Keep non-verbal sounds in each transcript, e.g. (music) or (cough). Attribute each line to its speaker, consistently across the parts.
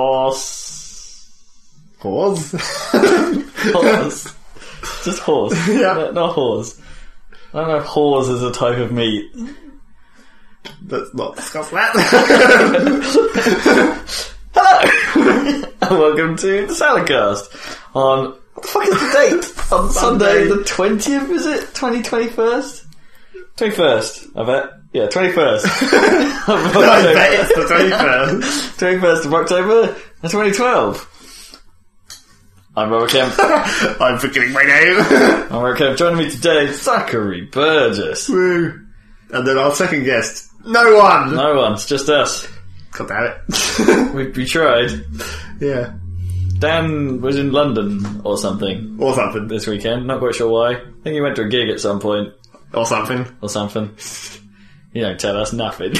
Speaker 1: Horse.
Speaker 2: Pause.
Speaker 1: Horse. Just horse.
Speaker 2: (laughs) Yeah.
Speaker 1: No, not horse. I don't know if horse is a type of meat.
Speaker 2: (laughs) Let's not discuss (laughs) that.
Speaker 1: (laughs) Welcome to the Saladcast on what the fuck is
Speaker 2: (laughs)
Speaker 1: the date? on Sunday,
Speaker 2: Sunday.
Speaker 1: the twentieth, is it? Twenty twenty first? Twenty first, I bet. Yeah, twenty
Speaker 2: (laughs)
Speaker 1: (laughs) first.
Speaker 2: I bet it's the 21st.
Speaker 1: Twenty first of October, twenty twelve. I'm Robert Kemp.
Speaker 2: (laughs) I'm forgetting my name.
Speaker 1: I'm Robert Kemp. Joining me today, is Zachary Burgess.
Speaker 2: (laughs) Woo. and then our second guest, no one.
Speaker 1: No one, it's just us.
Speaker 2: God damn it.
Speaker 1: We, we tried.
Speaker 2: (laughs) yeah.
Speaker 1: Dan was in London or something
Speaker 2: Or something.
Speaker 1: this weekend. Not quite sure why. I think he went to a gig at some point.
Speaker 2: Or something.
Speaker 1: or something. You don't tell us nothing.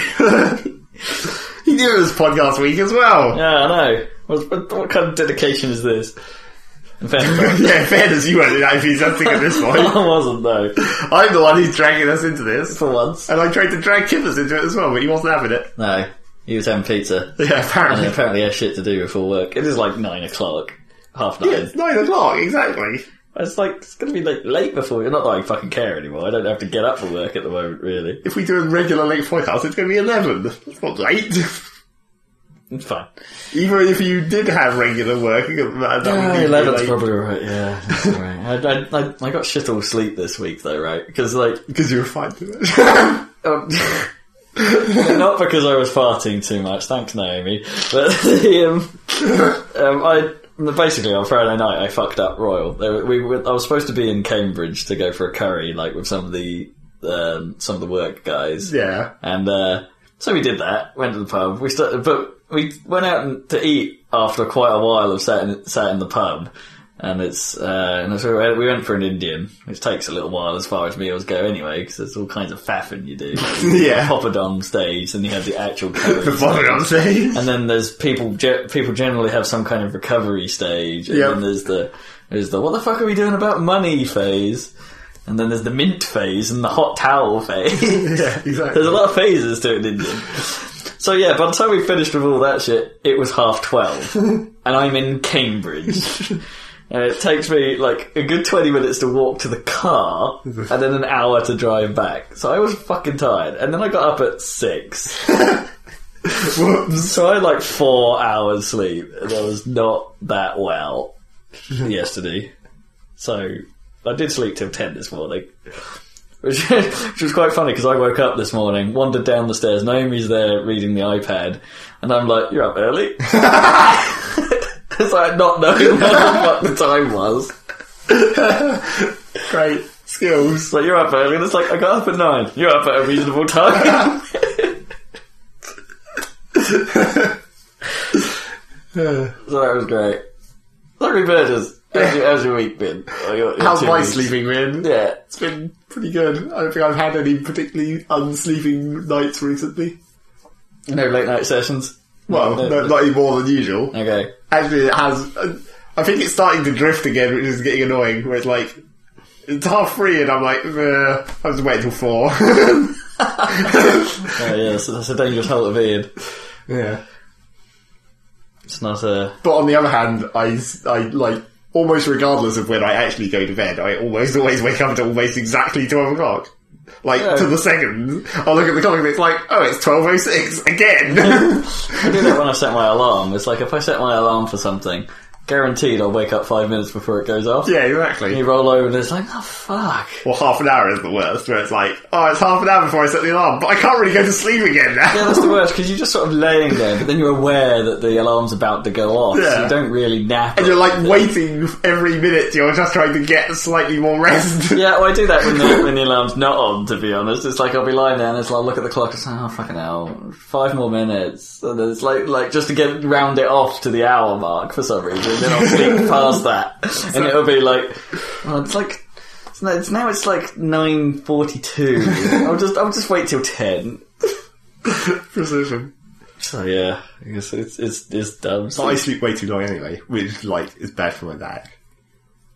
Speaker 1: (laughs)
Speaker 2: He knew it was podcast week as well.
Speaker 1: yeah, I know. What, what, what kind of dedication is this? In
Speaker 2: (laughs)
Speaker 1: fact,
Speaker 2: (laughs) yeah, fairness, you weren't enthusiastic at this point. (laughs)
Speaker 1: I wasn't though.
Speaker 2: I'm the one who's dragging us into this.
Speaker 1: For once,
Speaker 2: And I tried to drag Kippers into it as well, but he wasn't having it.
Speaker 1: no. He was having pizza.
Speaker 2: Yeah,
Speaker 1: And
Speaker 2: apparently.
Speaker 1: apparently, has shit to do before work. It is like nine o'clock, half nine.
Speaker 2: Yeah, it's nine o'clock, exactly.
Speaker 1: It's like it's gonna be like late before. Not that I fucking care anymore. I don't have to get up for work at the moment, really.
Speaker 2: If we do a regular late podcast, it's going to be 11. It's not late. (laughs)
Speaker 1: It's fine.
Speaker 2: Even if you did have regular work, that, that would
Speaker 1: Uh,
Speaker 2: be
Speaker 1: Eleven's
Speaker 2: late.
Speaker 1: probably alright. Yeah,
Speaker 2: (laughs)
Speaker 1: that's alright. I, I, I, I got shit all sleep this week though, right? Because like
Speaker 2: Because you were fine to it. (laughs)
Speaker 1: Um, (laughs) not because I was farting too much, thanks Naomi. But (laughs) the, um, um, I basically on Friday night I fucked up royal. There, were- we were, I was supposed to be in Cambridge to go for a curry, like with some of the um, some of the work guys,
Speaker 2: yeah.
Speaker 1: and uh, so we did that. Went to the pub. We started, but we went out and- to eat after quite a while of sat in, sat in the pub. And it's uh, and so we went- we went for an Indian, which takes a little while as far as meals go, anyway, because there's all kinds of faffing you do
Speaker 2: Yeah.
Speaker 1: poppadom stage, and you have the actual curry
Speaker 2: The
Speaker 1: stage.
Speaker 2: bother I'm (laughs) saying.
Speaker 1: and then there's people. Ge- people generally have some kind of recovery stage, and
Speaker 2: Yep.
Speaker 1: then there's the there's the what the fuck are we doing about money phase, and then there's the mint phase and the hot towel phase.
Speaker 2: (laughs) Yeah, exactly.
Speaker 1: there's a lot of phases to an Indian. So yeah, by the time we finished with all that shit, it was half
Speaker 2: (laughs)
Speaker 1: twelve, and I'm in Cambridge. And it takes me like a good 20 minutes to walk to the car
Speaker 2: (laughs)
Speaker 1: and then an hour to drive back. So I was fucking tired. And then I got up at 6.
Speaker 2: Whoops.
Speaker 1: (laughs) So I had like 4 hours sleep and I was not that well yesterday. So I did sleep till 10 this morning. (laughs) Which, which was quite funny because I woke up this morning, wandered down the stairs, Naomi's there reading the iPad, and I'm like, You're up early? (laughs) It's like not knowing (laughs) what the fuck the time was.
Speaker 2: Great skills.
Speaker 1: It's like, you're up early, and it's like, I got up at nine. You're up at a reasonable time.
Speaker 2: Uh,
Speaker 1: (laughs) so that was great. Larry Burgess, how's your, how's your week been? Oh, your- your
Speaker 2: how's
Speaker 1: two
Speaker 2: my
Speaker 1: weeks.
Speaker 2: sleeping been?
Speaker 1: Yeah.
Speaker 2: It's been pretty good. I don't think I've had any particularly unsleeping nights recently.
Speaker 1: No late night sessions?
Speaker 2: Well,
Speaker 1: No,
Speaker 2: no,
Speaker 1: no.
Speaker 2: not any more than usual.
Speaker 1: Okay.
Speaker 2: Actually, it has. uh, I think it's starting to drift again, which is getting annoying. Where it's like it's half three, and I'm like, "Nah, I'll just wait till four. (laughs)
Speaker 1: Oh, yeah, that's, that's a dangerous hole to be in.
Speaker 2: yeah.
Speaker 1: It's not a...
Speaker 2: But on the other hand, I, s- I, like almost regardless of when I actually go to bed, I almost always wake up at almost exactly twelve o'clock. Like
Speaker 1: Yeah.
Speaker 2: to the second, I look at the clock and it's like, oh, it's twelve oh six again.
Speaker 1: I do that when I set my alarm. It's like, if I set my alarm for something, guaranteed I'll wake up five minutes before it goes off.
Speaker 2: (laughs) yeah,
Speaker 1: You
Speaker 2: exactly.
Speaker 1: roll over and it's like, oh, fuck.
Speaker 2: Well, half an hour is the worst. Where it's like, oh, it's half an hour before I set the alarm, but I can't really go to sleep again now.
Speaker 1: Yeah, that's the worst, because you're just sort of laying there, but then you're aware that the alarm's about to go off, so
Speaker 2: Yeah.
Speaker 1: you don't really nap.
Speaker 2: And (laughs) you're like waiting every minute. You're just trying to get slightly more rest.
Speaker 1: Yeah, well, I do that when the, when the alarm's not on, to be honest. It's like I'll be lying there and it's like, I'll look at the clock and say, oh, fucking hell, five more minutes. And then it's like, like just to get round it off to the hour mark for some reason. Then I'll
Speaker 2: (laughs)
Speaker 1: sneak past that. And it'll be like, well, it's like, it's now it's, now it's like 9.42. I'll just, I'll just wait till 10.
Speaker 2: (laughs) Precision.
Speaker 1: So yeah, I guess it's it's it's dumb.
Speaker 2: But I sleep way too long anyway, which like is bad for my back.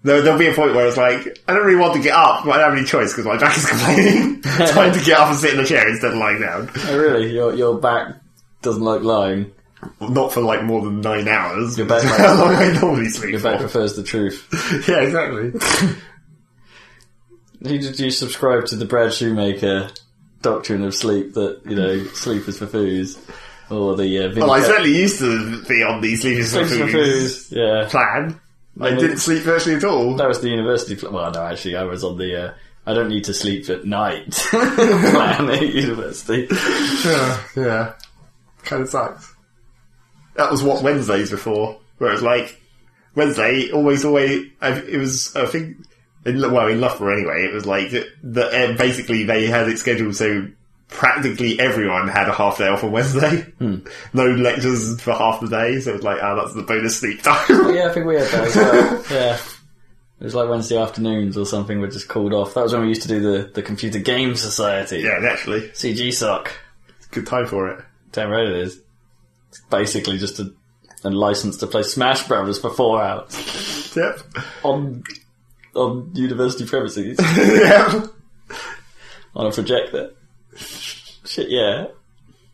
Speaker 2: There, there'll be a point where it's like I don't really want to get up, but I don't have any choice because my back is (laughs)
Speaker 1: (laughs)
Speaker 2: complaining. Time to get up and sit in a chair instead of lying down.
Speaker 1: Oh, really, your your back doesn't like lying.
Speaker 2: Not for like more than nine hours.
Speaker 1: Your back-
Speaker 2: which is (laughs) how long I normally sleep
Speaker 1: Your back
Speaker 2: for.
Speaker 1: prefers the truth.
Speaker 2: (laughs) Yeah, exactly.
Speaker 1: You did you subscribe to the Brad Shoemaker doctrine of sleep that you know sleep is for foos, or the uh,
Speaker 2: Well, I
Speaker 1: Vindicator-
Speaker 2: certainly used to be on the sleeping for
Speaker 1: Sleep is for
Speaker 2: food
Speaker 1: foos. Yeah,
Speaker 2: plan. I
Speaker 1: mean-
Speaker 2: didn't sleep virtually at all.
Speaker 1: That was the university plan. Well, no, actually, I was on the. Uh, I don't need to sleep at night (laughs) plan at university.
Speaker 2: Yeah, yeah. Kind of sucks. That was what Wednesdays were for, where it was like Wednesday always, always. I, it was I think, in, Lu- well, in Loughborough anyway, it was like that. The, uh, basically, they had it scheduled so practically everyone had a half day off on Wednesday. (laughs) No lectures for half the day, so it was like, ah, that's the bonus sleep time. (laughs)
Speaker 1: Yeah, I think we had that as well. (laughs) Yeah. It was like Wednesday afternoons or something were just called off. That was when we used to do the, the Computer Game Society.
Speaker 2: yeah, naturally,
Speaker 1: CG Sock.
Speaker 2: It's a good time for it.
Speaker 1: Damn right it is. It's basically just a, a license to play Smash Brothers for four hours
Speaker 2: Yep. (laughs)
Speaker 1: on on university premises (laughs)
Speaker 2: yep.
Speaker 1: on a projector. Shit, yeah.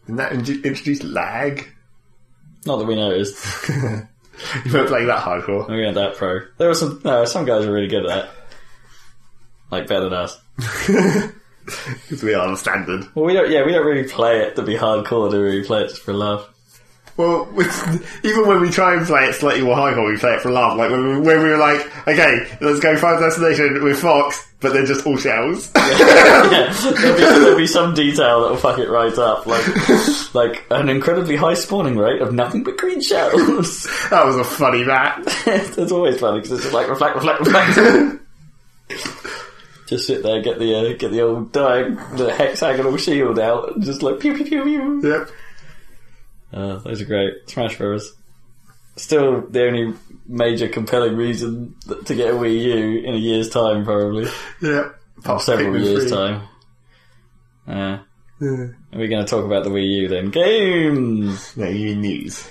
Speaker 2: And that in- introduced lag. (laughs)
Speaker 1: Not that we noticed.
Speaker 2: You weren't playing that hardcore.
Speaker 1: We weren't that pro. There were some no, some guys were really good at that. Like better than us.
Speaker 2: (laughs) Because we are the standard.
Speaker 1: Well we don't yeah, we don't really play it to be hardcore, do we? We play it just for love. (laughs)
Speaker 2: Well, with- (laughs) even when we try and play it slightly more hardcore, we play it for love. Like when we, when we were like, okay, let's go Final Destination with Fox, but they're just all shells. (laughs)
Speaker 1: yeah, there'll be, there'll be some detail that'll fuck it right up, like like an incredibly high spawning rate of nothing but green shells.
Speaker 2: that was a funny bat. (laughs)
Speaker 1: That's always funny because (laughs) it's just like reflect, reflect, reflect. (laughs) just sit there, get the uh, get the old diag- the hexagonal shield out, and just like pew pew pew pew.
Speaker 2: Yep.
Speaker 1: Uh, those are great. Smash Bros. Still the only major compelling reason th- to get a Wii U in a year's time, probably.
Speaker 2: Yep. Pop
Speaker 1: Several
Speaker 2: Pikmin
Speaker 1: years'
Speaker 2: three.
Speaker 1: time. Uh,
Speaker 2: Yeah.
Speaker 1: are we going to talk about the Wii U then? Games!
Speaker 2: No, you mean news.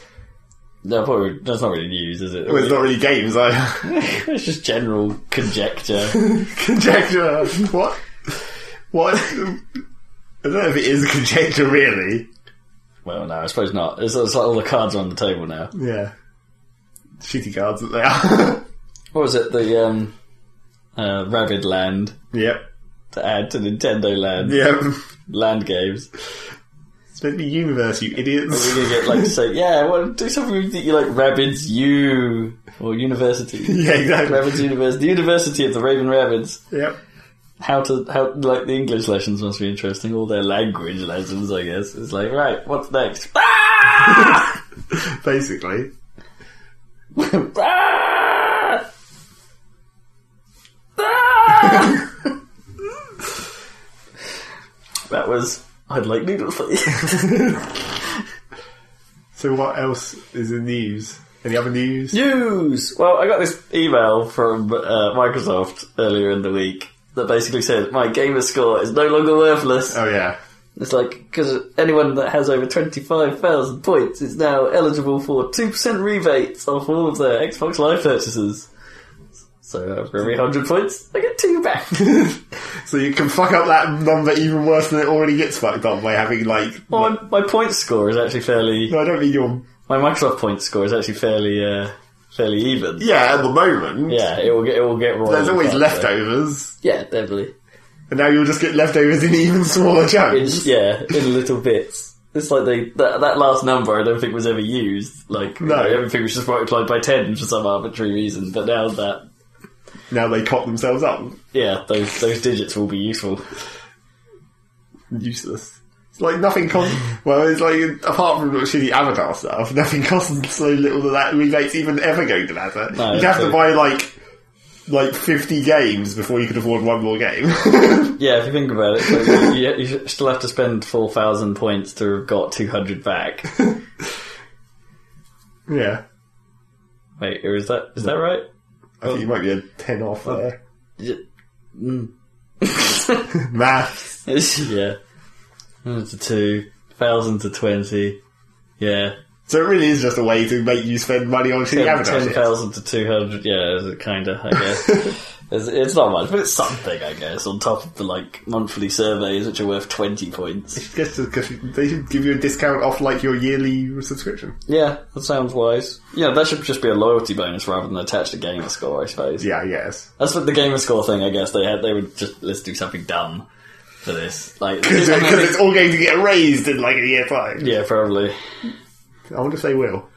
Speaker 1: No, probably, that's not really news, is it?
Speaker 2: Well, it's not really games, I
Speaker 1: (laughs)
Speaker 2: (laughs)
Speaker 1: it's just general conjecture. (laughs)
Speaker 2: conjecture. What? What? (laughs) I don't know if it is conjecture, really.
Speaker 1: well, no, I suppose not. It's, it's like all the cards are on the table now.
Speaker 2: Yeah. Shitty cards that they are. (laughs)
Speaker 1: What was it? The um, uh, Rabbit Land
Speaker 2: yep.
Speaker 1: to add to Nintendo Land.
Speaker 2: Yep.
Speaker 1: Land games.
Speaker 2: It's meant to be universe, you
Speaker 1: We're
Speaker 2: idiots.
Speaker 1: going to get like, say, yeah, well, do something that you like, Rabbids U or University.
Speaker 2: (laughs) yeah, exactly.
Speaker 1: Rabbids University. The University of the Raven Rabbids.
Speaker 2: Yep.
Speaker 1: how to how like the English lessons must be interesting. All their language lessons, I guess. It's like right, what's next? Ah!
Speaker 2: Basically.
Speaker 1: Ah! Ah! (laughs) that was I'd like noodles. please.
Speaker 2: So what else is in news? Any other
Speaker 1: (laughs)
Speaker 2: news?
Speaker 1: News. Well, I got this email from uh, Microsoft earlier in the week that basically said my gamer score is no longer worthless.
Speaker 2: Oh yeah. (laughs)
Speaker 1: It's like because anyone that has over twenty five thousand points is now eligible for two percent rebates off all of their Xbox Live purchases. So uh, for every hundred points, I get two back. (laughs)
Speaker 2: So you can fuck up that number even worse than it already gets fucked up by having like.
Speaker 1: well, my, my point score is actually fairly.
Speaker 2: No, I don't mean your.
Speaker 1: My Microsoft point score is actually fairly uh, fairly even.
Speaker 2: Yeah, at the moment.
Speaker 1: Yeah, it will get it will get royal.
Speaker 2: There's always
Speaker 1: cut, though.
Speaker 2: leftovers,
Speaker 1: Yeah, definitely.
Speaker 2: and now you'll just get leftovers in even smaller chunks.
Speaker 1: It's, yeah, in little bits. It's like they that, that last number I don't think was ever used. Like
Speaker 2: No.
Speaker 1: everything was just multiplied by ten for some arbitrary reason. But now that
Speaker 2: Now they cock themselves up.
Speaker 1: yeah, those those digits will be useful.
Speaker 2: Useless. It's like nothing costs.
Speaker 1: (laughs)
Speaker 2: well, it's like apart from the shitty avatar stuff, nothing costs so little that that rebates even ever going to matter.
Speaker 1: No,
Speaker 2: You'd
Speaker 1: that's
Speaker 2: have to
Speaker 1: true.
Speaker 2: buy like like fifty games before you could afford one more game. (laughs)
Speaker 1: Yeah, if you think about it, so you, you should still have to spend four thousand points to have got two hundred
Speaker 2: (laughs)
Speaker 1: back.
Speaker 2: yeah.
Speaker 1: Wait, or is that is that right?
Speaker 2: I think you might be a 10 off there. (laughs)
Speaker 1: Yeah. Mm. (laughs)
Speaker 2: Maths.
Speaker 1: It's- yeah, Hundred to two thousand to twenty. Yeah.
Speaker 2: So it really is just a way to make you spend money on shit you haven't done
Speaker 1: Ten
Speaker 2: shit.
Speaker 1: thousand to two hundred, yeah, kind of. I
Speaker 2: (laughs)
Speaker 1: guess it's, it's not much, but it's something, I guess. On top of the like monthly surveys, which are worth twenty points.
Speaker 2: Just because they should give you a discount off like your yearly subscription.
Speaker 1: Yeah, that sounds wise. Yeah, that should just be a loyalty bonus rather than attached to gamer score, I suppose.
Speaker 2: Yeah, yes.
Speaker 1: That's what the gamer score thing. I guess they had. They would just let's do something dumb for this.
Speaker 2: (laughs)
Speaker 1: Like,
Speaker 2: Because
Speaker 1: I (laughs) mean,
Speaker 2: it's all going to get raised in like a year time.
Speaker 1: yeah, probably.
Speaker 2: I wonder if they will.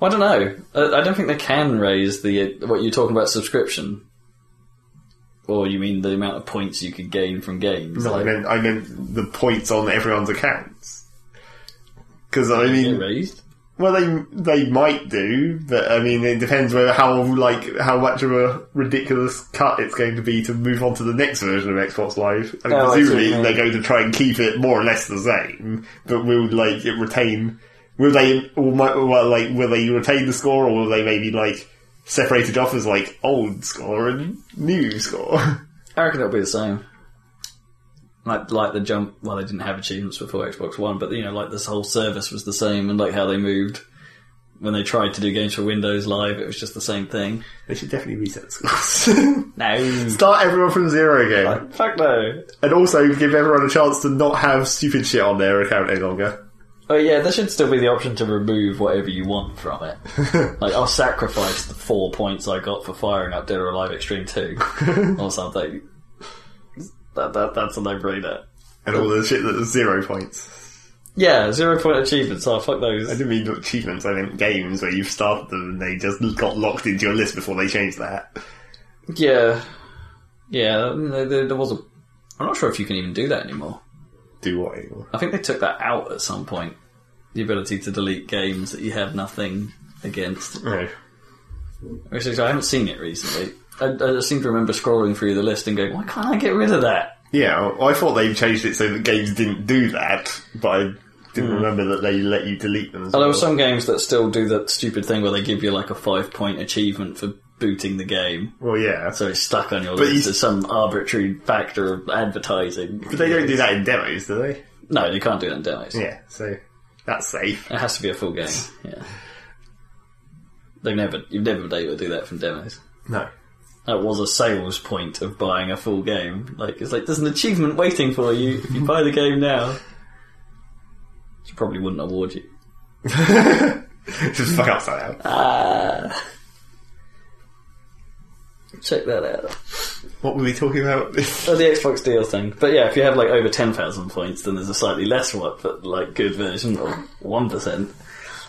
Speaker 1: I don't know. I, I don't think they can raise the what you're talking about subscription. Or you mean the amount of points you could gain from games?
Speaker 2: No, I
Speaker 1: like,
Speaker 2: meant I meant the points on everyone's accounts. Because I
Speaker 1: get
Speaker 2: mean,
Speaker 1: raised?
Speaker 2: well, they they might do, but I mean, it depends whether how like how much of a ridiculous cut it's going to be to move on to the next version of Xbox Live. And
Speaker 1: Oh, I see what you
Speaker 2: presumably,
Speaker 1: mean.
Speaker 2: they're going to try and keep it more or less the same, but will like it retain? Will they or might, well, like will they retain the score, or will they maybe like separate it off as like old score and new score? (laughs)
Speaker 1: I reckon it'll be the same. Like, like the jump. Well, they didn't have achievements before Xbox One, but you know, like this whole service was the same, and like how they moved when they tried to do games for Windows Live, it was just the same thing.
Speaker 2: they should definitely reset scores. (laughs)
Speaker 1: No,
Speaker 2: Start everyone from zero
Speaker 1: (laughs)
Speaker 2: again.
Speaker 1: fuck no.
Speaker 2: And also give everyone a chance to not have stupid shit on their account any longer.
Speaker 1: Oh yeah, there should still be the option to remove whatever you want from (laughs) it. like I'll sacrifice the four points I got for firing up Dead or Alive Extreme (laughs) Two or something. That, that that's a no-brainer.
Speaker 2: And all the shit that's zero points.
Speaker 1: Yeah, zero point achievements. Oh fuck
Speaker 2: I
Speaker 1: those.
Speaker 2: didn't mean achievements, I meant games where you've started them and they just got locked into your list before they changed that.
Speaker 1: Yeah, yeah. There, there- there was a. I'm not sure if you can even do that anymore.
Speaker 2: Do what anymore?
Speaker 1: I think they took that out at some point. The ability to delete games that you have nothing against.
Speaker 2: No.
Speaker 1: Which is, I haven't seen it recently. I, I seem to remember scrolling through the list and going, why can't I get rid of that?
Speaker 2: Yeah, I thought they changed it so that games didn't do that, but I didn't remember that they let you delete them as
Speaker 1: Well,
Speaker 2: well.
Speaker 1: there were some games that still do that stupid thing where they give you like a five point achievement for booting the game,
Speaker 2: Well, yeah.
Speaker 1: so it's stuck on your
Speaker 2: But
Speaker 1: list
Speaker 2: you-
Speaker 1: as some arbitrary factor of advertising.
Speaker 2: But they don't do that in demos, do they?
Speaker 1: No, they can't do that in demos.
Speaker 2: Yeah, so that's safe.
Speaker 1: It has to be a full game. Yeah, they've never, you've never been able to do that from demos.
Speaker 2: No. (laughs)
Speaker 1: That was a sales point of buying a full game. Like it's like there's an achievement waiting for you if you buy the game
Speaker 2: (laughs)
Speaker 1: now. She probably wouldn't award you.
Speaker 2: just fuck upside down.
Speaker 1: Check that out.
Speaker 2: What were we talking about? (laughs)
Speaker 1: Oh, the Xbox deal thing. But yeah, if you have like over 10,000 points, then there's a slightly less one, but like good version or 1%.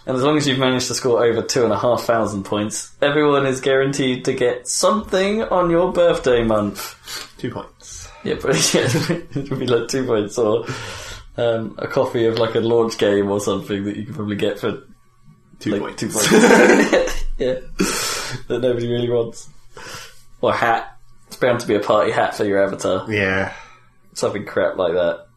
Speaker 1: And as long as you've managed to score over 2,500 points, everyone is guaranteed to get something on your birthday month.
Speaker 2: Two points.
Speaker 1: Yeah, but (laughs) yeah, it would be like two points or um, a copy of like a launch game or something that you can probably get for
Speaker 2: Two
Speaker 1: like
Speaker 2: points.
Speaker 1: two points. (laughs) yeah, that nobody really wants. Or a hat. It's bound to be a party hat for your avatar.
Speaker 2: (laughs) Yeah.
Speaker 1: something crap like that.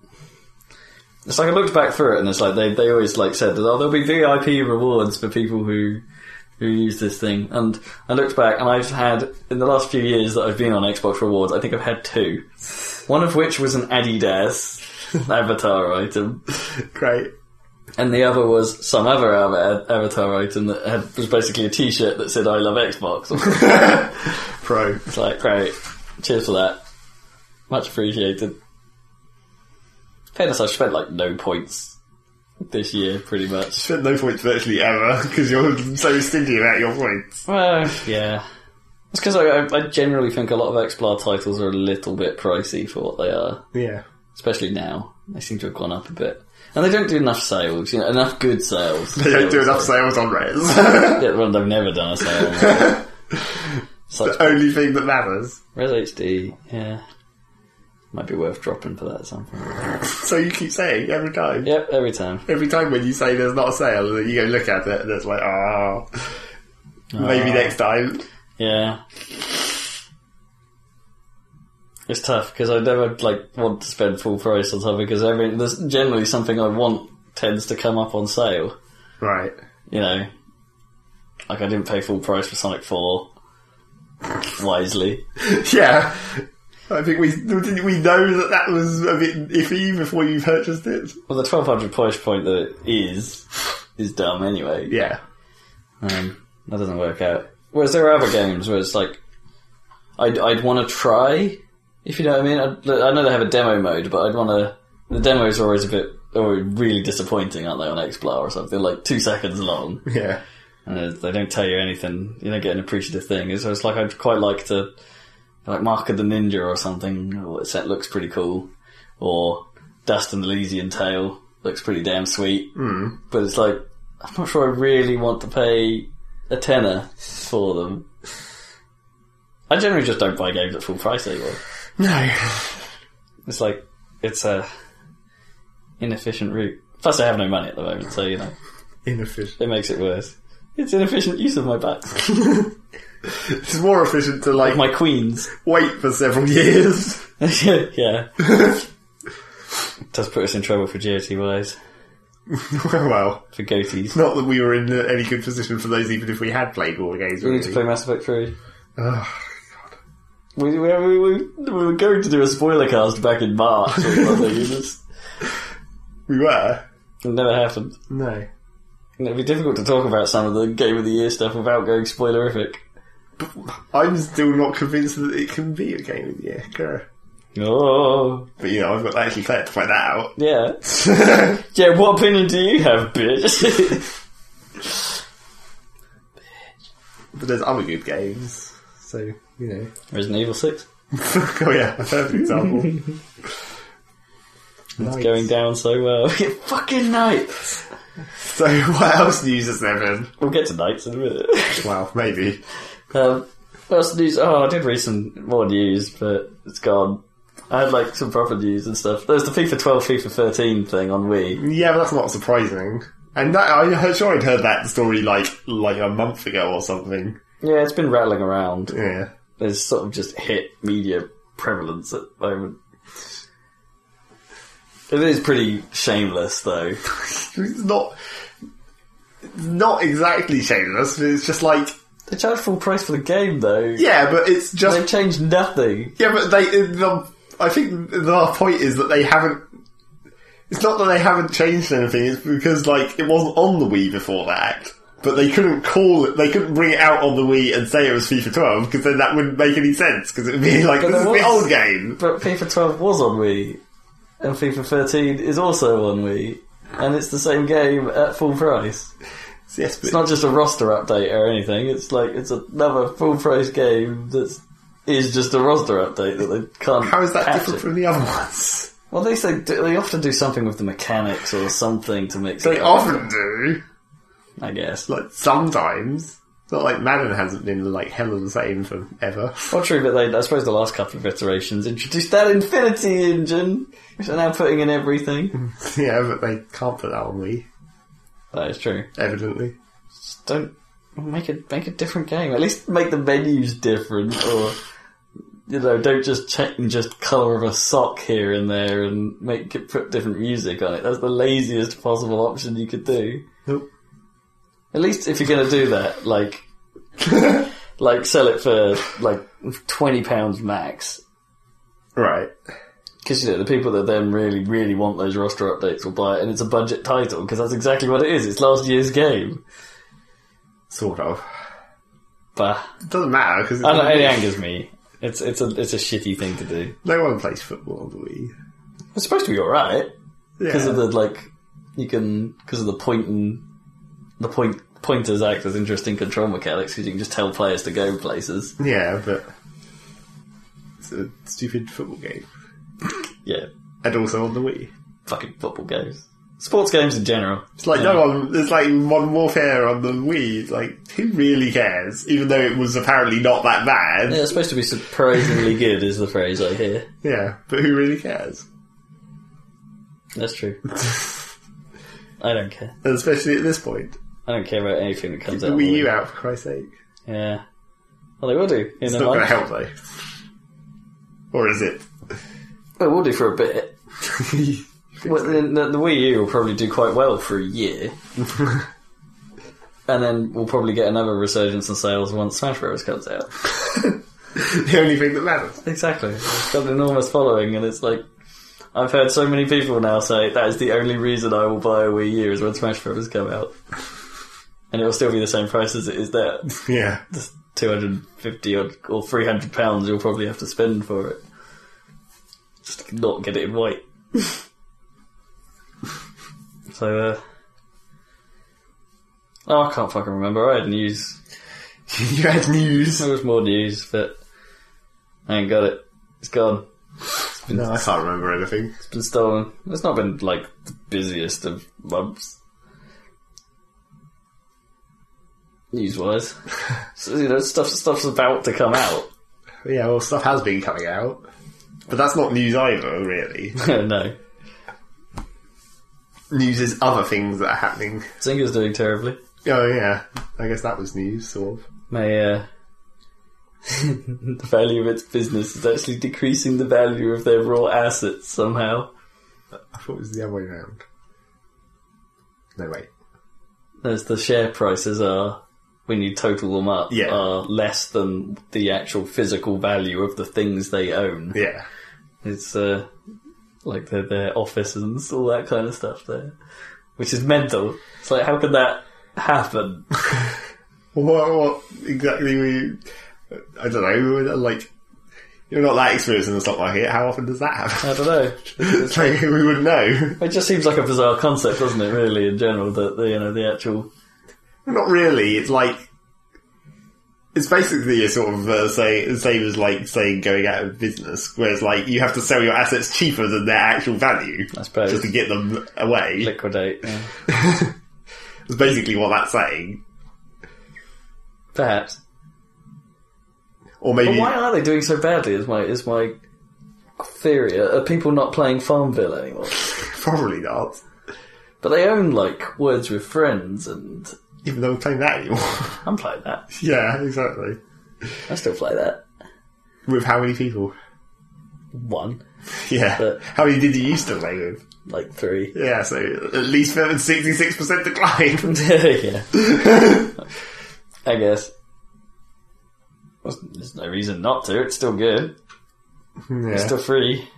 Speaker 1: It's like I looked back through it, and it's like they, they always like said that oh there'll be VIP rewards for people who who use this thing. And I looked back, and I've had in the last few years that I've been on Xbox Rewards, I think I've had two. One of which was an Adidas avatar item,
Speaker 2: Great.
Speaker 1: and the other was some other av- avatar item that had, was basically a T-shirt that said "I love Xbox." (laughs) Or something.
Speaker 2: Pro.
Speaker 1: it's like great, cheers for that, much appreciated. Fairness, I've spent like no points this year, pretty much.
Speaker 2: Spent no points virtually ever because you're so stingy about your points.
Speaker 1: Well, yeah, it's because I, I- I generally think a lot of XBLA titles are a little bit pricey for what they are,
Speaker 2: Yeah.
Speaker 1: especially now. They seem to have gone up a bit, and they don't do enough sales. You know, enough good sales.
Speaker 2: They don't do
Speaker 1: Sales,
Speaker 2: enough
Speaker 1: sorry.
Speaker 2: sales on (laughs) res.
Speaker 1: Yeah, well, they've never done a sale.
Speaker 2: (laughs)
Speaker 1: Such
Speaker 2: Only thing that matters.
Speaker 1: Res HD, yeah. Might be worth dropping for that at some point.
Speaker 2: So you keep saying every time.
Speaker 1: Yep, every time.
Speaker 2: Every time when you say there's not a sale, you go look at it and it's like, ah, maybe
Speaker 1: Ah.
Speaker 2: next time.
Speaker 1: Yeah. It's tough because I never like want to spend full price on something because every there's generally something I want tends to come up on sale.
Speaker 2: Right.
Speaker 1: You know, like I didn't pay full price for Sonic Four wisely.
Speaker 2: (laughs) Yeah. I think we didn't we know that that was a bit iffy before you purchased it.
Speaker 1: Well, the 1200 price point that is, is dumb anyway.
Speaker 2: Yeah,
Speaker 1: Um, that doesn't work out. Whereas there are other games where it's like, I'd, I'd want to try, if you know what I mean. I'd, I know they have a demo mode, but I'd want to. The demos are always a bit, or really disappointing, aren't they, on XBLA or something? Like two seconds long,
Speaker 2: yeah,
Speaker 1: and they- they don't tell you anything. You don't get an appreciative thing. So it's like I'd quite like to, like Mark of the Ninja or something. Oh, that set looks pretty cool, or Dust and the Elysian Tale looks pretty damn sweet
Speaker 2: mm.
Speaker 1: but it's like I'm not sure I really want to pay a tenner for them. I generally just don't buy games at full price anymore.
Speaker 2: no, (laughs)
Speaker 1: It's like it's a inefficient route. Plus, I have no money at the moment, so you know
Speaker 2: inefficient.
Speaker 1: it makes it worse. It's inefficient use of my bucks,
Speaker 2: (laughs) It's more efficient to like
Speaker 1: my queens. (laughs)
Speaker 2: wait for several years. (laughs)
Speaker 1: yeah, does put us in trouble for GOT wise
Speaker 2: well,
Speaker 1: for goatees.
Speaker 2: not that we were in uh, any good position for those, even if we had played all the games.
Speaker 1: We need to
Speaker 2: really.
Speaker 1: play Mass Effect Three.
Speaker 2: Ugh.
Speaker 1: We, we, we, we, we were going to do a spoiler cast back in March or something. It just-
Speaker 2: we were.
Speaker 1: it never happened.
Speaker 2: No,
Speaker 1: And It'd be difficult to talk about some of the game of the year stuff without going spoilerific.
Speaker 2: I'm still not convinced that it can be a game of the year. Grr.
Speaker 1: Oh,
Speaker 2: But you know, I've got to actually play it to find that out. (laughs)
Speaker 1: yeah, yeah. What opinion do you have, bitch? (laughs)
Speaker 2: but there's other good games, so you know. (laughs)
Speaker 1: Resident Evil Six
Speaker 2: oh yeah, a perfect example.
Speaker 1: (laughs)
Speaker 2: Nice.
Speaker 1: going down so well. (laughs) Fucking night.
Speaker 2: So (laughs) what else news is there been?
Speaker 1: We'll get to nights in a minute. (laughs)
Speaker 2: Well, maybe.
Speaker 1: Um, first news. Oh, I did read some more news, but it's gone. I had like some proper news and stuff. There's the FIFA 12, FIFA 13 thing on Wii.
Speaker 2: Yeah, but that's not surprising. And that, I'm sure I'd heard that story like like a month ago or something.
Speaker 1: Yeah, it's been rattling around.
Speaker 2: Yeah. (laughs)
Speaker 1: there's sort of just hit media prevalence at the moment. It is pretty shameless, though.
Speaker 2: It's not not exactly shameless. but It's just like
Speaker 1: They charge full price for the game, though.
Speaker 2: yeah, but it's just
Speaker 1: They've changed nothing.
Speaker 2: Yeah, but they. The, I think the point is that they haven't. It's not that they haven't changed anything. It's because like it wasn't on the Wii before that, but they couldn't call it. They couldn't bring it out on the Wii and say it was FIFA 12 because then that wouldn't make any sense because it would be like
Speaker 1: But
Speaker 2: this is
Speaker 1: there
Speaker 2: the
Speaker 1: was-
Speaker 2: old game.
Speaker 1: But FIFA 12 was on Wii, and FIFA 13 is also on Wii, and it's the same game at full price.
Speaker 2: Yes, but
Speaker 1: It's not just a roster update or anything. It's like it's another full price game that is just a roster update that they can't.
Speaker 2: how is that
Speaker 1: patch
Speaker 2: different
Speaker 1: it.
Speaker 2: from the other ones?
Speaker 1: Well, they say they often do something with the mechanics or something to mix
Speaker 2: They
Speaker 1: it up.
Speaker 2: often do.
Speaker 1: I guess.
Speaker 2: Like sometimes. Not like Madden hasn't been like hell of the same forever. (laughs)
Speaker 1: Well, true, but they, I suppose the last couple of iterations introduced that Infinity Engine, which they're now putting in everything.
Speaker 2: yeah, but they can't put that on Wii,
Speaker 1: that is true.
Speaker 2: evidently.
Speaker 1: Just don't make a make a different game. At least make the menus different, or you know, don't just change just color of a sock here and there and make it put different music on it. That's the laziest possible option you could do.
Speaker 2: Nope.
Speaker 1: At least if you're going to do that, (laughs) like, like sell it for like twenty pounds max,
Speaker 2: Right.
Speaker 1: because you know the people that then really, really want those roster updates will buy it, and it's a budget title because that's exactly what it is. It's last year's game.
Speaker 2: Sort of.
Speaker 1: Bah,
Speaker 2: It doesn't matter because
Speaker 1: I don't, it angers me. It's it's a it's a shitty thing to do.
Speaker 2: no one plays football on the Wii.
Speaker 1: It's supposed to be all right because
Speaker 2: Yeah,
Speaker 1: of the like you can because of the point and the point pointers act as interesting control mechanics because you can just tell players to go places.
Speaker 2: yeah, but it's a stupid football game,
Speaker 1: Yeah,
Speaker 2: and also on the Wii.
Speaker 1: fucking football games, sports games in general.
Speaker 2: It's like no one. It's like Modern Warfare on the Wii. It's like who really cares? Even though it was apparently not that bad.
Speaker 1: Yeah,
Speaker 2: Yeah,
Speaker 1: it's supposed to be surprisingly good, is the phrase I hear.
Speaker 2: but who really cares?
Speaker 1: That's
Speaker 2: (laughs)
Speaker 1: true. I don't care.
Speaker 2: And especially at this point,
Speaker 1: I don't care about anything that comes
Speaker 2: the
Speaker 1: out. of the
Speaker 2: Wii U
Speaker 1: Wii.
Speaker 2: out for Christ's sake.
Speaker 1: Yeah. Well, they will do in
Speaker 2: It's
Speaker 1: a
Speaker 2: not going to
Speaker 1: month.
Speaker 2: help though, or is it? (laughs)
Speaker 1: They will do for a bit. Well, the, the, the Wii U will probably do quite well for a year,
Speaker 2: (laughs)
Speaker 1: and then we'll probably get another resurgence in sales once Smash Bros. comes out.
Speaker 2: the only thing that matters.
Speaker 1: Exactly. It's got an enormous following, and it's like I've heard so many people now say that is the only reason I will buy a Wii U is when Smash Brothers come out, and it will still be the same price as it is there.
Speaker 2: Yeah.
Speaker 1: Two hundred fifty or or three hundred pounds you'll probably have to spend for it. Just not get it in white. so, uh, oh, I can't fucking remember. I had news.
Speaker 2: (laughs) you had news.
Speaker 1: There was more news, but I ain't got it. It's gone.
Speaker 2: No, I can't remember anything.
Speaker 1: It's been stolen. It's not been like the busiest of months. News wise. so, you know, stuff stuff's about to come out. (laughs)
Speaker 2: Yeah, well, stuff has been coming out. But that's not news either, really.
Speaker 1: no.
Speaker 2: news is other things that are happening.
Speaker 1: Zynga's doing terribly.
Speaker 2: Oh, yeah. I guess that was news, sort of.
Speaker 1: My uh (laughs) the value of its business is actually decreasing the value of their raw assets somehow.
Speaker 2: I thought it was the other way around. No, wait.
Speaker 1: As the share prices are when you total them up
Speaker 2: Yeah.
Speaker 1: are less than the actual physical value of the things they own.
Speaker 2: Yeah.
Speaker 1: It's uh, like their their offices and all that kind of stuff there, which is mental. It's like how could that happen?
Speaker 2: What, what exactly were you. I don't know, like. You're not that experienced in the stock market. How often does that
Speaker 1: (laughs)
Speaker 2: happen?
Speaker 1: I don't know.
Speaker 2: It's like, we would know.
Speaker 1: It just seems like a bizarre concept, doesn't it? Really, in general, that the, you know the actual
Speaker 2: Not really. It's like it's basically a sort of uh, say the same as like saying going out of business, whereas like you have to sell your assets cheaper than their actual value
Speaker 1: I suppose.
Speaker 2: just to get them away.
Speaker 1: liquidate. yeah.
Speaker 2: It's basically what that's saying.
Speaker 1: Perhaps.
Speaker 2: Or maybe
Speaker 1: But why are they doing so badly? Is my is my theory? Are are people not playing Farmville anymore?
Speaker 2: probably not.
Speaker 1: But they own like Words with Friends, and
Speaker 2: Even though we're playing that anymore. (laughs)
Speaker 1: I'm playing that.
Speaker 2: yeah, exactly.
Speaker 1: I still play that
Speaker 2: With how many people? (laughs)
Speaker 1: one,
Speaker 2: Yeah.
Speaker 1: But-
Speaker 2: how many did you used to play with?
Speaker 1: like three. (laughs)
Speaker 2: Yeah, so at least sixty six percent (laughs) decline.
Speaker 1: yeah. I guess. Well, There's no reason not to. It's still good.
Speaker 2: yeah.
Speaker 1: It's still free.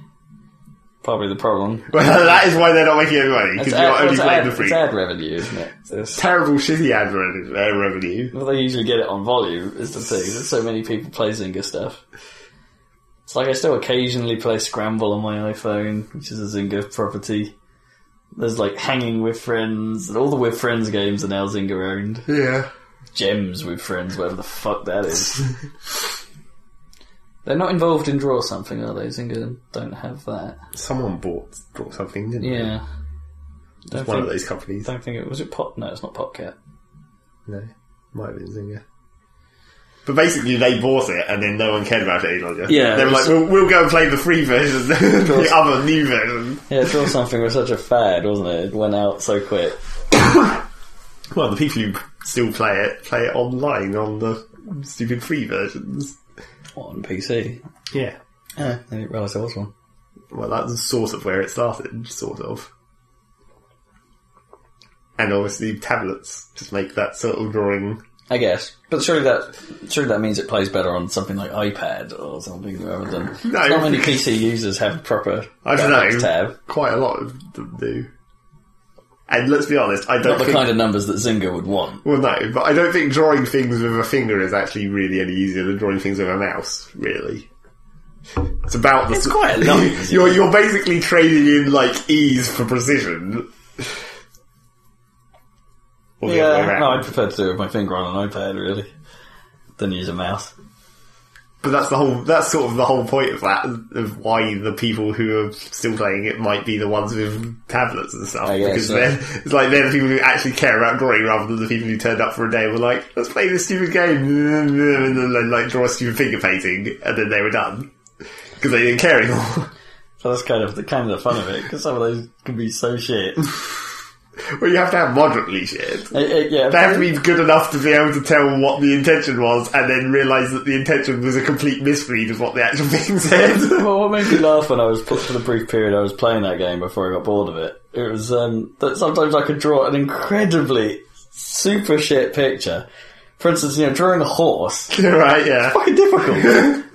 Speaker 1: Probably the problem.
Speaker 2: well, (laughs) that is why they're not making any money
Speaker 1: It's
Speaker 2: because you're
Speaker 1: well,
Speaker 2: only
Speaker 1: it's
Speaker 2: playing
Speaker 1: ad-
Speaker 2: the free.
Speaker 1: It's ad revenue, isn't it? So it's- (laughs)
Speaker 2: terrible shitty ad re- uh, revenue.
Speaker 1: well, they usually get it on volume, is the thing. There's so many people play Zynga stuff. It's like I still occasionally play Scramble on my iPhone, which is a Zynga property. There's like Hanging with Friends, and all the With Friends games are now Zynga owned.
Speaker 2: Yeah.
Speaker 1: gems with friends, whatever the fuck that (laughs) is. They're not involved in draw something, are they? Zynga don't have that.
Speaker 2: Someone bought bought something, didn't they?
Speaker 1: Yeah. Don't
Speaker 2: It's one
Speaker 1: think,
Speaker 2: of those companies.
Speaker 1: don't think it was it Pop. No, it's not Popcat.
Speaker 2: No. Might have been Zynga. But basically, they bought it, and then no one cared about it any longer.
Speaker 1: Yeah,
Speaker 2: they
Speaker 1: it
Speaker 2: were
Speaker 1: was-
Speaker 2: like, "We'll, we'll go and play the free version, (laughs) the other new version."
Speaker 1: Yeah, draw something was such a fad, wasn't it? It went out so quick.
Speaker 2: Well, the people who still play it play it online on the stupid free versions.
Speaker 1: On PC.
Speaker 2: Yeah.
Speaker 1: Yeah, I didn't realise there was one.
Speaker 2: Well, that's sort of where it started, sort of. And obviously, tablets just make that sort of drawing
Speaker 1: I guess, but surely that surely that means it plays better on something like iPad or something rather than.
Speaker 2: No.
Speaker 1: Not many PC users have proper.
Speaker 2: I don't
Speaker 1: graphics
Speaker 2: know.
Speaker 1: Tab.
Speaker 2: quite a lot of them do. And let's be honest, I don't
Speaker 1: Not the
Speaker 2: think.
Speaker 1: kind of numbers that Zynga would want.
Speaker 2: well, no, but I don't think drawing things with a finger is actually really any easier than drawing things with a mouse. Really, it's about the. It's
Speaker 1: quite a lot easier.
Speaker 2: (laughs) you're you're basically trading in like ease for precision. Or the other way
Speaker 1: Yeah,
Speaker 2: around.
Speaker 1: no, I'd prefer to do it with my finger on an iPad, really, than use a mouse.
Speaker 2: But that's the whole. That's sort of the whole point of that. Of why the people who are still playing it might be the ones with tablets and stuff.
Speaker 1: I guess,
Speaker 2: because
Speaker 1: yeah.
Speaker 2: they're, it's like they're the people who actually care about drawing, rather than the people who turned up for a day and were like, "Let's play this stupid game," (laughs) and then like draw a stupid finger painting, and then they were done because they didn't care anymore. (laughs)
Speaker 1: So that's kind of the kind of the fun of it because some of those can be so
Speaker 2: (laughs)
Speaker 1: shit. Uh,
Speaker 2: well, you have to have moderately shit.
Speaker 1: uh, yeah,
Speaker 2: They have to be good enough to be able to tell what the intention was, and then realise that the intention was a complete misread of what the actual (laughs) thing said.
Speaker 1: (laughs)
Speaker 2: (laughs)
Speaker 1: well, what made me laugh when I was for the brief period I was playing that game before I got bored of it, it was um, that sometimes I could draw an incredibly super shit picture, for instance, you know, drawing a horse,
Speaker 2: right, yeah.
Speaker 1: fucking difficult. (laughs)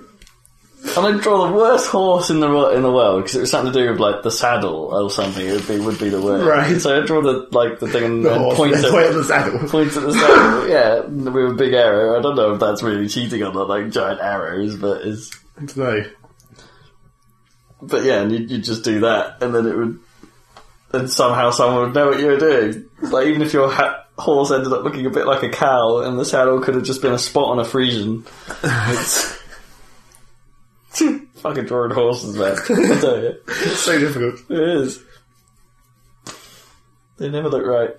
Speaker 1: and I'd draw the worst horse in the wo- in the world because it was something to do with like the saddle or something. It would be would be the word.
Speaker 2: Right.
Speaker 1: So I'd draw the like the thing and,
Speaker 2: The
Speaker 1: and
Speaker 2: horse,
Speaker 1: point
Speaker 2: then
Speaker 1: at (laughs)
Speaker 2: point at the saddle. (laughs)
Speaker 1: points at the saddle. yeah, with a big arrow. I don't know if that's really cheating or not, like giant arrows, but it's
Speaker 2: I don't know.
Speaker 1: but yeah, and you'd, you'd just do that, and then it would, and somehow someone would know what you were doing. Like even if your ha- horse ended up looking a bit like a cow, and the saddle could have just been a spot on a Frisian. (laughs) Fucking drawing horses, man. (laughs) I tell you,
Speaker 2: It's so difficult.
Speaker 1: it is. They never look right.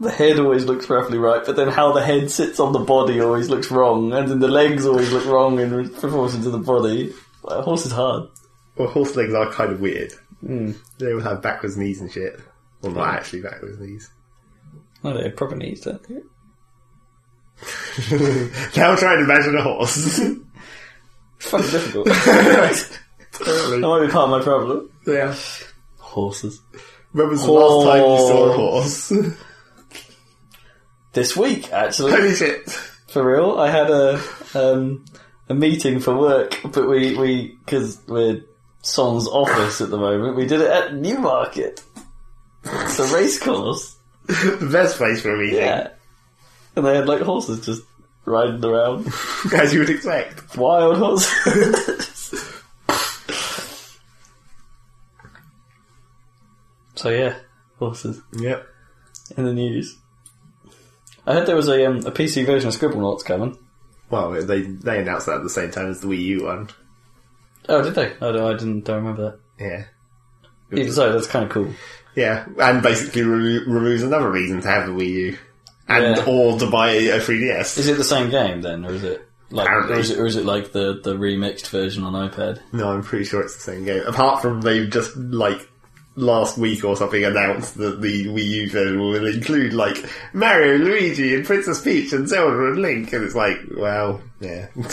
Speaker 1: The head always looks roughly right, but then how the head sits on the body always looks wrong, and then the legs always look wrong in proportion to the body. Like, a horse is hard.
Speaker 2: Well, horse legs are kind of weird.
Speaker 1: Hmm.
Speaker 2: They all have backwards knees and shit. Well, not actually backwards knees. (laughs)
Speaker 1: No, they proper needs, don't they?
Speaker 2: now try and imagine a horse. (laughs)
Speaker 1: It's fucking difficult. (laughs) that might be part of my problem.
Speaker 2: yeah.
Speaker 1: Horses.
Speaker 2: When was the last time you
Speaker 1: Oh.
Speaker 2: saw a horse? (laughs)
Speaker 1: This week, (laughs) actually,
Speaker 2: Holy shit. (laughs)
Speaker 1: for real, I had a um, a meeting for work, but we we because we're Son's office at the moment, we did it at Newmarket. It's a race course,
Speaker 2: The best place for a meeting,
Speaker 1: yeah, and they had like horses just riding around,
Speaker 2: (laughs) as you would expect.
Speaker 1: wild horses. (laughs) so yeah, horses.
Speaker 2: Yep.
Speaker 1: in the news. I heard there was a um, a PC version of Scribblenauts coming.
Speaker 2: Well, they they announced that at the same time as the Wii U one.
Speaker 1: Oh, did they? Oh, no, I didn't. Don't remember
Speaker 2: Yeah.
Speaker 1: that. Even so, that's kind of cool.
Speaker 2: Yeah, and basically re- removes another reason to have the Wii U. And
Speaker 1: Yeah.
Speaker 2: or to buy a 3DS.
Speaker 1: Is it the same game then, or is it like,
Speaker 2: Apparently.
Speaker 1: or is it, or is it like the, the remixed version on iPad?
Speaker 2: No, I'm pretty sure it's the same game. Apart from they just, like, last week or something announced that the Wii U version will include, like, Mario, Luigi, and Princess Peach, and Zelda, and Link, and it's like, well, yeah. (laughs)
Speaker 1: They're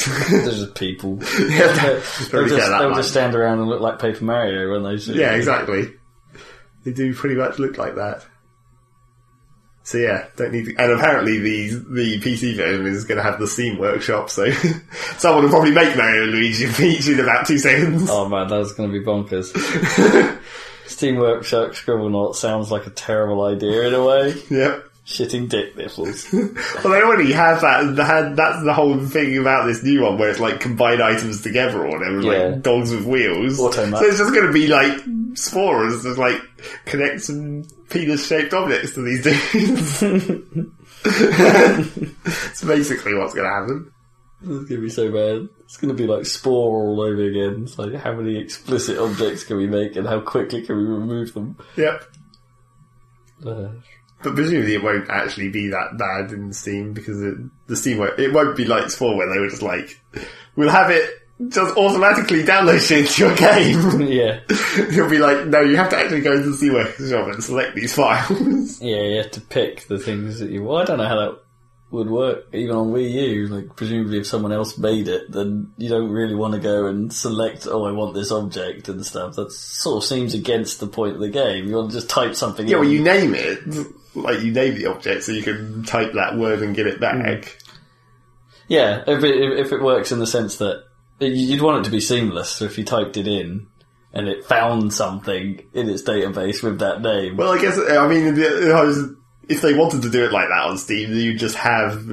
Speaker 1: just people.
Speaker 2: yeah,
Speaker 1: They'll, just,
Speaker 2: that
Speaker 1: they'll
Speaker 2: much.
Speaker 1: just stand around and look like Paper Mario when they see.
Speaker 2: Yeah, exactly. They do pretty much look like that. So yeah, don't need. To, and apparently the the PC version is going to have the Steam Workshop, so (laughs) someone will probably make Mario and Luigi (laughs) and Peach in about two seconds.
Speaker 1: Oh man, that's going to be bonkers. Steam Workshop Scribblenauts sounds like a terrible idea in a way.
Speaker 2: (laughs) Yep.
Speaker 1: Shitting dick nipples.
Speaker 2: Well, they already have that. that- That's the whole thing about this new one, where it's like combine items together or whatever,
Speaker 1: Yeah.
Speaker 2: like dogs with wheels.
Speaker 1: Automat.
Speaker 2: So it's just going to be like spores, just like connect some penis-shaped objects to these dudes.
Speaker 1: (laughs)
Speaker 2: (laughs) it's basically what's going to happen.
Speaker 1: It's gonna be so bad. It's gonna be like Spore all over again. It's like how many explicit objects can we make and how quickly can we remove them?
Speaker 2: Yep.
Speaker 1: Uh, (laughs)
Speaker 2: But presumably it won't actually be that bad in Steam because it, the Steam won't, it won't be like Spore where they were just like, we'll have it just automatically download shit into your (laughs) game.
Speaker 1: yeah,
Speaker 2: (laughs) He'll be like, no, you have to actually go into the C workshop and select these files.
Speaker 1: yeah. You have to pick the things that you. Well, I don't know how that would work even on Wii U. Like presumably, if someone else made it, then you don't really want to go and select. Oh, I want this object and stuff. That sort of seems against the point of the game. You want to just type something.
Speaker 2: (laughs) yeah,
Speaker 1: in.
Speaker 2: well, you name it. Like, you name the object so you can type that word and get it back.
Speaker 1: Yeah, if it, if it works in the sense that you'd want it to be seamless. So if you typed it in and it found something in its database with that name,
Speaker 2: Well, I guess, I mean, the- I was- if they wanted to do it like that on Steam, then you'd just have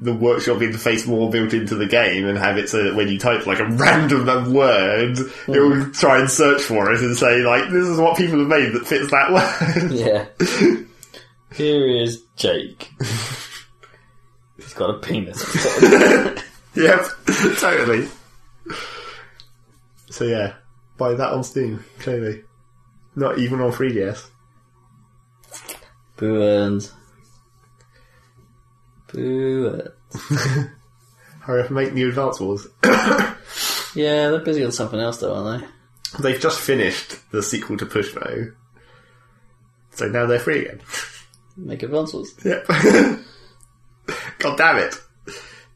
Speaker 2: the workshop interface more built into the game and have it so that when you type like a random word, it will try and search for it and say, like, this is what people have made that fits that (laughs) word.
Speaker 1: yeah. (laughs) Here is Jake. He's got a penis.
Speaker 2: yep, (laughs) totally. So yeah, buy that on Steam, clearly. Not even on (laughs) 3DS.
Speaker 1: (laughs) Boo earns. Boo earns.
Speaker 2: Hurry up and make new Advance Wars. (coughs)
Speaker 1: Yeah, they're busy on something else though, aren't they?
Speaker 2: They've just finished the sequel to Pushmo. So now they're free again.
Speaker 1: Make advances.
Speaker 2: Yep. (laughs) God damn it.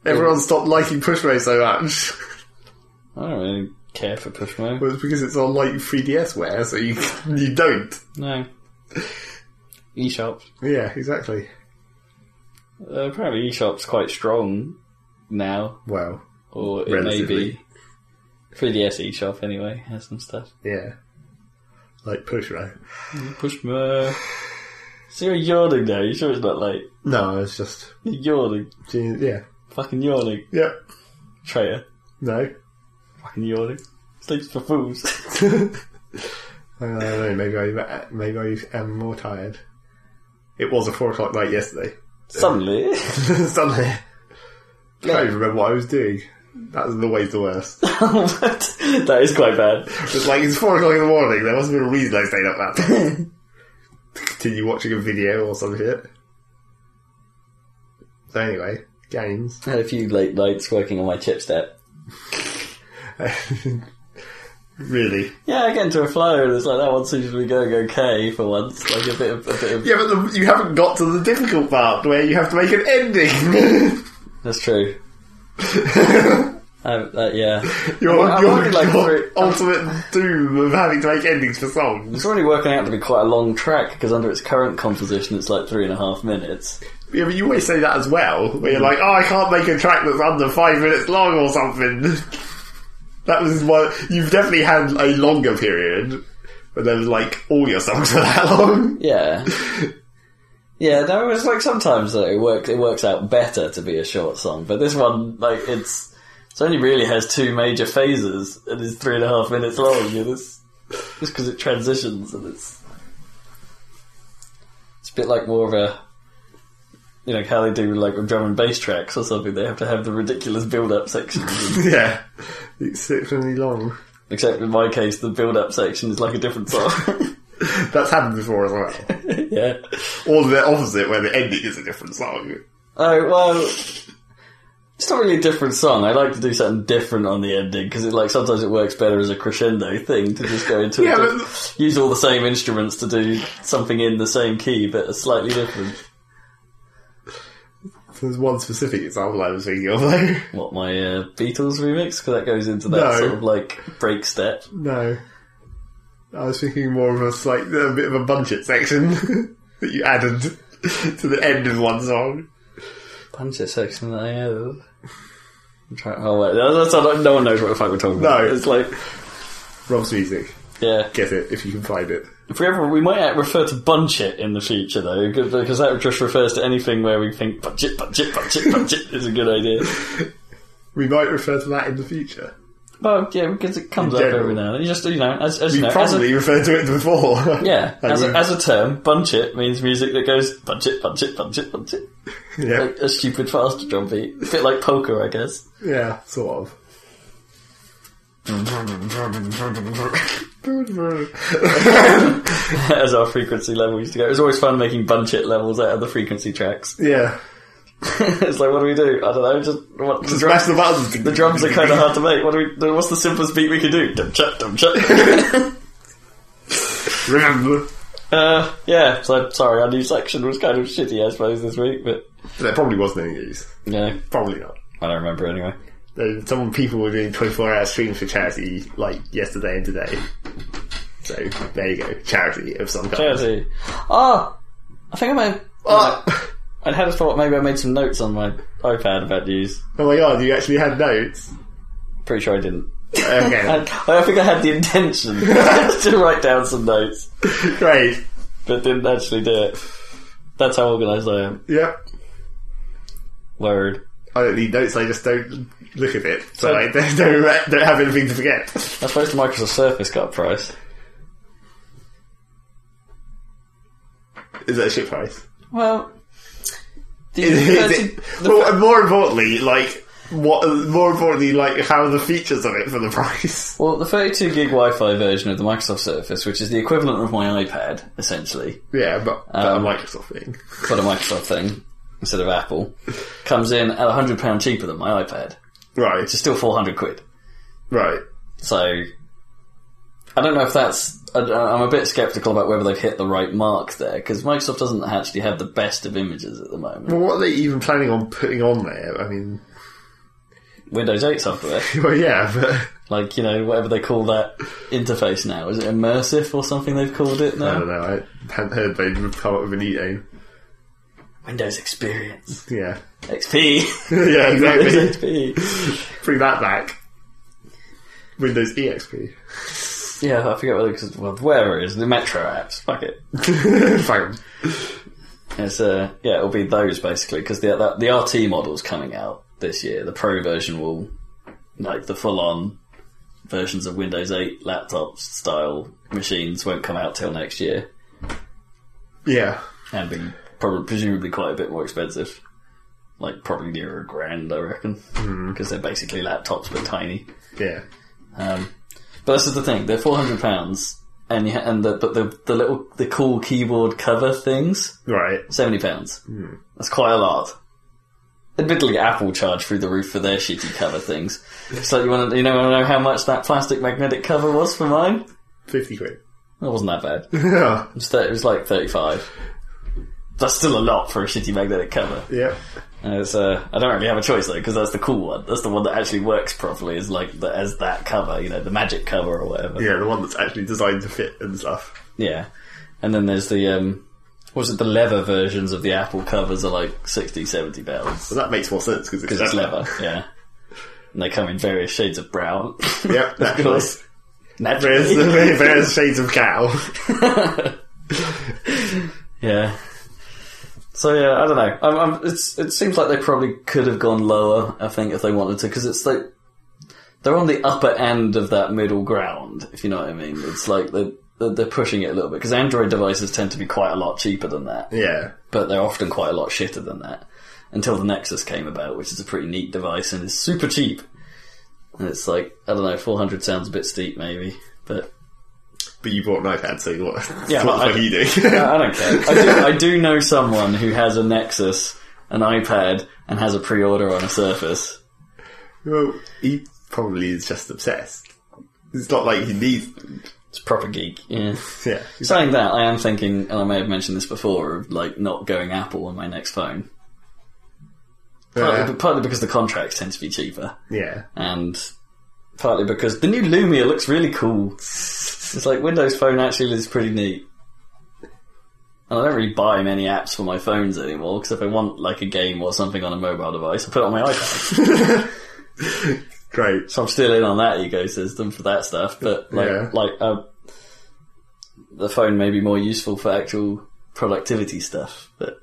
Speaker 2: Everyone stopped liking Pushmo so (laughs) much.
Speaker 1: I don't really care for Pushmo.
Speaker 2: Well, it's because it's on like 3DS wear, so you (laughs) you
Speaker 1: (laughs)
Speaker 2: don't.
Speaker 1: No. eShop.
Speaker 2: Yeah, exactly.
Speaker 1: Uh, apparently, eShop's quite strong now,
Speaker 2: Well,
Speaker 1: or it may be.
Speaker 2: Relatively.
Speaker 1: 3DS eShop, anyway, has some stuff.
Speaker 2: yeah. Like push right?
Speaker 1: Push me. (sighs) So you're yawning now, you sure it's not late?
Speaker 2: No, it's just
Speaker 1: You're yawning.
Speaker 2: gee, yeah,
Speaker 1: Fucking yawning.
Speaker 2: yep.
Speaker 1: Traitor.
Speaker 2: No, (laughs)
Speaker 1: Fucking yawning. Sleeps for fools. (laughs)
Speaker 2: I don't know. Maybe I maybe I am more tired. It was a four o'clock night yesterday. (laughs)
Speaker 1: Suddenly. (laughs)
Speaker 2: Suddenly, I can't even remember what I was doing. That was always the worst.
Speaker 1: What? that is quite (laughs) bad.
Speaker 2: It's like it's four o'clock in the morning. There must have been a reason I stayed up that late. to continue watching a video or some shit. So anyway, games. (laughs)
Speaker 1: I had a few late nights working on my chip step.
Speaker 2: really?
Speaker 1: Yeah, I get into a flow and it's like that one seems to be going okay for once. Like a bit of a bit of
Speaker 2: Yeah, but the, you haven't got to the difficult part where you have to make an ending. (laughs)
Speaker 1: That's true. I, uh, yeah. (laughs)
Speaker 2: your
Speaker 1: I'm- I'm
Speaker 2: your,
Speaker 1: only, like,
Speaker 2: your
Speaker 1: three-
Speaker 2: ultimate doom of having to make endings for songs.
Speaker 1: It's already working out to be quite a long track because under its current composition, it's like three and a half minutes.
Speaker 2: Yeah, but you always say that as well. Where you're like, oh, I can't make a track that's under five minutes long or something. (laughs) that was one. You've definitely had a longer period, but then like all your songs are that long. (laughs)
Speaker 1: Yeah. Yeah, no, it's like sometimes though it works. It works out better to be a short song, but this one, like, it's it only really has two major phases and is three and a half minutes long. And it's just because it transitions and it's it's a bit like more of a you know how they do like with drum and bass tracks or something. They have to have the ridiculous build-up sections.
Speaker 2: yeah, exceptionally long.
Speaker 1: Except in my case, the build-up section is like a different
Speaker 2: (laughs)
Speaker 1: song.
Speaker 2: (laughs) That's happened before as well.
Speaker 1: yeah.
Speaker 2: or the opposite, where the ending is a different song.
Speaker 1: Oh well, it's not really a different song. I like to do something different on the ending because it like sometimes it works better as a crescendo thing to just go into a
Speaker 2: (laughs) Yeah,
Speaker 1: diff-
Speaker 2: but
Speaker 1: use all the same instruments to do something in the same key but slightly different.
Speaker 2: there's one specific example I was thinking of. Though.
Speaker 1: What my uh, Beatles remix because that goes into that
Speaker 2: No.
Speaker 1: sort of like break step.
Speaker 2: No, I was thinking more of a like a bit of a bunch it section (laughs) that you added to the end of one song.
Speaker 1: Punch it section that I have. I'm trying. Oh wait, no, that's not, no one knows what the fuck we're talking about.
Speaker 2: No.
Speaker 1: it's like
Speaker 2: Rob's music.
Speaker 1: yeah.
Speaker 2: Get it if you can find it.
Speaker 1: If we ever, we might uh, refer to bunch it in the future though, because- because that just refers to anything where we think bunch it, bunch it, bunch (laughs) it, bunch it is a good idea.
Speaker 2: We might refer to that in the future.
Speaker 1: Well, yeah, because it comes
Speaker 2: In
Speaker 1: up
Speaker 2: general.
Speaker 1: every now and then. You just, you know, as, as
Speaker 2: We
Speaker 1: you know, as a,
Speaker 2: probably referred to it before. (laughs)
Speaker 1: yeah,
Speaker 2: Like
Speaker 1: as a,
Speaker 2: we-
Speaker 1: as a term, bunch it means music that goes bunch it, bunch it, bunch it, bunch it.
Speaker 2: yeah,
Speaker 1: Like a stupid faster drum beat, a bit like poker, I guess. (laughs)
Speaker 2: yeah, sort of. (laughs)
Speaker 1: as our frequency level used to go, it was always fun making bunch it levels out of the frequency tracks. (laughs)
Speaker 2: yeah,
Speaker 1: it's like, what do we do? I don't know. Just what,
Speaker 2: just smash the buttons.
Speaker 1: The drums are
Speaker 2: (laughs)
Speaker 1: kind of hard to make. What do we? What's the simplest beat we can do? Dum chuck, dum (laughs) chuck.
Speaker 2: Remember,
Speaker 1: uh, yeah. So sorry, our new section was kind of shitty, I suppose, this week. But
Speaker 2: there probably wasn't any use.
Speaker 1: no,
Speaker 2: Probably not.
Speaker 1: I don't remember anyway.
Speaker 2: There's Some people were doing 24 hour streams for charity, like yesterday and today. So there you go, charity of some kind.
Speaker 1: Jersey. Oh, I think I might.
Speaker 2: Oh,
Speaker 1: I had a thought. Maybe I made some notes on my iPad about news.
Speaker 2: (laughs) oh my god, you actually had notes.
Speaker 1: Pretty sure I didn't. I, (laughs)
Speaker 2: Okay,
Speaker 1: I think I had the intention (laughs) to write down some notes,
Speaker 2: (laughs) great.
Speaker 1: but didn't actually do it. That's how organised I am.
Speaker 2: Yep.
Speaker 1: Word.
Speaker 2: I don't need notes, I just don't look at it. So,
Speaker 1: So-
Speaker 2: I don't, (laughs) don't, don't have anything to forget.
Speaker 1: I suppose the Microsoft Surface got a price.
Speaker 2: Is that a shit price? (laughs)
Speaker 1: Well, the
Speaker 2: Is
Speaker 1: university-
Speaker 2: it,
Speaker 1: the
Speaker 2: well,
Speaker 1: fa-
Speaker 2: and more importantly, like, what, more importantly, like, how are the features of it for the (laughs) price?
Speaker 1: well, the 32 gig Wi-Fi version of the Microsoft Surface, which is the equivalent of my iPad, essentially,
Speaker 2: Yeah, but, but
Speaker 1: Um,
Speaker 2: a Microsoft thing.
Speaker 1: but a Microsoft thing instead of Apple, comes in at 100 pound cheaper than my iPad,
Speaker 2: Right,
Speaker 1: which is still 400 quid.
Speaker 2: right.
Speaker 1: So I don't know if that's. I, I'm a bit skeptical about whether they've hit the right mark there because Microsoft doesn't actually have the best of images at the moment.
Speaker 2: Well, what are they even planning on putting on there? I mean, (laughs)
Speaker 1: Windows 8 software,
Speaker 2: well, yeah, but
Speaker 1: like you know whatever they call that interface now, is it immersive or something they've called it now?
Speaker 2: E I don't know. I haven't heard they'd come up with a new name.
Speaker 1: Windows Experience.
Speaker 2: Yeah. (laughs)
Speaker 1: XP.
Speaker 2: yeah,
Speaker 1: (laughs)
Speaker 2: exactly.
Speaker 1: Windows XP.
Speaker 2: Bring that back. Windows E EXP.
Speaker 1: Yeah, I forget whether because well, wherever it is, the Metro apps. Fuck it.
Speaker 2: (laughs) Fine.
Speaker 1: It's uh, yeah, it'll be those basically because the that, the RT model's coming out this year. The Pro version will like the full on versions of Windows 8 laptops style machines won't come out till next year
Speaker 2: Yeah.
Speaker 1: and be probably presumably quite a bit more expensive. Like probably near a grand, I reckon, because they're basically laptops but tiny.
Speaker 2: Yeah.
Speaker 1: Um, but this is the thing; they're four hundred pounds, and you ha- and the, but the the little the cool keyboard cover things
Speaker 2: Right.
Speaker 1: seventy pounds. That's quite a lot. Admittedly, Apple charge through the roof for their shitty cover things. So you want to you know want to know how much that plastic magnetic cover was for mine?
Speaker 2: 50 quid. (laughs)
Speaker 1: It wasn't that bad. It
Speaker 2: yeah.
Speaker 1: was, thir- it was like thirty five. That's still a lot for a shitty magnetic cover.
Speaker 2: Yeah.
Speaker 1: And it's, uh, I don't really have a choice though because that's the cool one. That's the one that actually works properly. Is like the, as that cover, you know, the magic cover or whatever.
Speaker 2: Yeah, the one that's actually designed to fit and stuff.
Speaker 1: Yeah. And then there's the, um, what was it, the leather versions of the Apple covers are like 60, 70 pounds.
Speaker 2: So that makes more sense because it's,
Speaker 1: Because it's leather, yeah. And they come in various shades of brown.
Speaker 2: Yep,
Speaker 1: (laughs) of
Speaker 2: naturally.
Speaker 1: course.
Speaker 2: There's,
Speaker 1: (laughs) Naturally.
Speaker 2: there's shades of cow. (laughs)
Speaker 1: yeah. So yeah, I don't know. I'm, I'm, it's, it seems like they probably could have gone lower, I think, if they wanted to, because it's like, they're on the upper end of that middle ground, if you know what I mean. It's like they're, they're- they're pushing it a little bit, because Android devices tend to be quite a lot cheaper than that.
Speaker 2: Yeah.
Speaker 1: but they're often quite a lot shitter than that. Until the Nexus came about, which is a pretty neat device and is super cheap. And it's like I don't know, four hundred sounds a bit steep maybe, but
Speaker 2: But you bought an iPad, so what,
Speaker 1: Yeah,
Speaker 2: what
Speaker 1: but I-
Speaker 2: the fuck are
Speaker 1: (laughs)
Speaker 2: you doing?
Speaker 1: I I don't care. I do, I do know someone who has a Nexus, an iPad, and has a pre-order on a Surface.
Speaker 2: well, he probably is just obsessed. It's not like he needs.
Speaker 1: It's proper geek. Yeah.
Speaker 2: Yeah.
Speaker 1: Saying that, I am thinking, and I may have mentioned this before, of like not going Apple on my next phone. Partly,
Speaker 2: Yeah.
Speaker 1: partly because the contracts tend to be cheaper.
Speaker 2: yeah.
Speaker 1: and partly because the new Lumia looks really cool. It's like Windows Phone actually is pretty neat. And I don't really buy many apps for my phones anymore because if I want like a game or something on a mobile device, I put it on my iPad.
Speaker 2: (laughs) Great.
Speaker 1: so I'm still in on that ecosystem for that stuff. But like,
Speaker 2: Yeah.
Speaker 1: like uh, the phone may be more useful for actual productivity stuff. But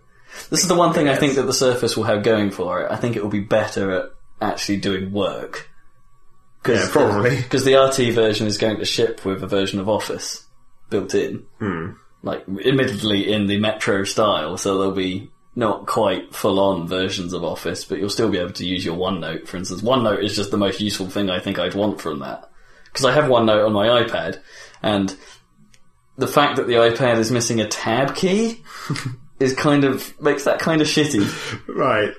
Speaker 1: this is the one thing I think that the Surface will have going for it. I think it will be better at actually doing work.
Speaker 2: Yeah, (laughs)
Speaker 1: (laughs)
Speaker 2: probably.
Speaker 1: Because the RT version is going to ship with a version of Office built in. Like, admittedly in the Metro style, so there'll be not quite full on versions of Office, but you'll still be able to use your OneNote, for instance. OneNote is just the most useful thing I think I'd want from that. Because I have OneNote on my iPad, and the fact that the iPad is missing a tab key is kind of makes that kind of shitty
Speaker 2: Right.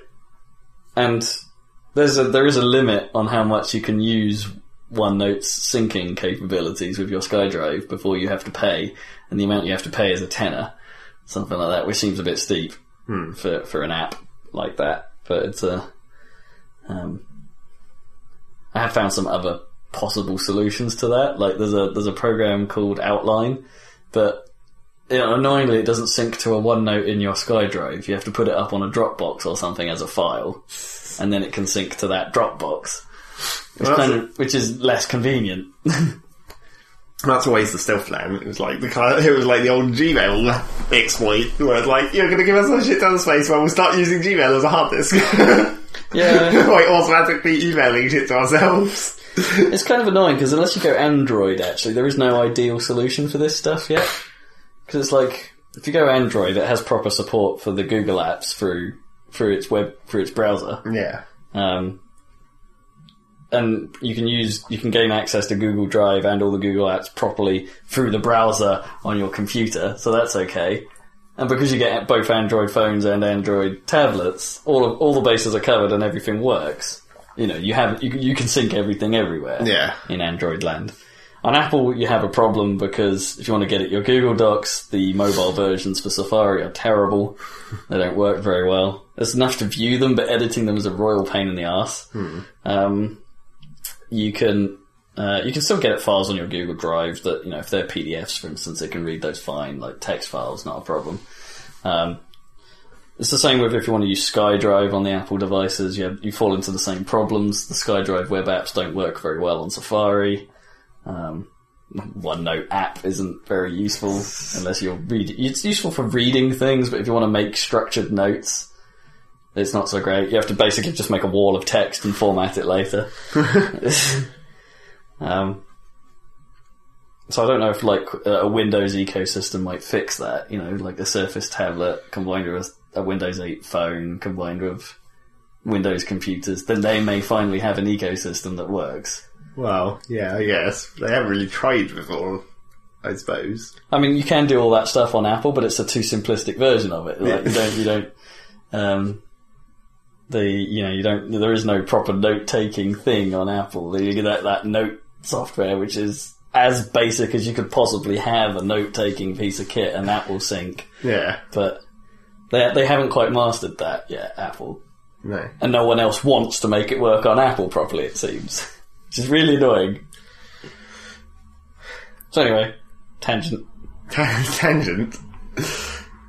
Speaker 1: and there's a there is a limit on how much you can use OneNote's syncing capabilities with your SkyDrive before you have to pay, and the amount you have to pay is a tenner, something like that, which seems a bit steep for for an app like that. But it's a, um, I have found some other possible solutions to that. Like there's a there's a program called Outline, but you know, annoyingly it doesn't sync to a OneNote in your SkyDrive. You have to put it up on a Dropbox or something as a file and then it can sync to that Dropbox, which,
Speaker 2: Well, that's
Speaker 1: kind of, which is less convenient.
Speaker 2: That's always the stealth plan. It was like the kind. It was like the old Gmail exploit, where it's like you're going to give us a shit ton of space, well, we'll start using Gmail as a hard disk. (laughs)
Speaker 1: Yeah,
Speaker 2: like automatically emailing shit to ourselves.
Speaker 1: (laughs) it's kind of annoying because unless you go Android, actually, there is no ideal solution for this stuff yet. Because it's like if you go Android, it has proper support for the Google apps through through its web through its browser.
Speaker 2: Yeah.
Speaker 1: Um, and you can use you can gain access to Google Drive and all the Google apps properly through the browser on your computer, so that's okay. And because you get both Android phones and Android tablets, all of, all the bases are covered and everything works. You know, you have you, can- you can sync everything everywhere
Speaker 2: Yeah.
Speaker 1: in Android land. On Apple, you have a problem because if you want to get at your Google Docs, the mobile versions for Safari are terrible. They don't work very well. It's enough to view them, but editing them is a royal pain in the ass. Um, you can uh, you can still get at files on your Google Drive that you know if they're PDFs, for instance, it can read those fine. Like text files, not a problem. Um, It's the same with if you want to use SkyDrive on the Apple devices, you, you fall into the same problems. The SkyDrive web apps don't work very well on Safari. Um, OneNote app isn't very useful unless you're reading. It's useful for reading things, but if you want to make structured notes, it's not so great. You have to basically just make a wall of text and format it later. (laughs) um, so I don't know if like a Windows ecosystem might fix that. You know, like a Surface tablet combined with a Windows 8 phone combined with Windows computers, then they may finally have an ecosystem that works.
Speaker 2: Well, yeah, I guess they haven't really tried before. I suppose.
Speaker 1: I mean, you can do all that stuff on Apple, but it's a too simplistic version of it. Like, you don't, you don't, um, the you know, you don't. There is no proper note taking thing on Apple. You get that, that note software, which is as basic as you could possibly have a note taking piece of kit, and that will sync.
Speaker 2: Yeah,
Speaker 1: But they they haven't quite mastered that yet, Apple,
Speaker 2: no.
Speaker 1: and no one else wants to make it work on Apple properly. It seems, (laughs) which is really annoying. So anyway, tangent.
Speaker 2: Tangent.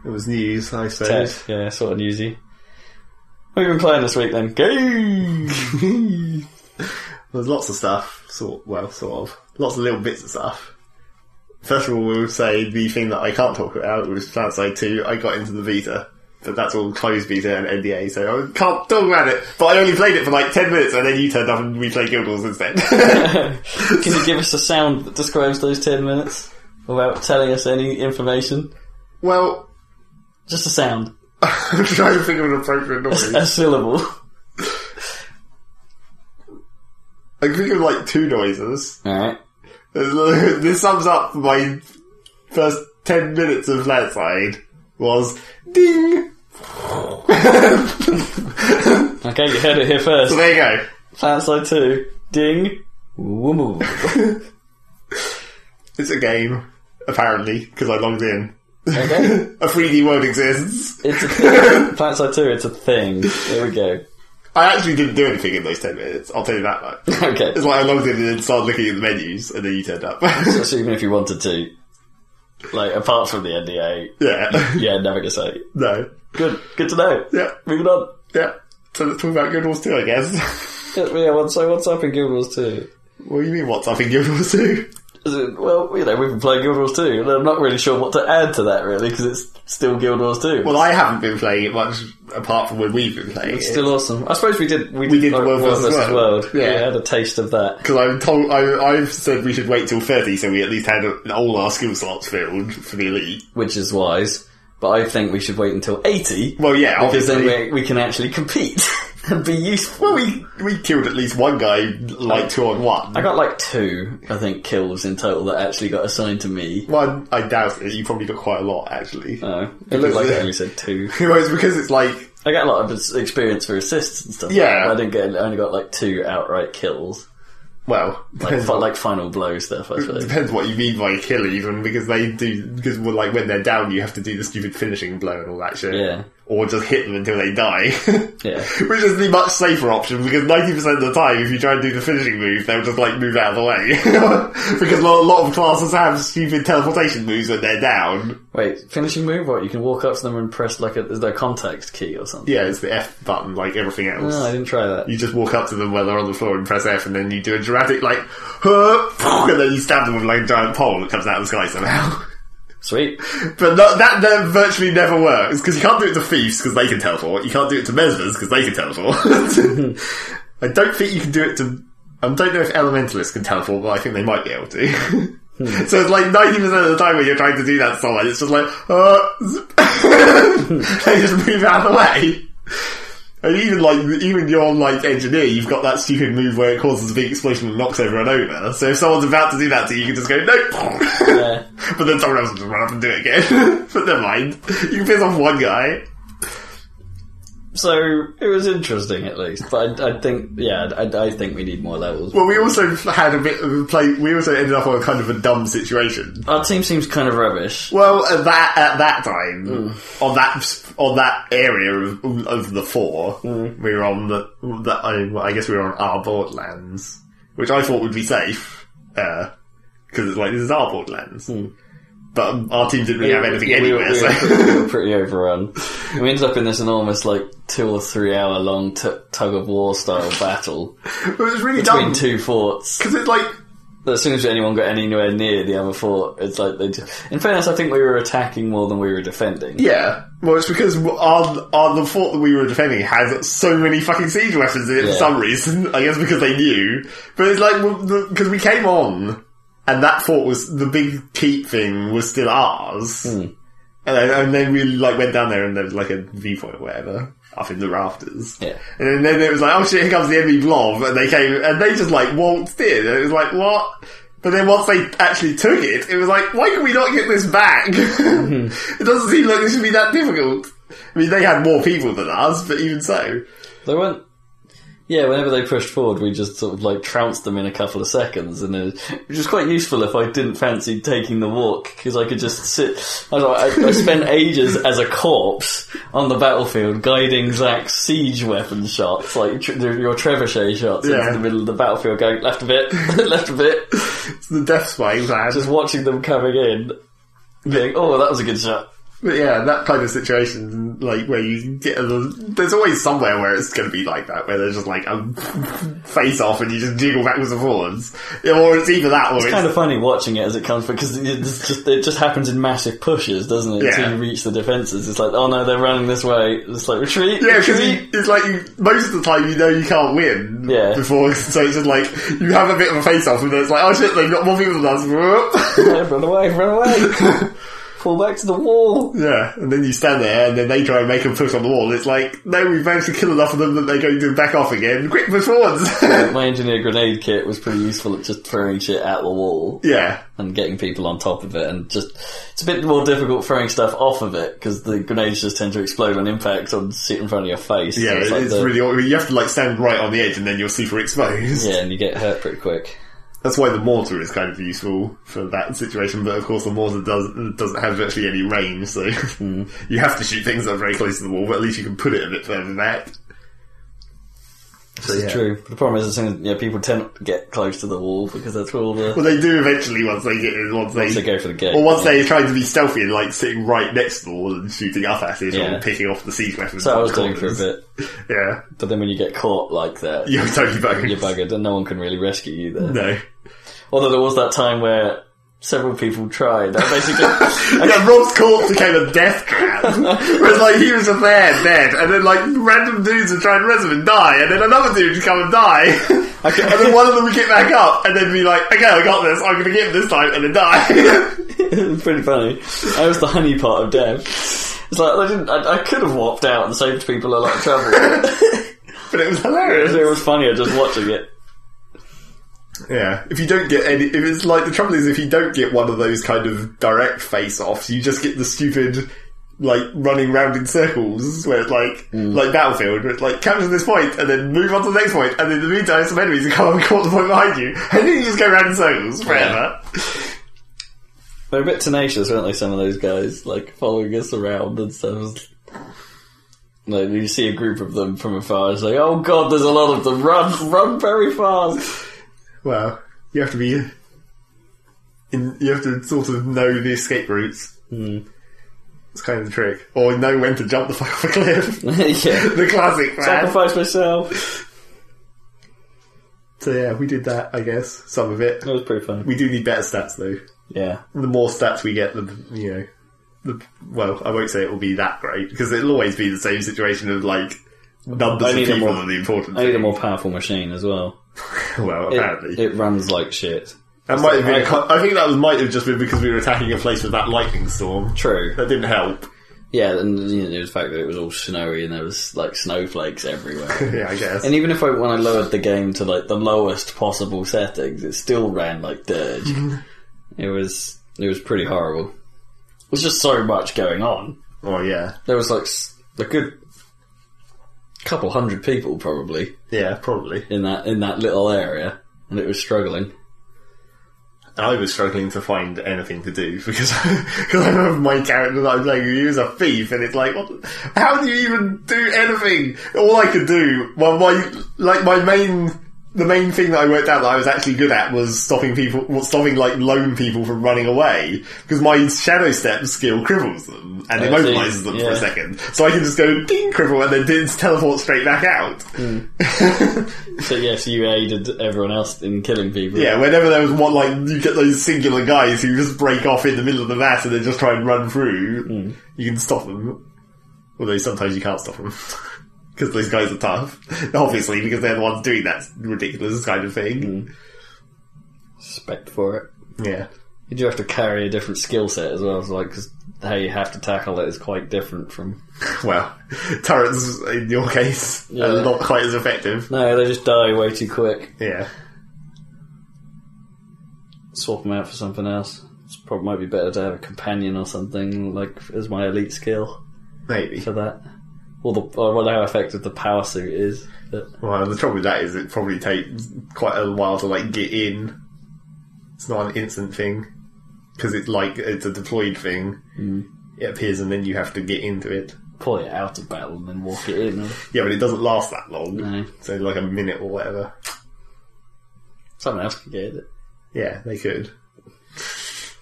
Speaker 2: It was news, I
Speaker 1: Ted.
Speaker 2: suppose.
Speaker 1: Yeah, sort of newsy. What have you been playing this week then? (laughs) Games!
Speaker 2: (laughs) There's lots of stuff. Sort well, sort of. Lots of little bits of stuff. First of all, we'll say the thing that I can't talk about was Plant Side 2. I got into the beta, but that's all closed beta and NDA, so I can't talk about it. But I only played it for like 10 minutes, and then you turned up and we played Guild Wars instead. (laughs)
Speaker 1: Can you give us a sound that describes those 10 minutes without telling us any information?
Speaker 2: well, (laughs)
Speaker 1: Just a sound.
Speaker 2: I'm trying to think of an appropriate noise.
Speaker 1: A syllable.
Speaker 2: I can think of like two noises.
Speaker 1: Alright.
Speaker 2: (laughs) This sums up my first ten minutes of Flat Side was ding. so
Speaker 1: Okay, you heard it here (laughs) first.
Speaker 2: there you go.
Speaker 1: Fanside 2. Ding. Woomoo.
Speaker 2: It's a game, apparently, because I logged in.
Speaker 1: Okay.
Speaker 2: A 3D world exists. (laughs)
Speaker 1: It's a thing. Fanside 2, it's a thing. There we go.
Speaker 2: I actually didn't do anything in those ten minutes. I'll tell you that much. (laughs)
Speaker 1: Okay.
Speaker 2: It's like I logged in and then started looking at the menus, and then you turned up. (laughs)
Speaker 1: So even if you wanted to, like, apart from the NDA,
Speaker 2: yeah. (laughs)
Speaker 1: yeah, never gonna say.
Speaker 2: No.
Speaker 1: Good. Good to know.
Speaker 2: Yeah.
Speaker 1: Moving on.
Speaker 2: Yeah. So let's talk about Guild Wars 2, I guess. (laughs)
Speaker 1: Yeah, yeah, well, so what's up in Guild Wars 2?
Speaker 2: what do you mean, what's up in Guild Wars 2?
Speaker 1: Is it- Well, you know, we've been playing Guild Wars 2, and I'm not really sure what to add to that, really, because it's still Guild Wars 2.
Speaker 2: Well, I haven't been playing it much apart from when we've been playing
Speaker 1: it's
Speaker 2: it.
Speaker 1: still awesome. I suppose we did we,
Speaker 2: did
Speaker 1: like,
Speaker 2: World
Speaker 1: World
Speaker 2: versus
Speaker 1: versus
Speaker 2: World.
Speaker 1: World.
Speaker 2: Yeah.
Speaker 1: We had a taste of that.
Speaker 2: Because I'm told I, I've said we should wait till thirty, so we at least had all our skill slots filled for the elite.
Speaker 1: Which is wise, but I think we should wait until 80,
Speaker 2: Well, yeah,
Speaker 1: because then
Speaker 2: obviously.
Speaker 1: we, we can actually compete (laughs) and be useful.
Speaker 2: well, we we killed at least one guy like two on one.
Speaker 1: I got like two, I think, kills in total that actually got assigned to me.
Speaker 2: one, I doubt it. You probably got quite a lot actually.
Speaker 1: No,
Speaker 2: It
Speaker 1: it
Speaker 2: looks
Speaker 1: looked like
Speaker 2: like-
Speaker 1: I only said two.
Speaker 2: Well, it's because it's like
Speaker 1: I got a lot of experience for assists and stuff.
Speaker 2: Yeah.
Speaker 1: I didn't get. I only got like two outright kills,
Speaker 2: well,
Speaker 1: like,
Speaker 2: (laughs) depends,
Speaker 1: fi- like final blow stuff. I
Speaker 2: (laughs)
Speaker 1: suppose.
Speaker 2: depends what you mean by kill even because they do because well, like when they're down, you have to do the stupid finishing blow and all that shit.
Speaker 1: Yeah.
Speaker 2: Or just hit them until they die. (laughs)
Speaker 1: Yeah.
Speaker 2: Which is the much safer option because 90% of the time, if you try and do the finishing move, they'll just like move out of the way. (laughs) because a lot, a lot of classes have stupid teleportation moves when they're down.
Speaker 1: Wait, finishing move? What? You can walk up to them and press like a is there a contact key or something?
Speaker 2: Yeah, it's the F button like everything else.
Speaker 1: No, I didn't try that.
Speaker 2: You just walk up to them while they're on the floor and press F and then you do a dramatic like, (laughs) "Huh," and then you stab them with like a giant pole that comes out of the sky somehow. (laughs)
Speaker 1: Sweet.
Speaker 2: But no, that, that virtually never works because you can't do it to thieves because they can teleport. You can't do it to mesmers because they can teleport. I don't think you can do it to. I don't know if elementalists can teleport, but I think they might be able to. (laughs) so it's like ninety percent of the time when you're trying to do that to someone, it's just like, uh, zip. (laughs) they just move out of the way. And even like even your like engineer, you've got that stupid move where it causes a big explosion and knocks everyone over. So if someone's about to do that to you, you can just go nope.
Speaker 1: Yeah.
Speaker 2: (laughs) But then someone else will just run up and do it again. (laughs) but never mind. You can piss off one guy.
Speaker 1: So it was interesting at least, but I, I think yeah, I, I think we need more levels.
Speaker 2: Well, we also had a bit of a play. We also ended up on kind of a dumb situation.
Speaker 1: Our team seems kind of rubbish.
Speaker 2: Well, at that at that time,
Speaker 1: Mm.
Speaker 2: on that on that area of, of the four,
Speaker 1: Mm.
Speaker 2: we were on the, the I, well, I guess we were on our borderlands, uh, which I thought would be safe because it's like this is our borderlands. but um, our team didn't really have anything
Speaker 1: Mm. Yeah, we were-
Speaker 2: anywhere.
Speaker 1: we were
Speaker 2: so.
Speaker 1: pretty- we were pretty overrun. We ended up in this enormous, like, two or three hour long t- tug of war style battle
Speaker 2: (laughs) it was really dumb
Speaker 1: between two forts.
Speaker 2: because it's like
Speaker 1: As soon as anyone got anywhere near the other fort, it's like they just. In fairness, I think we were attacking more than we were defending.
Speaker 2: yeah. Well, it's because our, our the fort that we were defending had so many fucking siege weapons in it
Speaker 1: Yeah.
Speaker 2: for some reason. (laughs) I guess because they knew, but it's like because we came on and that fort was the big keep thing was still ours, and, then, and then we like went down there and there was like a viewpoint or whatever up in the rafters.
Speaker 1: Yeah.
Speaker 2: And then it was like, oh shit, here comes the enemy blob, and they came, and they just like waltzed in, and it was like, what? But then once they actually took it, it was like, why can we not get this back? (laughs) it doesn't seem like this should be that difficult. I mean, they had more people than us, but even so.
Speaker 1: They weren't. Yeah, whenever they pushed forward, we just sort of like trounced them in a couple of seconds, and it, which was quite useful if I didn't fancy taking the walk because I could just sit. I, don't know, I, I spent ages as a corpse on the battlefield guiding Zach's siege weapon shots, like tr- your trebuchet shots,
Speaker 2: Yeah.
Speaker 1: into the middle of the battlefield, going left a bit, (laughs) left a bit,
Speaker 2: It's the death spying plan.
Speaker 1: just watching them coming in, being oh that was a good shot.
Speaker 2: But yeah, that kind of situation, like where you get, a- there's always somewhere where it's going to be like that, where there's just like a (laughs) face off and you just jiggle backwards and forwards, or it's either that or it's,
Speaker 1: It's kind of funny watching it as it comes because it's just, it just happens in massive pushes, doesn't it? Until
Speaker 2: Yeah.
Speaker 1: you reach the defenses, it's like, oh no, they're running this way. It's like retreat,
Speaker 2: Yeah, because
Speaker 1: retreat.
Speaker 2: it's like you, most of the time you know you can't win
Speaker 1: Yeah.
Speaker 2: before, (laughs) so it's just like you have a bit of a face off, and then it's like, oh shit, they've got more people than us. (laughs) Whoop.
Speaker 1: Yeah, run away, run
Speaker 2: (laughs)
Speaker 1: away, fall back to the wall.
Speaker 2: yeah, and then you stand there, and then they try and make a push on the wall. It's like, no, we've managed to kill enough of them that they're going to back off again. Quick, push forwards. (laughs)
Speaker 1: My engineer grenade kit was pretty useful at just throwing shit at the wall
Speaker 2: yeah,
Speaker 1: and getting people on top of it, and just it's a bit more difficult throwing stuff off of it because the grenades just tend to explode on impact or sit in front of your face.
Speaker 2: yeah,
Speaker 1: So
Speaker 2: it's,
Speaker 1: like the-
Speaker 2: really awkward. You have to like stand right on the edge, and then you're super exposed.
Speaker 1: yeah, and you get hurt pretty quick.
Speaker 2: That's why the mortar is kind of useful for that situation, but of course the mortar does, doesn't have virtually any range, so
Speaker 1: Hmm.
Speaker 2: (laughs) you have to shoot things that are very close to the wall, but at least you can put it a bit further back. So,
Speaker 1: It's true. The problem is, as soon as yeah, people tend to get close to the wall because that's where all the
Speaker 2: Well, they do eventually once they get once they,
Speaker 1: once (laughs) they go for the gate.
Speaker 2: or once
Speaker 1: yeah.
Speaker 2: they try to be stealthy and like sitting right next to the wall and shooting up at it
Speaker 1: Yeah.
Speaker 2: or picking off the siege weapons.
Speaker 1: So I
Speaker 2: from
Speaker 1: was doing for a
Speaker 2: corners.
Speaker 1: bit,
Speaker 2: Yeah, (laughs)
Speaker 1: but then when you get caught like that,
Speaker 2: you're totally bugged.
Speaker 1: you're buggered, and no one can really rescue you there.
Speaker 2: No,
Speaker 1: Although there was that time where several people tried. I basically, (laughs)
Speaker 2: yeah, Rob's corpse became a death trap. Whereas like he was just there, dead, and then like random dudes would try and res him and die, and then another dude would come and die,
Speaker 1: (laughs) Okay.
Speaker 2: and then one of them would get back up, and then be like, "Okay, I got this. I'm going to get him this time," and then die. (laughs)
Speaker 1: it was pretty funny. I was the honey pot of death. It's like I didn't. I, I could have walked out and saved people a lot of trouble.
Speaker 2: but it was hilarious.
Speaker 1: it was funnier just watching it.
Speaker 2: Yeah, if you don't get any, if it's like the trouble is, if you don't get one of those kind of direct face-offs, you just get the stupid, like running round in circles where it's like like battlefield, where it's like capture this point and then move on to the next point, and in the meantime, some enemies come and caught the point behind you, and then you just go round in circles forever.
Speaker 1: They're a bit tenacious, weren't they? Some of those guys, like following us around and stuff. Like you see a group of them from afar, it's like, oh god, there's a lot of them. Run, run very fast. (laughs)
Speaker 2: Well, you have to be, in, you have to sort of know the escape routes. It's kind of the trick, or know when to jump the fuck off a cliff. (laughs)
Speaker 1: yeah,
Speaker 2: the classic man.
Speaker 1: sacrifice myself.
Speaker 2: So yeah, we did that, I guess. Some of it.
Speaker 1: That was pretty fun.
Speaker 2: We do need better stats though.
Speaker 1: Yeah,
Speaker 2: The more stats we get, the you know, the well, I won't say it will be that great because it'll always be the same situation of like numbers
Speaker 1: I
Speaker 2: of
Speaker 1: need a
Speaker 2: people
Speaker 1: more-
Speaker 2: are the important.
Speaker 1: I need a
Speaker 2: Thing.
Speaker 1: more powerful machine as well.
Speaker 2: Well,
Speaker 1: It,
Speaker 2: apparently
Speaker 1: it runs like shit.
Speaker 2: that might have been.
Speaker 1: I-
Speaker 2: a co- I think that was might have just been because we were attacking a place with that lightning storm.
Speaker 1: True.
Speaker 2: That didn't help. (laughs)
Speaker 1: Yeah, and you know, the fact that it was all snowy and there was like snowflakes everywhere.
Speaker 2: Yeah, I guess.
Speaker 1: And even if I when I lowered the game to like the lowest possible settings, it still ran like dirge. it was it was pretty horrible. There's just so much going on.
Speaker 2: oh yeah,
Speaker 1: There was like s- a good couple hundred people probably
Speaker 2: yeah, probably.
Speaker 1: in that in that little area, and it was struggling.
Speaker 2: I was struggling to find anything to do (laughs) because because I remember my character that I was playing, he was a thief, and it's like, what, the- how do you even do anything? All I could do, well, my like my main the main thing that I worked out that I was actually good at was stopping people, well, stopping like lone people from running away because my shadow step skill cripbles them and
Speaker 1: I
Speaker 2: immobilizes
Speaker 1: see,
Speaker 2: them for a
Speaker 1: yeah.
Speaker 2: second. So I can just go ding cripple and then just teleport straight back out.
Speaker 1: Hmm.
Speaker 2: (laughs)
Speaker 1: So yes, you aided everyone else in killing people.
Speaker 2: yeah, whenever there was one, like you get those singular guys who just break off in the middle of the mass and then just try and run through. You can stop them, although sometimes you can't stop them. (laughs) Because those guys are tough, (laughs) obviously, because they're the ones doing that ridiculous kind of thing.
Speaker 1: Respect for it.
Speaker 2: Yeah.
Speaker 1: You do have to carry a different skill set as well, so like because how you have to tackle it is quite different from.
Speaker 2: Well, (laughs) turrets in your case
Speaker 1: Yeah.
Speaker 2: are not quite as effective.
Speaker 1: No, they just die way too quick.
Speaker 2: Yeah,
Speaker 1: Swap them out for something else. It's probably might be better to have a companion or something like as my elite skill
Speaker 2: maybe.
Speaker 1: for that. Or the I wonder how effective the power suit is. But
Speaker 2: Well, the trouble with that is it probably takes quite a while to like get in. It's not an instant thing because it's like it's a deployed thing. It appears and then you have to get into it.
Speaker 1: pull it out of battle and then walk it in.
Speaker 2: Yeah, but it doesn't last that long.
Speaker 1: No.
Speaker 2: So like a minute or whatever.
Speaker 1: Someone else can get it.
Speaker 2: Yeah, they could.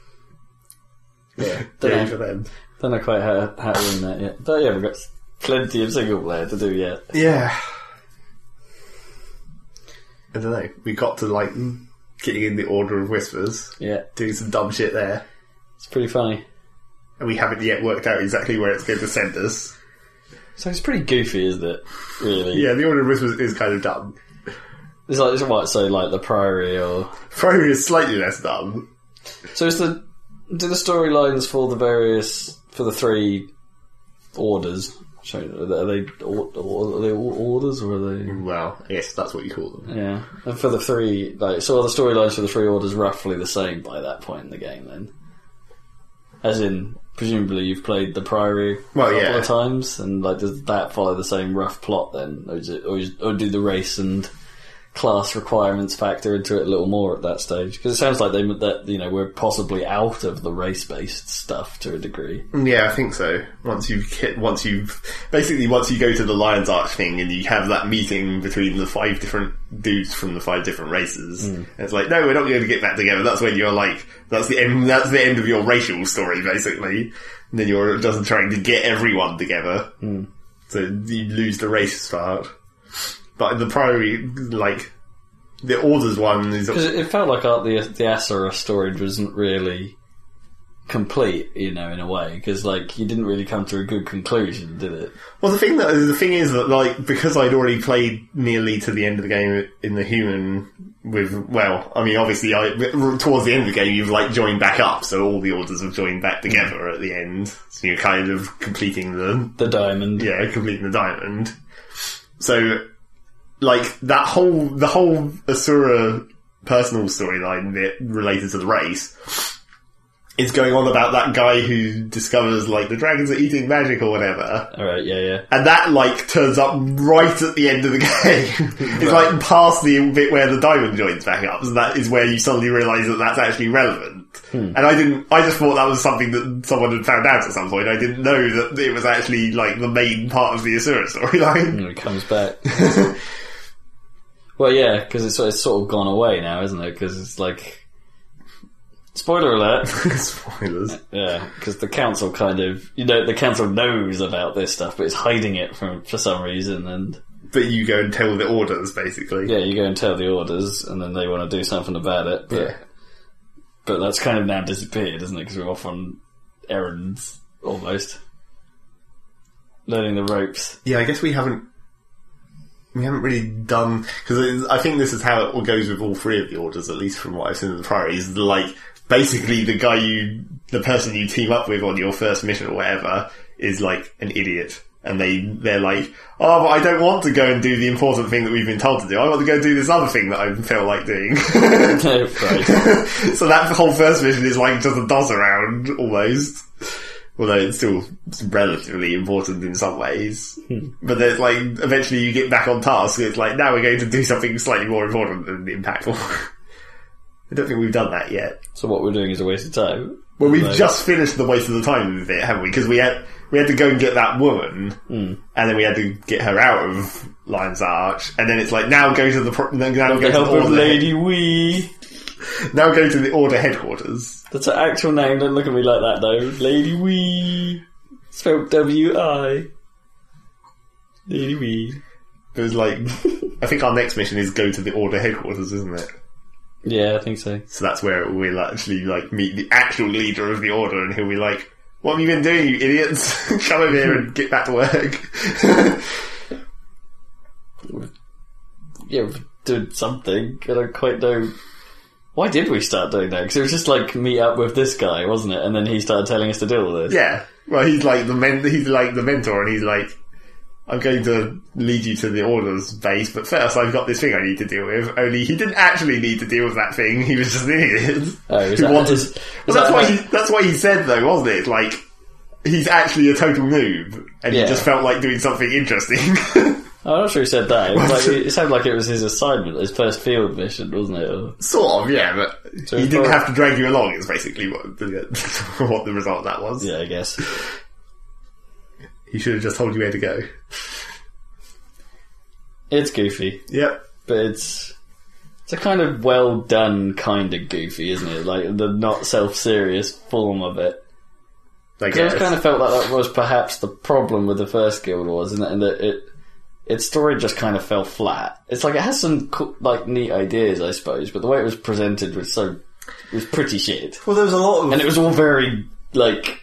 Speaker 2: (laughs) Yeah,
Speaker 1: Dunno.
Speaker 2: yeah for them.
Speaker 1: Don't know quite how how to win that yet. But yeah, we've got plenty of single player to do yet.
Speaker 2: Yeah. I don't know. We got to like getting in the order of whispers,
Speaker 1: Yeah,
Speaker 2: doing some dumb shit there,
Speaker 1: it's pretty funny.
Speaker 2: and we haven't yet worked out exactly where it's going to send us.
Speaker 1: So it's pretty goofy, isn't it? Really?
Speaker 2: Yeah, the order of whispers is kind of dumb.
Speaker 1: It's like it's what? So like the Priory or
Speaker 2: Probably is slightly less dumb.
Speaker 1: so. It's the do the storylines for the various for the three orders. Sorry, are they or, or, are they all orders or are they?
Speaker 2: Well, I guess that's what you call them.
Speaker 1: Yeah, and for the three, like, so are the storylines for the three orders roughly the same by that point in the game? Then, as in, presumably you've played the Priory
Speaker 2: Well,
Speaker 1: a couple
Speaker 2: yeah.
Speaker 1: of times, and like, does that follow the same rough plot then, or, is it, or, is, or do the race and class requirements factor into it a little more at that stage? Because it sounds like they that you know we're possibly out of the race based stuff to a degree.
Speaker 2: Mm, Yeah, I think so. Once you've hit, once you've basically once you go to the Lions Arch thing and you have that meeting between the five different dudes from the five different races, and it's like, no, we're not going to get back together. That's when you're like, that's the end. That's the end of your racial story, basically. And then you're just trying to get everyone together, so you lose the race part. But the primary, like the orders one, is
Speaker 1: Because it felt like uh, the the Asura storage wasn't really complete, you know, in a way. Because like you didn't really come to a good conclusion, did it?
Speaker 2: Well, the thing that the thing is that like because I'd already played nearly to the end of the game in the human with well, I mean obviously I towards the end of the game you've like joined back up, so all the orders have joined back together at the end. So you're kind of completing the
Speaker 1: The diamond.
Speaker 2: yeah, completing the diamond. So, like that whole the whole Asura personal storyline that related to the race is going on about that guy who discovers like the dragons are eating magic or whatever.
Speaker 1: All right. Yeah. Yeah.
Speaker 2: And that like turns up right at the end of the (laughs) game. it's like past the bit where the diamond joins back up, so that is where you suddenly realise that that's actually relevant. And I didn't. I just thought that was something that someone had found out at some point. I didn't know that it was actually like the main part of the Asura storyline.
Speaker 1: And it comes back. (laughs)
Speaker 2: Hmm.
Speaker 1: well, yeah, because it's it's sort of gone away now, isn't it? Because it's like spoiler alert.
Speaker 2: (laughs) Spoilers.
Speaker 1: Yeah, because the council kind of you know the council knows about this stuff, but it's hiding it from for some reason and.
Speaker 2: But you go and tell the orders basically.
Speaker 1: Yeah, you go and tell the orders, and then they want to do something about it. But,
Speaker 2: Yeah.
Speaker 1: but that's kind of now disappeared, isn't it? Because we're off on errands almost, learning the ropes. (laughs)
Speaker 2: yeah, I guess we haven't we haven't really done because I think this is how it all goes with all three of the orders, at least from what I've seen in the priority. Is like basically the guy you, the person you team up with on your first mission or whatever, is like an idiot. And they, they're like, oh, but I don't want to go and do the important thing that we've been told to do. I want to go do this other thing that I feel like doing. (laughs)
Speaker 1: No, right.
Speaker 2: so that whole first mission is like just a does around almost. Although it's still relatively important in some ways.
Speaker 1: Hmm.
Speaker 2: But there's like eventually you get back on task. It's like now we're going to do something slightly more important and impactful. (laughs) I don't think we've done that yet.
Speaker 1: So what we're doing is a waste of time.
Speaker 2: Well, we've
Speaker 1: Right.
Speaker 2: just finished the waste of the time bit, haven't we? Because we had we had to go and get that woman,
Speaker 1: Hmm.
Speaker 2: and then we had to get her out of Lion's Arch, and then it's like now go to the pro- now go
Speaker 1: The
Speaker 2: to the
Speaker 1: help of
Speaker 2: order
Speaker 1: Lady Wee.
Speaker 2: now go to the order headquarters.
Speaker 1: That's her actual name. Don't look at me like that, though. Lady Wee. Spelled W I. Lady Wee.
Speaker 2: It was like (laughs) I think our next mission is go to the order headquarters, isn't it?
Speaker 1: Yeah, I think so.
Speaker 2: So that's where we'll actually like meet the actual leader of the order, and he'll be like, "What have you been doing, you idiots? (laughs) Come over here and get back to work." (laughs)
Speaker 1: Yeah, we did something. I don't quite know. Why did we start doing that? Because it was just like meet up with this guy, wasn't it? And then he started telling us to do all this.
Speaker 2: yeah, well, he's like the men- he's like the mentor, and he's like, "I'm going to lead you to the order's base, but first I've got this thing I need to deal with." Only he didn't actually need to deal with that thing; he was just an idiot. (laughs)
Speaker 1: Oh, is
Speaker 2: who
Speaker 1: that-
Speaker 2: wanted-
Speaker 1: is- is
Speaker 2: Well, that's
Speaker 1: that
Speaker 2: why
Speaker 1: how-
Speaker 2: he, that's why he said though, wasn't it? Like he's actually a total noob, and he
Speaker 1: Yeah.
Speaker 2: just felt like doing something interesting. (laughs)
Speaker 1: I'm not sure he said that. It, was like, it sounded like it was his assignment, his first field mission, wasn't it? Or-
Speaker 2: sort of, yeah, but
Speaker 1: So
Speaker 2: he
Speaker 1: it's
Speaker 2: didn't
Speaker 1: not-
Speaker 2: have to drag you along. Is basically what the, (laughs) what the result of that was.
Speaker 1: Yeah, I guess.
Speaker 2: He should have just told you where to go.
Speaker 1: It's goofy,
Speaker 2: Yep.
Speaker 1: but it's it's a kind of well done kind of goofy, isn't it? Like the not self serious form of it.
Speaker 2: I
Speaker 1: Because I
Speaker 2: guess.
Speaker 1: always kind of felt like that was perhaps the problem with the first Guild Wars, in that, in that it its story just kind of fell flat. It's like it has some cool, like neat ideas, I suppose, but the way it was presented was so was pretty shit,
Speaker 2: well, there was a lot of
Speaker 1: and it was all very like.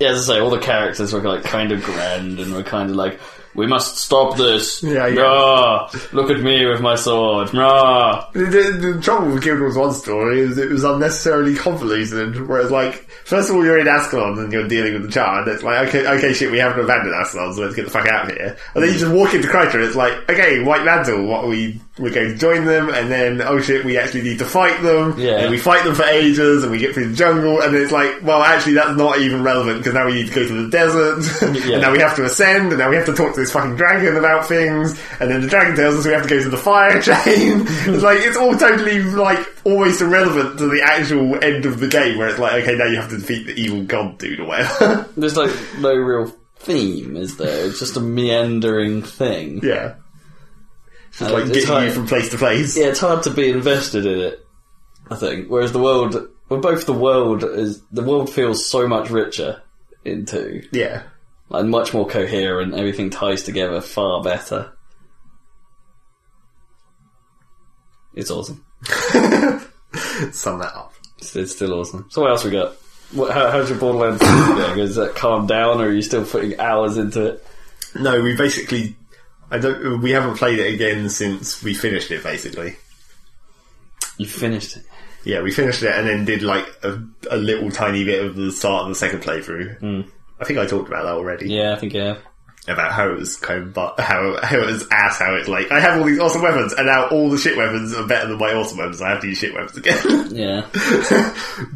Speaker 1: Yeah, as I say, all the characters were like kind of grand, and were kind of like, "We must stop this."
Speaker 2: Yeah, yeah.
Speaker 1: Rah! Look at me with my sword. Rah!
Speaker 2: The, the, the trouble with Guild Wars 1 story is it was unnecessarily convoluted, whereas, like, first of all, you're in Ascalon and you're dealing with the child, and it's like, okay, okay, shit, we haven't abandoned Ascalon, so let's get the fuck out of here. And then you just walk into Kryter, and it's like, okay, White Mantle, what are we, we're going to join them, and then, oh shit, we actually need to fight them,
Speaker 1: Yeah.
Speaker 2: and we fight them for ages, and we get through the jungle, and then it's like, well, actually, that's not even relevant, because now we need to go to the desert, (laughs)
Speaker 1: Yeah.
Speaker 2: and now we have to ascend, and now we have to talk to this fucking dragon about things, and then the dragon tells us we have to go to the fire (laughs) chain. it's like it's all totally like almost irrelevant to the actual end of the game, where it's like, okay, now you have to defeat the evil god dude or whatever. (laughs)
Speaker 1: There's like no real theme, is there? It's just a meandering thing.
Speaker 2: yeah, it's just
Speaker 1: Uh,
Speaker 2: like
Speaker 1: it's
Speaker 2: getting you
Speaker 1: hard-
Speaker 2: from place to place.
Speaker 1: yeah, it's hard to be invested in it. I think. Whereas the world, well, both the world is the world feels so much richer in two,
Speaker 2: yeah.
Speaker 1: like much more coherent. Everything ties together far better. It's awesome.
Speaker 2: Sum that up.
Speaker 1: It's, it's still awesome. So what else we got? What, how, how's your Borderlands (coughs) going? Is that calmed down, or are you still putting hours into it?
Speaker 2: No, we basically, I don't. We haven't played it again since we finished it. Basically,
Speaker 1: You finished it.
Speaker 2: Yeah, we finished it and then did like a, a little tiny bit of the start of the second playthrough. Mm. I think I talked about that already
Speaker 1: Yeah, I think yeah.
Speaker 2: about how it was kind of bu- how how it was ass. How it's like I have all these awesome weapons and now all the shit weapons are better than my awesome weapons. I have to use shit weapons again. (laughs)
Speaker 1: Yeah.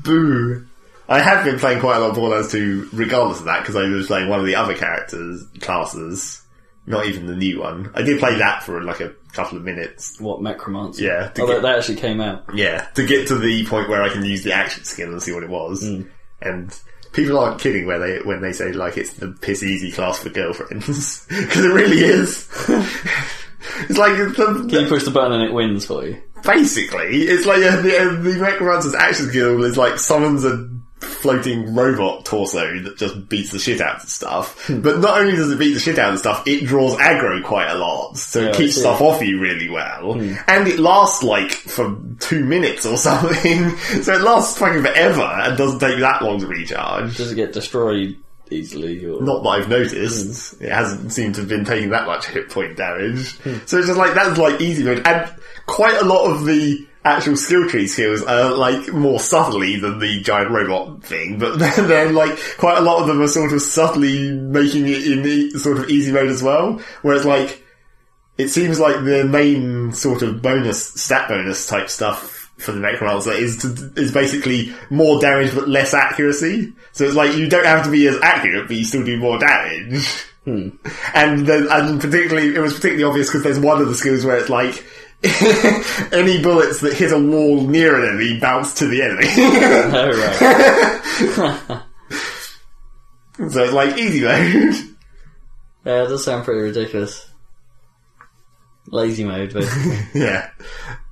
Speaker 2: Boo. I have been playing quite a lot of Borderlands 2 regardless of that because I was playing one of the other characters classes, not even the new one. I did play that for like a couple of minutes.
Speaker 1: What Macromancer?
Speaker 2: Yeah, to
Speaker 1: Oh, that,
Speaker 2: get-
Speaker 1: that actually came out.
Speaker 2: Yeah, to get to the point where I can use the action skin and see what it was. And people aren't kidding where they when they say like it's the piss easy class for girlfriends (laughs) because it really is. (laughs) it's like the,
Speaker 1: You push the button and it wins for you.
Speaker 2: basically it's like uh, the, uh, the Necromancer's action skill is like summons a floating robot torso that just beats the shit out of stuff.
Speaker 1: Hmm.
Speaker 2: but not only does it beat the shit out of stuff, it draws aggro quite a lot, so
Speaker 1: Yeah,
Speaker 2: it
Speaker 1: I
Speaker 2: keeps
Speaker 1: see. Hmm.
Speaker 2: stuff off you really well. And it lasts like for two minutes or (laughs) something, so it lasts fucking forever and doesn't take that long to recharge.
Speaker 1: Does it get destroyed easily? Or... (laughs)
Speaker 2: Not that I've noticed. It hasn't seemed to have been taking that much hit point damage. So it's just like, that's like easy mode. And quite a lot of the actual skill tree skills are like more subtly than the giant robot thing, but (laughs) then, then like quite a lot of them are sort of subtly making it in e- sort of easy mode as well. Whereas like, it seems like the main sort of bonus stat bonus type stuff for the necromancer is to, is basically more damage but less accuracy. So it's like you don't have to be as accurate, but you still do more damage. (laughs) And then, and particularly, it was particularly obvious because there's one of the skills where it's like. (laughs) any bullets that hit a wall near an
Speaker 1: Oh,
Speaker 2: enemy bounce to the enemy.
Speaker 1: No, right.
Speaker 2: (laughs) So it's like easy mode. (laughs)
Speaker 1: Yeah, it does sound pretty ridiculous. Lazy mode, but
Speaker 2: yeah.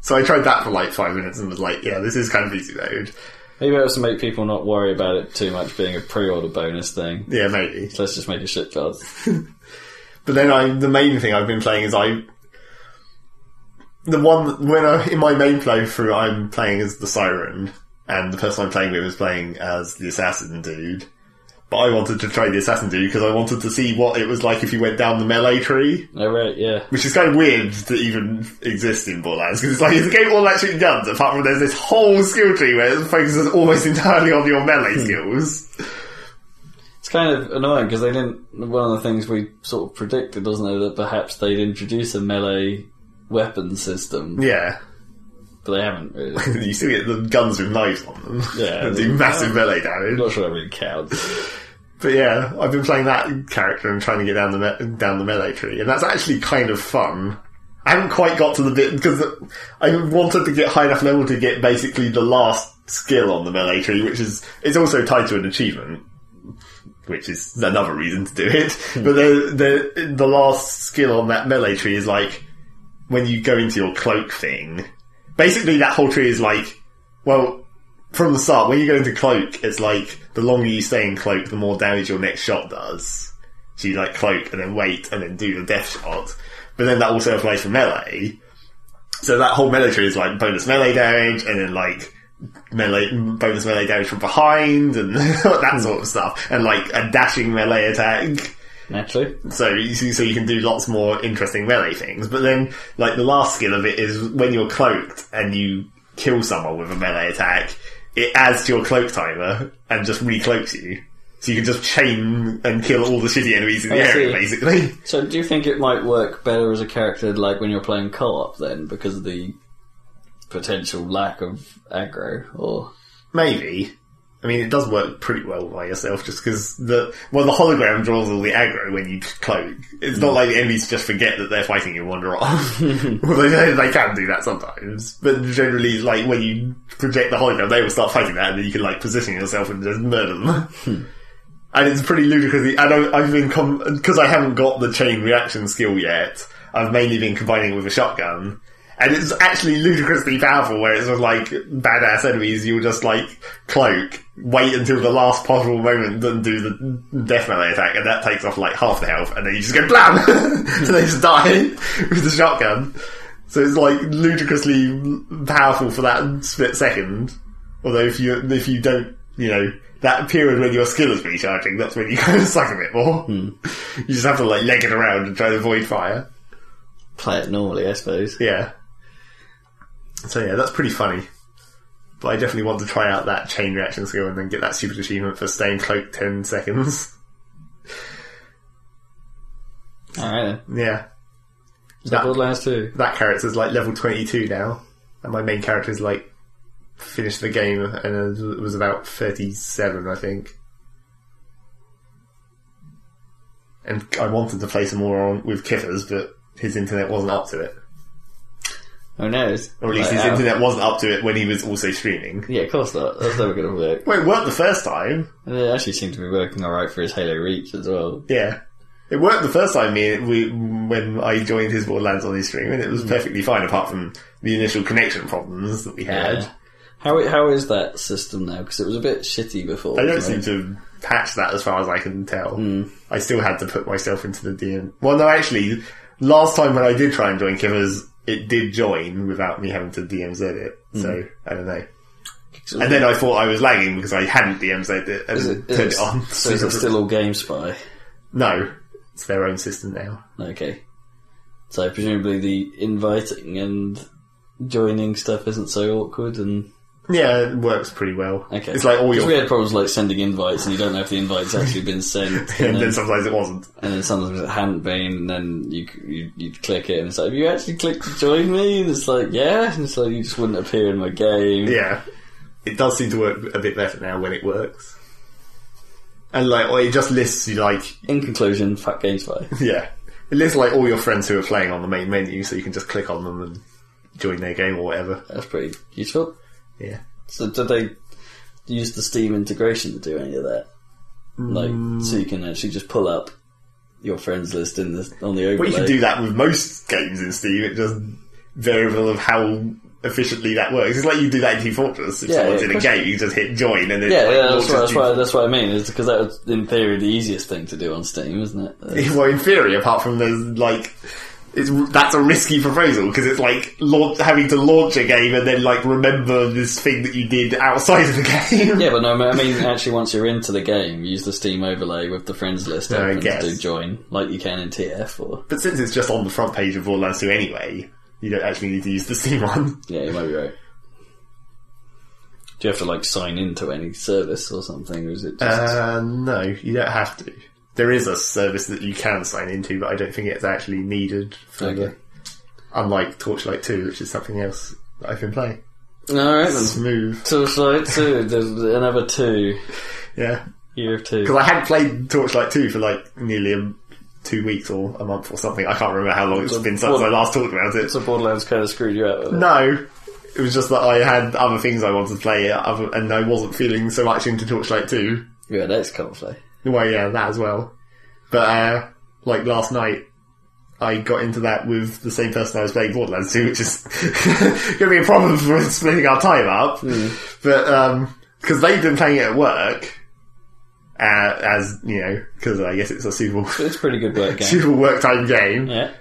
Speaker 2: So I tried that for like five minutes and was like, yeah, this is kind of easy mode.
Speaker 1: maybe it was to make people not worry about it too much being a pre-order bonus thing.
Speaker 2: Yeah, maybe.
Speaker 1: So let's just make a shit job.
Speaker 2: But then I, the main thing I've been playing is I, the one when I in my main playthrough I'm playing as the siren, and the person I'm playing with is playing as the assassin dude. But I wanted to try the assassin dude because I wanted to see what it was like if you went down the melee tree,
Speaker 1: Oh right, yeah.
Speaker 2: which is kind of weird to even exist in Borderlands because it's like it's a game all about shooting guns. Apart from there's this whole skill tree where it focuses almost (laughs) entirely on your melee
Speaker 1: Hmm.
Speaker 2: skills.
Speaker 1: It's kind of annoying because they didn't. One of the things we sort of predicted, wasn't it, that perhaps they'd introduce a melee weapon system,
Speaker 2: Yeah. (laughs)
Speaker 1: but they haven't really.
Speaker 2: you still get the guns with knives on them. (laughs)
Speaker 1: Yeah.
Speaker 2: That do massive melee damage.
Speaker 1: I'm not sure that really counts.
Speaker 2: But yeah, I've been playing that character and trying to get down the me- down the melee tree, and that's actually kind of fun. I haven't quite got to the bit because the- I wanted to get high enough level to get basically the last skill on the melee tree, which is it's also tied to an achievement, which is another reason to do it. but the, the the last skill on that melee tree is like when you go into your cloak thing. Basically, that whole tree is like, well, from the start, when you go into cloak, it's like the longer you stay in cloak, the more damage your next shot does. So you like cloak and then wait and then do your death shot. But then that also applies for melee. So that whole melee tree is like bonus melee damage and then like melee bonus melee damage from behind and (laughs) that sort of stuff. And like a dashing melee attack
Speaker 1: Naturally,
Speaker 2: so you see- so you can do lots more interesting melee things. But then, like the last skill of it is when you're cloaked and you kill someone with a melee attack, it adds to your cloak timer and just recloaks you. So you can just chain and kill all the shitty enemies in the
Speaker 1: Oh, I
Speaker 2: area,
Speaker 1: see.
Speaker 2: basically.
Speaker 1: so do you think it might work better as a character, like when you're playing co-op, then because of the potential lack of aggro, or
Speaker 2: Maybe. I mean, it does work pretty well by yourself, just because the well, the hologram draws all the aggro when you cloak. It's not like the enemies just forget that they're fighting you and wander off. Although they, they can do that sometimes, but generally, like when you project the hologram, they will start fighting that, and then you can like position yourself and just murder them. and it's pretty ludicrous. I don't. I've been because I haven't got the chain reaction skill yet. I've mainly been combining it with a shotgun. And it's actually ludicrously powerful where it's just like badass enemies, you'll just like cloak, wait until the last possible moment and do the death melee attack and that takes off like half the health and then you just go blam! (laughs) so they just die (laughs) with the shotgun. So it's like ludicrously powerful for that split second. Although if you, if you don't, you know, that period when your skill is recharging, that's when you (laughs) kind of suck a bit more. You just have to like leg it around and try to avoid fire.
Speaker 1: play it normally, I suppose.
Speaker 2: Yeah. So yeah, that's pretty funny. But I definitely want to try out that chain reaction skill and then get that stupid achievement for staying cloaked ten seconds. (laughs)
Speaker 1: All right, then.
Speaker 2: Yeah,
Speaker 1: So
Speaker 2: That-
Speaker 1: Borderlands Two.
Speaker 2: that character's like level twenty two now, and my main character is like finished the game and it was about thirty seven, I think. And I wanted to play some more on with Kiffers, but his internet wasn't up to it.
Speaker 1: Who knows?
Speaker 2: Or at least
Speaker 1: Like,
Speaker 2: his
Speaker 1: how-
Speaker 2: internet wasn't up to it when he was also streaming.
Speaker 1: Yeah, of course not. That's never going to work.
Speaker 2: Well, it worked the first time.
Speaker 1: And it actually seemed to be working all right for his Halo Reach as well.
Speaker 2: Yeah. It worked the first time me, we, when I joined his Borderlands on his stream, and it was perfectly fine apart from the initial connection problems that we had.
Speaker 1: Yeah. How how is that system now? Because it was a bit shitty before.
Speaker 2: I don't
Speaker 1: wasn't
Speaker 2: seem
Speaker 1: it?
Speaker 2: to patch that as far as I can tell.
Speaker 1: Hmm.
Speaker 2: I still had to put myself into the DM. Well, no, actually, last time when I did try and join Kivers, it did join without me having to DMZ it.
Speaker 1: Hmm.
Speaker 2: So, I don't know. And then I thought I was lagging because I hadn't DMZ'd it and
Speaker 1: Is it- is
Speaker 2: turned
Speaker 1: it-
Speaker 2: it on.
Speaker 1: (laughs) So is it still all Game Spy?
Speaker 2: No, it's their own system now.
Speaker 1: Okay. So presumably the inviting and joining stuff isn't so awkward and
Speaker 2: Yeah, it works pretty well.
Speaker 1: okay.
Speaker 2: It's like all
Speaker 1: 'Cause
Speaker 2: your
Speaker 1: we had problems like sending invites and you don't know if the invite's actually been sent.
Speaker 2: (laughs) and
Speaker 1: and,
Speaker 2: then
Speaker 1: then,
Speaker 2: sometimes it wasn't.
Speaker 1: and then sometimes it hadn't been, and then you c- you you'd click it and it's like, have you actually clicked to join me? And it's like, yeah, and it's like you just wouldn't appear in my game.
Speaker 2: Yeah, it does seem to work a bit better now when it works. And like, or it just lists you like,
Speaker 1: In conclusion, fuck GameSpy.
Speaker 2: yeah, it lists like all your friends who are playing on the main menu, so you can just click on them and join their game or whatever.
Speaker 1: That's pretty useful.
Speaker 2: Yeah,
Speaker 1: So did they use the Steam integration to do any of that? Like,
Speaker 2: Mm.
Speaker 1: so you can actually just pull up your friends list in the on the overlay.
Speaker 2: Well, you can do that with most games in Steam. It's just variable of how efficiently that works. It's like you do that in Team Fortress. If
Speaker 1: Yeah,
Speaker 2: someone's
Speaker 1: yeah,
Speaker 2: in a
Speaker 1: of course.
Speaker 2: game, you just hit join and then
Speaker 1: Yeah,
Speaker 2: like,
Speaker 1: yeah, that's
Speaker 2: launches
Speaker 1: what, that's,
Speaker 2: Team
Speaker 1: what, that's what I mean. Is because that was, in theory, the easiest thing to do on Steam, isn't it? Uh,
Speaker 2: (laughs) well, in theory, apart from there's like. It's, that's a risky proposal because it's like launch, having to launch a game and then like remember this thing that you did outside of the (laughs) game.
Speaker 1: yeah, but no, I mean, actually, once you're into the game, use the Steam overlay with the friends list
Speaker 2: Yeah, I
Speaker 1: open to
Speaker 2: guess.
Speaker 1: do join, like you can in TF. Or
Speaker 2: But since it's just on the front page of Borderlands 2 anyway, you don't actually need to use the Steam one.
Speaker 1: yeah, you might be right. Do you have to like sign into any service or something, or is it just
Speaker 2: Uh, no, you don't have to. There is a service that you can sign into, but I don't think it's actually needed for
Speaker 1: okay?
Speaker 2: the, unlike Torchlight 2, which is something else that I've been playing.
Speaker 1: All right, then.
Speaker 2: Smooth.
Speaker 1: So slide two, there's another two,
Speaker 2: Yeah.
Speaker 1: year of two.
Speaker 2: Because I hadn't played Torchlight 2 for like nearly a, two weeks or a month or something. I can't remember how long it's been since
Speaker 1: Well-
Speaker 2: I last talked about it.
Speaker 1: So Borderlands kind of screwed you out. With it.
Speaker 2: No, it was just that I had other things I wanted to play, other, and I wasn't feeling so much into Torchlight 2.
Speaker 1: Yeah, that's conflict.
Speaker 2: Well, yeah, that as well. But uh, like last night, I got into that with the same person I was playing Borderlands 2, which is (laughs) going to be a problem for splitting our time up. But because they've been playing it at work, uh, as you know, because I guess it's a suitable.
Speaker 1: It's a pretty good work game.
Speaker 2: (laughs) Super work time game.
Speaker 1: yeah.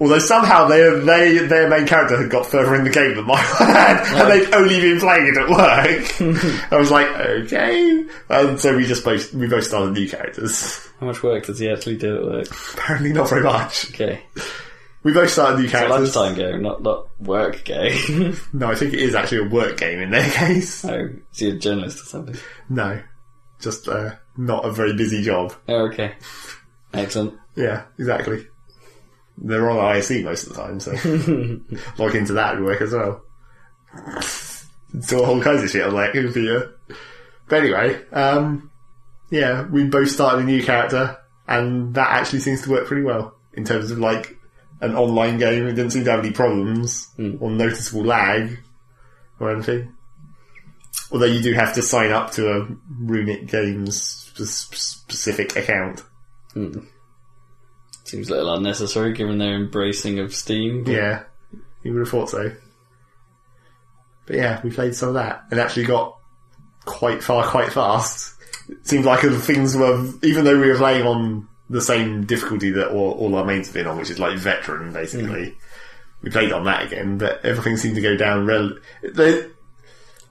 Speaker 2: Although somehow they, they, their main character had got further in the game than mine (laughs) had, and they'd only been playing it at work. I was like, okay. And so we just both we both started new characters.
Speaker 1: How much work does he actually do at work?
Speaker 2: Apparently not very much.
Speaker 1: Okay.
Speaker 2: We both started new characters.
Speaker 1: Lunchtime game, not not work game. (laughs)
Speaker 2: No, I think it is actually a work game in their (laughs) case.
Speaker 1: oh, is he a journalist or something?
Speaker 2: No, just uh, not a very busy job.
Speaker 1: Oh, okay. Excellent.
Speaker 2: Yeah, exactly. They're on ISE most of the time, so log into that would work as well. Do all kinds of shit on that computer. But anyway, um, yeah, we both started a new character, and that actually seems to work pretty well in terms of like an online game. It didn't seem to have any problems or noticeable lag or anything. Although you do have to sign up to a Runic Games sp- sp- specific account.
Speaker 1: Seems a little unnecessary given their embracing of Steam. but-
Speaker 2: Yeah, you would have thought so. But yeah, we played some of that and actually got quite far, quite fast. It seemed like the things were, even though we were playing on the same difficulty that all, all our mains have been on, which is like veteran, basically. We played on that again, but everything seemed to go down. Rel- the,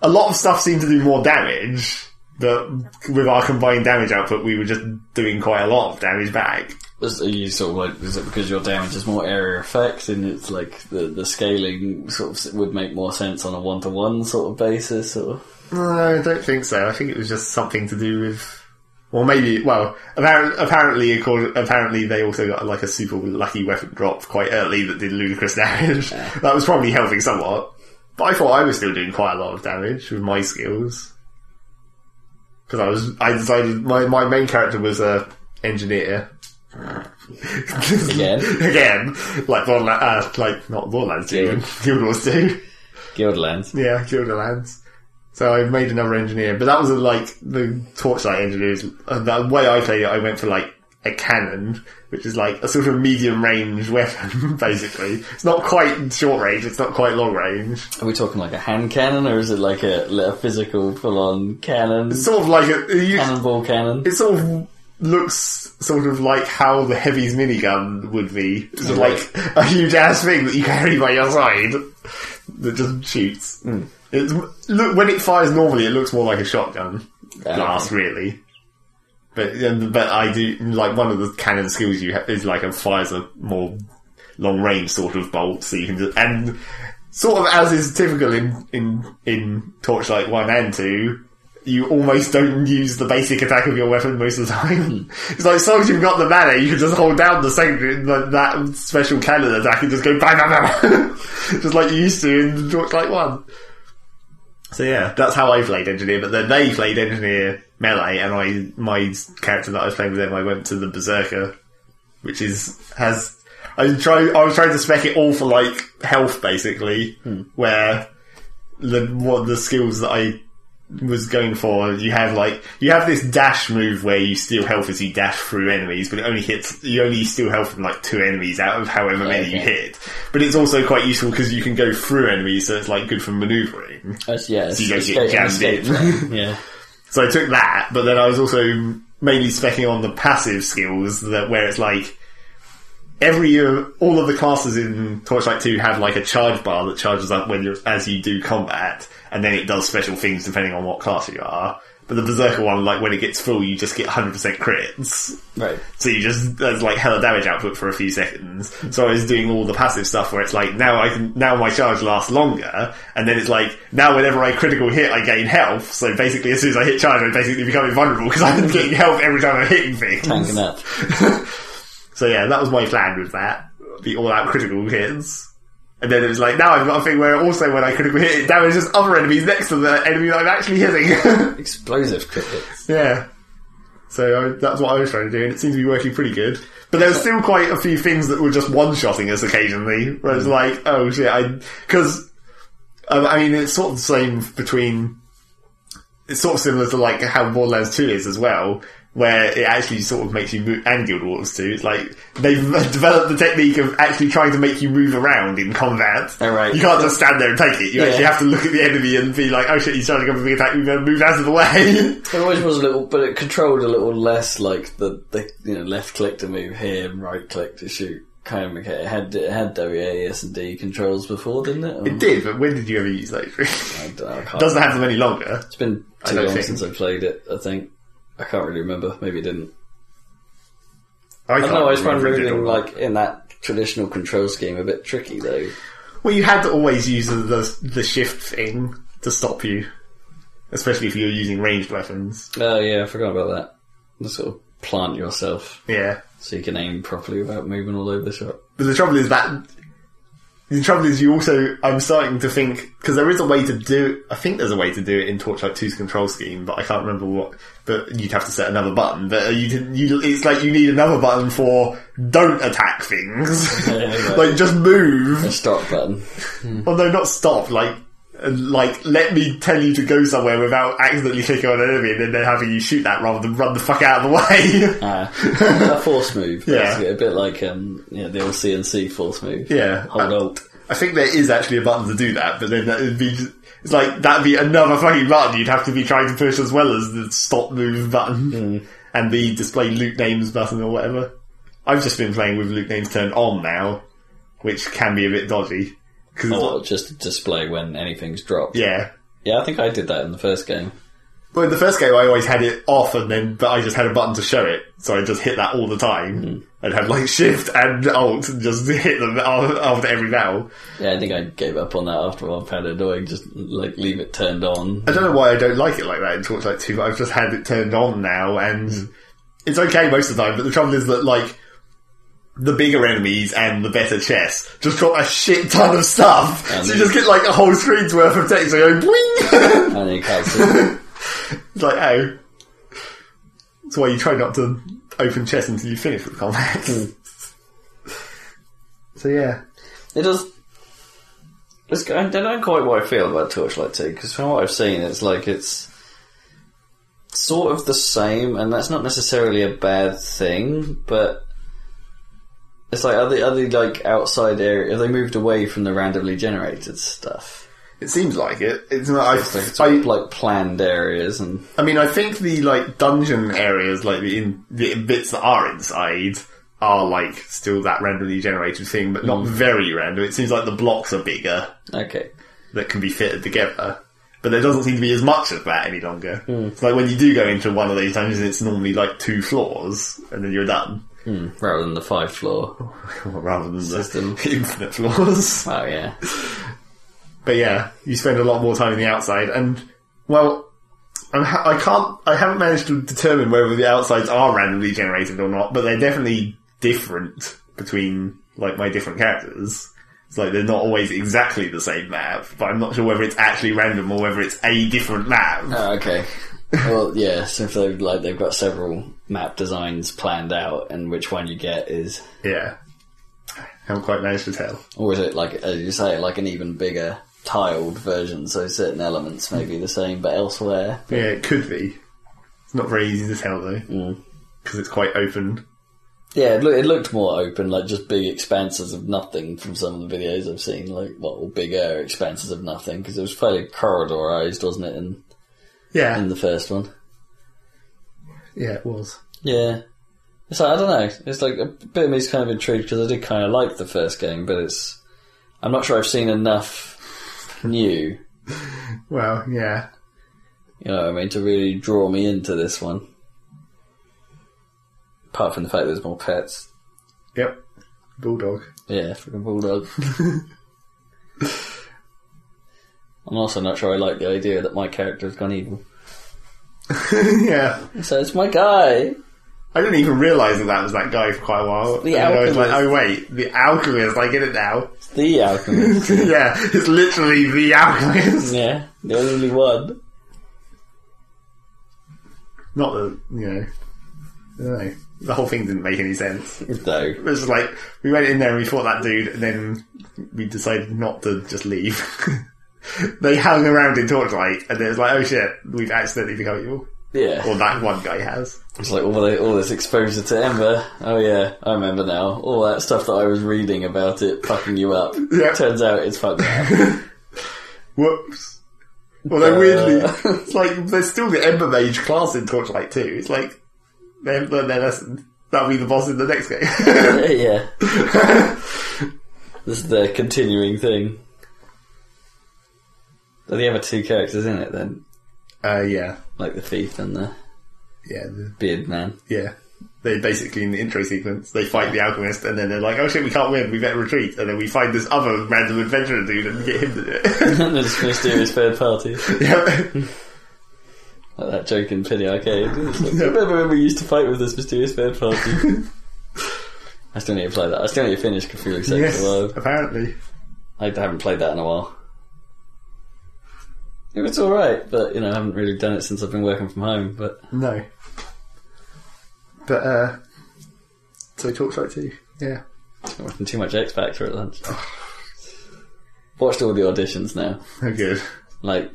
Speaker 2: a lot of stuff seemed to do more damage. That with our combined damage output, we were just doing quite a lot of damage back.
Speaker 1: Is- Are you sort of like, is it because your damage is more area effect and it's like the, the scaling sort of s- would make more sense on a one to one sort of basis or?
Speaker 2: No, I don't think so. I think it was just something to do with, or maybe, well, apparently, apparently, according, apparently they also got like a super lucky weapon drop quite early that did ludicrous (laughs) damage. that was probably helping somewhat. But I thought I was still doing quite a lot of damage with my skills because I was, I decided my my main character was a engineer.
Speaker 1: Again?
Speaker 2: (laughs) again, like Borderlands, uh, like not Borderlands,
Speaker 1: Dude.
Speaker 2: Guild Guild Wars Two.
Speaker 1: Guildlands.
Speaker 2: Yeah, Guilderlands. So I made another engineer, but that was a, like the torchlight engineers. Uh, the way I played it, I went for like a cannon, which is like a sort of medium range (laughs) weapon. Basically, it's not quite short range. It's not quite long range.
Speaker 1: Are we talking like a hand cannon or is it like a, like a physical full on cannon?
Speaker 2: It's sort of like a, you,
Speaker 1: Cannonball cannon.
Speaker 2: it sort of looks sort of like how the heavy's minigun would be. It's
Speaker 1: Yeah.
Speaker 2: like a huge ass thing that you carry by your side that just shoots. It's, look, when it fires normally, it looks more like a shotgun
Speaker 1: Ah.
Speaker 2: blast, really. But and- but I do like one of the cannon skills you have is like a fires a more long range sort of bolt, so you can just, and sort of as is typical in in in Torchlight one and two, you almost don't use the basic attack of your weapon most of the time. (laughs) it's like as long as you've got the mana, you can just hold down the same like, that special cannon attack and just go bang bang bang, (laughs) just like you used to in Torchlight one. So yeah, that's how I played engineer. But then they played engineer melee, and I my character that I was playing with them, I went to the berserker, which is has I was trying I was trying to spec it all for like health basically, where the what the skills that I was going for. You have like you have this dash move where you steal health as you dash through enemies, but it only hits you only steal health from like two enemies out of however many you
Speaker 1: Okay.
Speaker 2: hit. But it's also quite useful because you can go through enemies, so it's like good for maneuvering.
Speaker 1: That's, yeah,
Speaker 2: So you don't
Speaker 1: escape-
Speaker 2: get
Speaker 1: escape (laughs)
Speaker 2: jammed (laughs)
Speaker 1: plan. yeah.
Speaker 2: So I took that, but then I was also mainly specking on the passive skills that where it's like every year all of the classes in Torchlight 2 have like a charge bar that charges up when you're as you do combat, and then it does special things depending on what class you are. But the Berserker one, like when it gets full, you just get 100% crits.
Speaker 1: Right.
Speaker 2: So you just there's like hella damage output for a few seconds. So I was doing all the passive stuff where it's like now I can now my charge lasts longer, and then it's like now whenever I critical hit I gain health. So basically, as soon as I hit charge, I basically become invulnerable because I'm getting health every time I'm hitting
Speaker 1: Tanking
Speaker 2: things.
Speaker 1: up.
Speaker 2: So yeah, that was my plan with that the all out critical hits. And then it was like now I've got a thing where also when I critical hit, it damages other enemies next to the enemy that I'm actually hitting. (laughs)
Speaker 1: Explosive crickets.
Speaker 2: Yeah. So I, that's what I was trying to do, and it seems to be working pretty good. But there were still quite a few things that were just one-shotting us occasionally, where
Speaker 1: Hmm.
Speaker 2: it's like, oh shit, I because um, I mean it's sort of the same between. It's sort of similar to like how Borderlands Two is as well, where it actually sort of makes you move, and Guild Wars Two. It's like they've (laughs) developed the technique of actually trying to make you move around in combat.
Speaker 1: Oh, right.
Speaker 2: You can't just stand there and take it. You
Speaker 1: Yeah.
Speaker 2: actually have to look at the enemy and be like, oh shit, he's trying to come with a big attack. We better move out of the way. (laughs)
Speaker 1: It always was a little, but it controlled a little less like the, the you know left click to move here and right click to shoot. Kind of mechanic. it had it had WAS and D controls before, didn't it?
Speaker 2: It did, but when did you ever use those? (laughs)
Speaker 1: I don't know, I can't-
Speaker 2: Doesn't have them any longer.
Speaker 1: It's been
Speaker 2: I
Speaker 1: too
Speaker 2: don't
Speaker 1: long
Speaker 2: think.
Speaker 1: since I played it. I think I can't really remember. Maybe it didn't.
Speaker 2: I,
Speaker 1: I
Speaker 2: can't
Speaker 1: don't know. I just find
Speaker 2: remember if it did
Speaker 1: moving
Speaker 2: or not.
Speaker 1: like in that traditional control scheme a bit tricky though.
Speaker 2: Well, you had to always use the, the the shift thing to stop you, especially if you were using ranged weapons.
Speaker 1: Oh yeah, I forgot about that. Just sort of plant yourself
Speaker 2: Yeah,
Speaker 1: so you can aim properly without moving all over the shop.
Speaker 2: but the trouble is that the trouble is you also. I'm starting to think because there is a way to do. I think there's a way to do it in Torchlight 2's control scheme, but I can't remember what. But you'd have to set another button. But uh, you didn't. You, it's like you need another button for don't attack things.
Speaker 1: Yeah,
Speaker 2: (laughs)
Speaker 1: right.
Speaker 2: like just move.
Speaker 1: A stop button.
Speaker 2: Although not stop, like uh, like let me tell you to go somewhere without accidentally clicking on an enemy and then they're having you shoot that rather than run the fuck out of the way.
Speaker 1: (laughs)
Speaker 2: (laughs)
Speaker 1: Ah, a force move.
Speaker 2: Yeah.
Speaker 1: basically. a bit like um, yeah, the old CNC force move.
Speaker 2: yeah,
Speaker 1: Hold
Speaker 2: I,
Speaker 1: alt.
Speaker 2: I think there is actually a button to do that, but then that'd be it's like that'd be another fucking button you'd have to be trying to push as well as the stop move button (laughs) and the display loot names button or whatever. I've just been playing with loot names turned on now, which can be a bit dodgy. 'cause it's
Speaker 1: Or
Speaker 2: not-
Speaker 1: just to display when anything's dropped.
Speaker 2: yeah,
Speaker 1: Yeah, I think I did that in the first game.
Speaker 2: Well, in the first game, I always had it off, and then but I just had a button to show it, so I just hit that all the time. I'd have like shift and alt, and just (laughs) hit them af- after every battle.
Speaker 1: Yeah, I think I gave up on that after I've had it annoying. Just like leave it turned on. (laughs)
Speaker 2: I don't know why I don't like it like that in Torchlight Two, but I've just had it turned on now, and it's okay most of the time. But the trouble is that like the bigger enemies and the better chests just drop a shit ton of stuff, so you
Speaker 1: then-
Speaker 2: just get like a whole screen's worth of text. So you (laughs) go, boing!
Speaker 1: And you can't see.
Speaker 2: It's like, oh. That's why you try not to open chess until you finish with combat. so yeah.
Speaker 1: It does. It's, I don't know quite what I feel about Torchlight 2, because from what I've seen, it's like it's sort of the same, and that's not necessarily a bad thing, but it's like, are they, are they like outside area? Have they moved away from the randomly generated stuff?
Speaker 2: It seems like it. It's not,
Speaker 1: It's
Speaker 2: I,
Speaker 1: like, it's
Speaker 2: I,
Speaker 1: all, like planned areas, and
Speaker 2: I mean, I think the like dungeon areas, like the, in, the bits that are inside, are like still that randomly generated thing, but not very random. It seems like the blocks are bigger
Speaker 1: okay.
Speaker 2: that can be fitted together, but there doesn't seem to be as much of that any longer. It's like when you do go into one of these dungeons, it's normally like two floors, and then you're done.
Speaker 1: Rather than the five floor.
Speaker 2: Well, (laughs) rather than
Speaker 1: System.
Speaker 2: the (laughs) infinite floors.
Speaker 1: Oh, yeah.
Speaker 2: But yeah, you spend a lot more time in the outside, and well, I'm ha- I can't, I haven't managed to determine whether the outsides are randomly generated or not, but they're definitely different between like my different characters. It's like they're not always exactly the same map, but I'm not sure whether it's actually random or whether it's a different map.
Speaker 1: Oh, okay. well, yeah. So if they've like they've got several map designs planned out, and which one you get is,
Speaker 2: Yeah, haven't quite managed to tell.
Speaker 1: or is it like as you say, like an even bigger tiled version, so certain elements may be the same, but elsewhere.
Speaker 2: Yeah, it could be. It's not very easy to tell though,
Speaker 1: Mm.
Speaker 2: because it's quite open.
Speaker 1: Yeah, it, loo- it looked more open, like just big expanses of nothing from some of the videos I've seen, like well, bigger expanses of nothing because it was fairly corridorized, wasn't it? In
Speaker 2: Yeah,
Speaker 1: in the first one,
Speaker 2: yeah, it was.
Speaker 1: yeah. It's like I don't know. It's like a bit of me's kind of intrigued because I did kind of like the first game, but it's I'm not sure I've seen enough new.
Speaker 2: Well, yeah,
Speaker 1: You know what I mean? To really draw me into this one. Apart from the fact there's more pets.
Speaker 2: yep, bulldog. (laughs)
Speaker 1: Yeah, freaking bulldog. (laughs) I'm also not sure I like the idea that my character has gone evil.
Speaker 2: yeah,
Speaker 1: So it's my guy.
Speaker 2: I didn't even realise that that was that guy for quite a while.
Speaker 1: The
Speaker 2: And I was like,
Speaker 1: alchemist.
Speaker 2: oh wait, the alchemist. I get it now. (laughs)
Speaker 1: It's the alchemist.
Speaker 2: yeah, it's literally the alchemist. (laughs)
Speaker 1: yeah, the only one.
Speaker 2: Not the you know, I don't know. The whole thing didn't make any sense.
Speaker 1: No.
Speaker 2: It was just like we went in there and we fought that dude, and then we decided not to just leave. (laughs) they hung around in torchlight, and it was like, oh shit, we've accidentally become evil.
Speaker 1: Yeah.
Speaker 2: Or that one guy has.
Speaker 1: It's like all, the, all this exposure to Ember. Oh yeah, I remember now. All that stuff that I was reading about it fucking you up.
Speaker 2: Yeah.
Speaker 1: Turns out it's fucked up.
Speaker 2: Whoops. Although weirdly,
Speaker 1: Uh.
Speaker 2: it's like there's still the Ember Mage class in Torchlight too. It's like they haven't learned their lesson. That'll be the boss in the next
Speaker 1: (coughs)
Speaker 2: game. (laughs)
Speaker 1: yeah. This is the continuing thing. Are the other two characters in it then?
Speaker 2: uh, yeah,
Speaker 1: Like the thief and the
Speaker 2: yeah, the-
Speaker 1: beard man. (laughs)
Speaker 2: yeah. They basically in the intro sequence they fight the alchemist, and then they're like, "Oh shit, we can't win. We better retreat." And then we find this other random adventurer dude and get him to do it.
Speaker 1: (laughs) and this mysterious third party.
Speaker 2: (laughs) yeah.
Speaker 1: Like that joke in Penny Arcade. It's like, Remember when we used to fight with this mysterious third party? I still need to play that. I still need to finish Cthulhu Sex
Speaker 2: Yes,
Speaker 1: Alive.
Speaker 2: apparently.
Speaker 1: I haven't played that in a while. It was alright, but you know, I haven't really done it since I've been working from home, but
Speaker 2: No. But uh so Torchlight 2, yeah.
Speaker 1: I'm watching too much X Factor at lunch. Watched all the auditions now.
Speaker 2: Oh good.
Speaker 1: Like,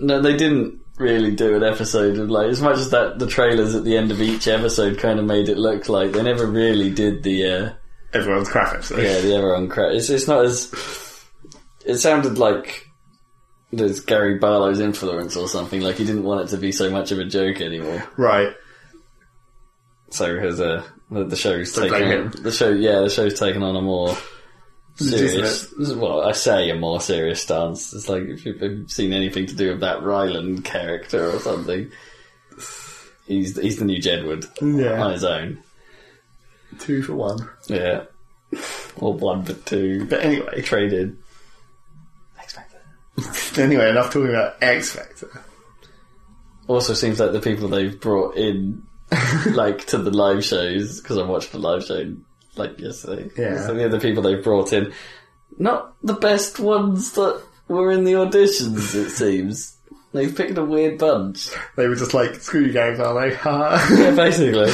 Speaker 1: no, they didn't really do an episode of like as much as that the trailers at the end of each episode kind of made it look like they never really did the uh,
Speaker 2: Everyone's crap episode.
Speaker 1: yeah the everyone crap. It's it's not as it sounded like there's Gary Barlow's influence or something. Like he didn't want it to be so much of a joke anymore.
Speaker 2: Right.
Speaker 1: so has uh, the, the show's
Speaker 2: So
Speaker 1: taken
Speaker 2: blame him.
Speaker 1: the show yeah the show's taken on a more serious well I say a more serious stance it's like if you've seen anything to do with that Ryland character or something he's he's the new Jedward on
Speaker 2: Yeah.
Speaker 1: his own
Speaker 2: Two for one.
Speaker 1: yeah or one but two
Speaker 2: But anyway, (laughs)
Speaker 1: traded X Factor
Speaker 2: anyway, enough talking about X Factor.
Speaker 1: also seems like the people they've brought (laughs) in like to the live shows because I watched the live show like yesterday.
Speaker 2: Yeah.
Speaker 1: So the other people they've brought in, not the best ones that were in the auditions. It seems they've picked a weird bunch.
Speaker 2: They were just like, screw you games, aren't they? (laughs) Ha.
Speaker 1: Yeah, basically.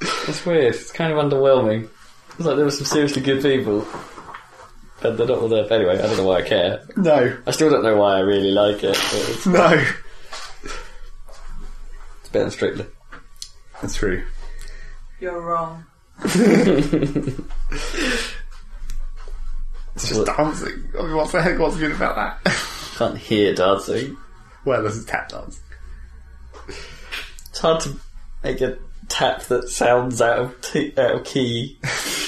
Speaker 1: (laughs) it's weird. It's kind of underwhelming. It's like there were some seriously good people, but they're not all there. Anyway, I don't know why I care.
Speaker 2: no.
Speaker 1: I still don't know why I really like it. But it's
Speaker 2: No.
Speaker 1: better than Strictly.
Speaker 2: That's true.
Speaker 3: You're wrong.
Speaker 2: It's just dancing. I mean, what the heck? What's good about that? (laughs)
Speaker 1: Can't hear dancing.
Speaker 2: well, this is tap dance.
Speaker 1: It's hard to make a tap that sounds out of t- out of key.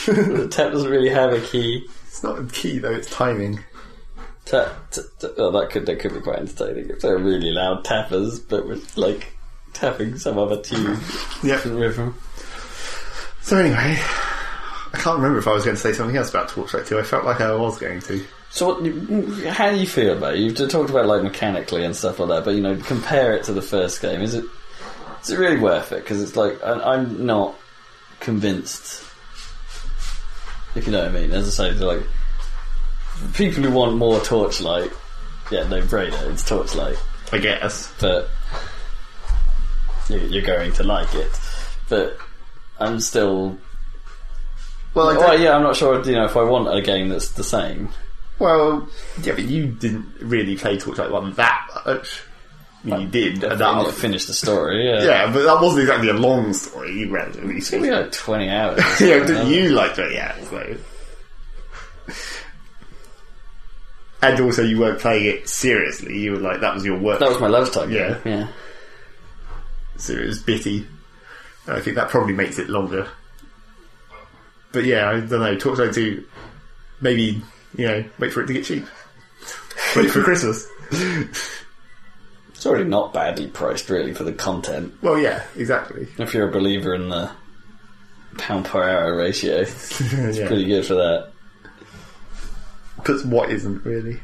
Speaker 1: the tap doesn't really have a key.
Speaker 2: It's not a key though. It's timing.
Speaker 1: Tap. T- t- oh, that could that could be quite entertaining if they're really loud tappers, but with like tapping some other tune
Speaker 2: Yep.
Speaker 1: and rhythm.
Speaker 2: So anyway, I can't remember if I was going to say something else about Torchlight 2. I felt like I was going to.
Speaker 1: So, what, you- how do you feel about it? You've just talked about like mechanically and stuff like that, but you know, compare it to the first game. Is it is it really worth it? Because it's like I, I'm not convinced. If you know what I mean, as I say, like people who want more Torchlight, yeah, no brainer, it's Torchlight,
Speaker 2: I guess.
Speaker 1: but you- you're going to like it. But I'm still
Speaker 2: Well, I don't-
Speaker 1: well, yeah, I'm not sure. You know, if I want a game that's the same,
Speaker 2: Well, yeah, but you didn't really play Torchlight 1 that much. I mean, you did
Speaker 1: That
Speaker 2: enough.
Speaker 1: finished the story. Yeah.
Speaker 2: (laughs) Yeah, but that wasn't exactly a long story, relatively
Speaker 1: Maybe
Speaker 2: speaking.
Speaker 1: like twenty hours.
Speaker 2: (laughs) yeah, didn't you like that? Yeah, so. And also, you weren't playing it seriously. You were like, that was your work.
Speaker 1: That was my love time.
Speaker 2: Yeah.
Speaker 1: Yeah. Yeah.
Speaker 2: so it was bitty. I think that probably makes it longer. But yeah, I don't know. Talk Zone 2, maybe, you know, wait for it to get cheap. (laughs) wait for Christmas.
Speaker 1: It's already not badly priced, really, for the content.
Speaker 2: Well, yeah, exactly.
Speaker 1: If you're a believer in the pound per hour ratio, (laughs)
Speaker 2: (laughs)
Speaker 1: it's pretty good for that.
Speaker 2: Puts what isn't really.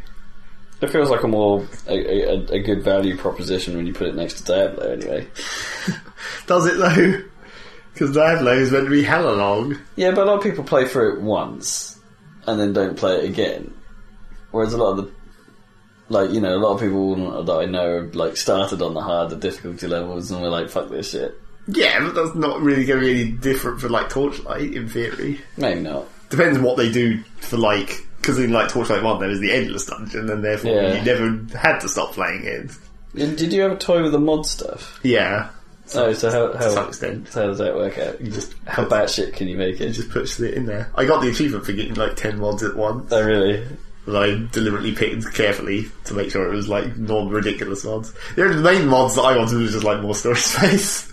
Speaker 1: It feels like a more a, a, a- a good value proposition when you put it next to Diablo, anyway.
Speaker 2: Does it though? (laughs) Because Diablo is meant to be hella long.
Speaker 1: Yeah, but a lot of people play through it once and then don't play it again. Whereas a lot of the like you know a lot of people that I know like started on the harder difficulty levels and were like fuck this shit.
Speaker 2: Yeah, but that's not really going to be any different for like Torchlight in theory.
Speaker 1: Maybe not.
Speaker 2: Depends what they do for like. Because in like Torchlight 1 there was the endless dungeon and therefore
Speaker 1: Yeah.
Speaker 2: you never had to stop playing it.
Speaker 1: Did did you ever toy with the mod stuff?
Speaker 2: Yeah,
Speaker 1: No. So how
Speaker 2: to some
Speaker 1: how,
Speaker 2: extent.
Speaker 1: how does that work out?
Speaker 2: You just,
Speaker 1: How batshit can you make
Speaker 2: you
Speaker 1: it?
Speaker 2: (laughs) just pushed it in there. I got the achievement for getting like 10 mods at once.
Speaker 1: Oh really?
Speaker 2: that I deliberately picked carefully to make sure it was like non-ridiculous mods. The only main mods that I wanted was just like more storage (laughs) space,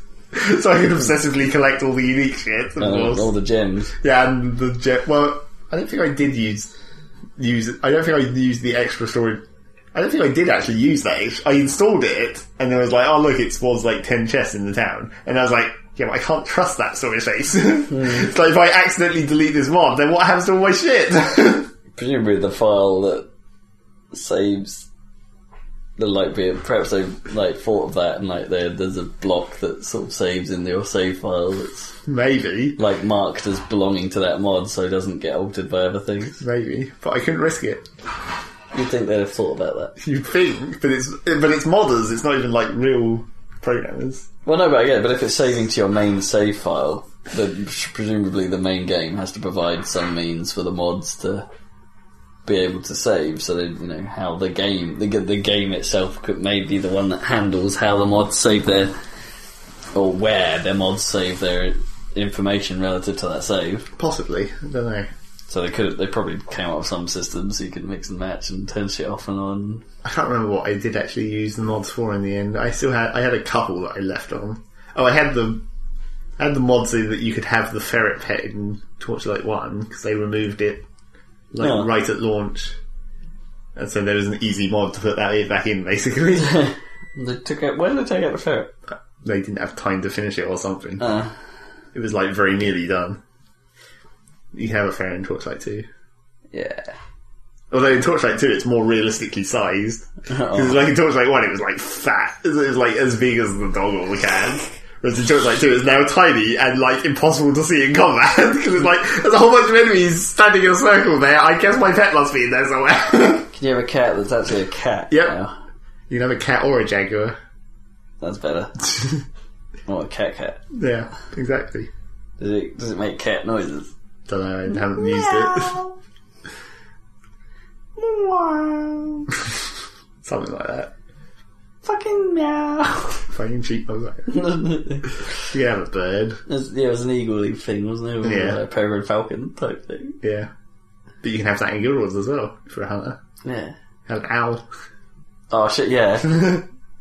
Speaker 2: so I could obsessively collect all the unique shit. Of
Speaker 1: And all,
Speaker 2: course.
Speaker 1: all the gems.
Speaker 2: yeah, and the jet. Well, I don't think I did use use. I don't think I used the extra storage. I don't think I did actually use that. ex- I installed it, and then was like, "Oh look, it spawns like ten chests in the town," and I was like. Yeah, but I can't trust that storage space. (laughs) It's like if I accidentally delete this mod, then what happens to all my shit? (laughs)
Speaker 1: Presumably the file that saves the like be perhaps they like thought of that and like there there's a block that sort of saves in your save file that's
Speaker 2: Maybe.
Speaker 1: like marked as belonging to that mod so it doesn't get altered by other things.
Speaker 2: Maybe, but I couldn't risk it. (laughs)
Speaker 1: You'd think they'd have thought about that.
Speaker 2: You think, but it's but it's modders. It's not even like real programmers.
Speaker 1: Well no but yeah, but if it's saving to your main save file, then presumably the main game has to provide some means for the mods to be able to save so they you know how the game the, g- the game itself could may be the one that handles how the mods save their or where their mods save their information relative to that save
Speaker 2: Possibly, I don't know.
Speaker 1: so they could they probably came up with some system so you could mix and match and turn shit off and on
Speaker 2: I can't remember what I did actually use the mods for in the end. I still had I had a couple that I left on. Oh, I had the I had the mods so that you could have the ferret pet in Torchlight One because they removed it like
Speaker 1: Yeah.
Speaker 2: right at launch, and so there was an easy mod to put that in- back in. Basically,
Speaker 1: (laughs) they took out where did they take out the ferret
Speaker 2: they didn't have time to finish it or something.
Speaker 1: uh,
Speaker 2: It was like very nearly done. You can have a ferret in Torchlight Two.
Speaker 1: yeah (laughs)
Speaker 2: Although in Torchlight 2, it's more realistically sized.
Speaker 1: Oh,
Speaker 2: Because like in Torchlight 1, it was like fat. It was like as big as the doggle can. Whereas in Torchlight 2, it's now tiny and like impossible to see in combat. (laughs) Because it's like, there's a whole bunch of enemies standing in a circle there. I guess my pet must be in there somewhere. (laughs)
Speaker 1: can you have a cat that's actually a cat
Speaker 2: Yep.
Speaker 1: now?
Speaker 2: you can have a cat or a jaguar.
Speaker 1: that's better oh a cat cat
Speaker 2: Yeah, exactly.
Speaker 1: does it, does it make cat noises
Speaker 2: Don't know, I haven't used it.
Speaker 1: (laughs) Meow.
Speaker 2: (laughs) Something like that.
Speaker 1: Fucking meow.
Speaker 2: (laughs) Fucking cheap. I was like,
Speaker 1: There's-
Speaker 2: you can have a bird.
Speaker 1: yeah, it was an eagle thing, wasn't it? Or
Speaker 2: Yeah.
Speaker 1: Like a Peregrine falcon type thing.
Speaker 2: Yeah. But you can have that in Guild Wars as well, for a hunter.
Speaker 1: Yeah.
Speaker 2: Have an owl. (laughs)
Speaker 1: Oh shit, yeah.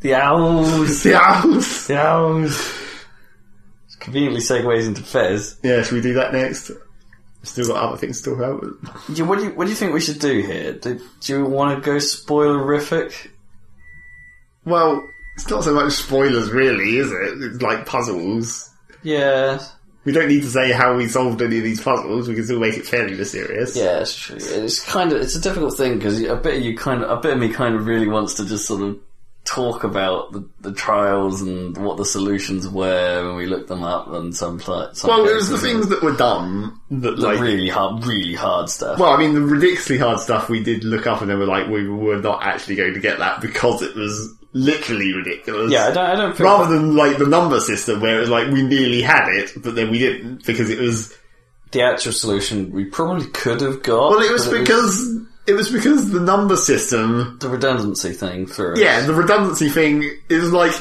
Speaker 1: the owls.
Speaker 2: The owls!
Speaker 1: The owls. Conveniently segues into Fez.
Speaker 2: Yeah, should we do that next? Still got other things to talk about. but-
Speaker 1: Yeah, what do you what do you think we should do here? Do, do you want to go spoilerific?
Speaker 2: Well, it's not so much spoilers, really, is it? It's like puzzles.
Speaker 1: Yeah,
Speaker 2: We don't need to say how we solved any of these puzzles. We can still make it fairly mysterious.
Speaker 1: yeah, it's true. It's kind of it's a difficult thing because a bit of you kind of a bit of me kind of really wants to just sort of talk about the, the trials and what the solutions were when we looked them up and some pla- some
Speaker 2: Well, it was the
Speaker 1: cases
Speaker 2: things that were dumb that,
Speaker 1: the
Speaker 2: like.
Speaker 1: really hard, really hard stuff.
Speaker 2: Well, I mean, the ridiculously hard stuff we did look up and then we're like, we were not actually going to get that because it was literally ridiculous.
Speaker 1: yeah, I don't, I don't feel
Speaker 2: Rather than like the number system where it was like we nearly had it, but then we didn't because it was
Speaker 1: the actual solution we probably could have got.
Speaker 2: Well, it was
Speaker 1: but
Speaker 2: because it was because the number system.
Speaker 1: The redundancy thing through.
Speaker 2: Yeah, the redundancy thing is like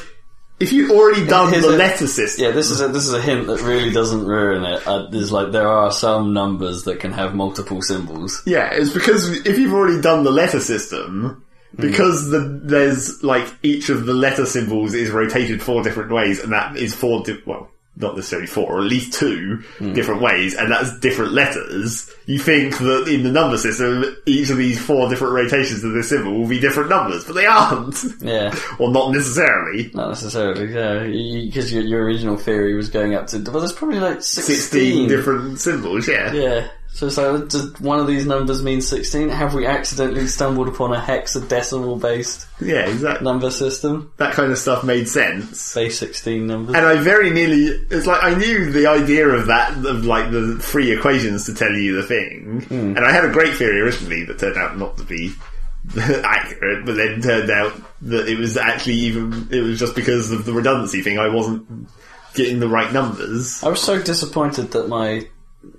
Speaker 2: if you already done
Speaker 1: here's
Speaker 2: the
Speaker 1: a-
Speaker 2: letter system.
Speaker 1: Yeah, this is a, this is a hint that really doesn't ruin it. Uh, there's like there are some numbers that can have multiple symbols.
Speaker 2: Yeah, it's because if you've already done the letter system, because the, there's like each of the letter symbols is rotated four different ways, and that is four di- well, not necessarily four, or at least two different ways, and that's different letters. You think that in the number system, each of these four different rotations of this symbol will be different numbers, but they aren't, (laughs)
Speaker 1: Yeah,
Speaker 2: or not necessarily.
Speaker 1: not necessarily. Yeah, because your, your original theory was going up to well, there's probably like 16.
Speaker 2: Sixteen different symbols, yeah.
Speaker 1: Yeah. So it's like, does one of these numbers mean 16? Have we accidentally stumbled upon a hexadecimal based
Speaker 2: Yeah, exactly.
Speaker 1: number system?
Speaker 2: That kind of stuff made sense.
Speaker 1: Base 16 numbers.
Speaker 2: And I very nearly, it's like I knew the idea of that, of like the three equations to tell you the thing.
Speaker 1: Hmm.
Speaker 2: And I had a great theory originally that turned out not to be (laughs) accurate, but then turned out that it was actually even, it was just because of the redundancy thing, I wasn't getting the right numbers.
Speaker 1: I was so disappointed that my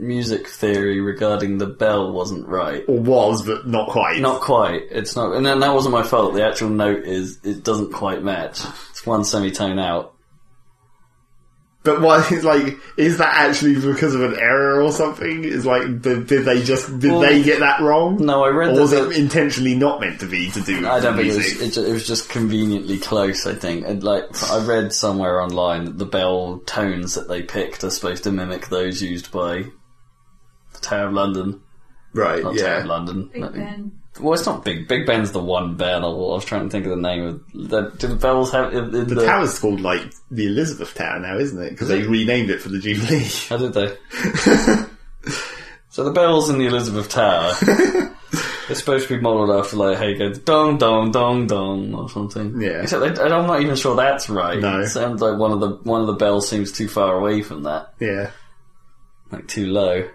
Speaker 1: music theory regarding the bell wasn't right.
Speaker 2: Or was, but not quite.
Speaker 1: Not quite. It's not, and then that wasn't my fault. The actual note is it doesn't quite match. It's one semitone out.
Speaker 2: But (laughs) what is like, is that actually because of an error or something? Is like, did, did they just, did
Speaker 1: Well,
Speaker 2: they get that wrong?
Speaker 1: No, I read
Speaker 2: Or was
Speaker 1: that.
Speaker 2: it intentionally not meant to be to do with
Speaker 1: I don't think it
Speaker 2: music?
Speaker 1: was. It, ju- it was just conveniently close. I think, and like I read somewhere online that the bell tones that they picked are supposed to mimic those used by the Tower of London.
Speaker 2: right,
Speaker 1: Not Tower
Speaker 2: yeah.
Speaker 1: of London.
Speaker 3: Big
Speaker 1: No.
Speaker 3: Ben.
Speaker 1: Well, it's not Big. Big Ben's the one bell. I was trying to think of the name of. The, do the bells have in, in the?
Speaker 2: The tower's called like the Elizabeth Tower now, isn't it? Because they renamed it for the Jubilee. (laughs)
Speaker 1: How did they? so the bells in the Elizabeth Tower. They're supposed to be modelled after like how you go dong dong dong dong or something.
Speaker 2: Yeah.
Speaker 1: Except I, I'm not even sure that's right.
Speaker 2: No.
Speaker 1: It sounds like one of the one of the bells seems too far away from that,
Speaker 2: yeah,
Speaker 1: like too low.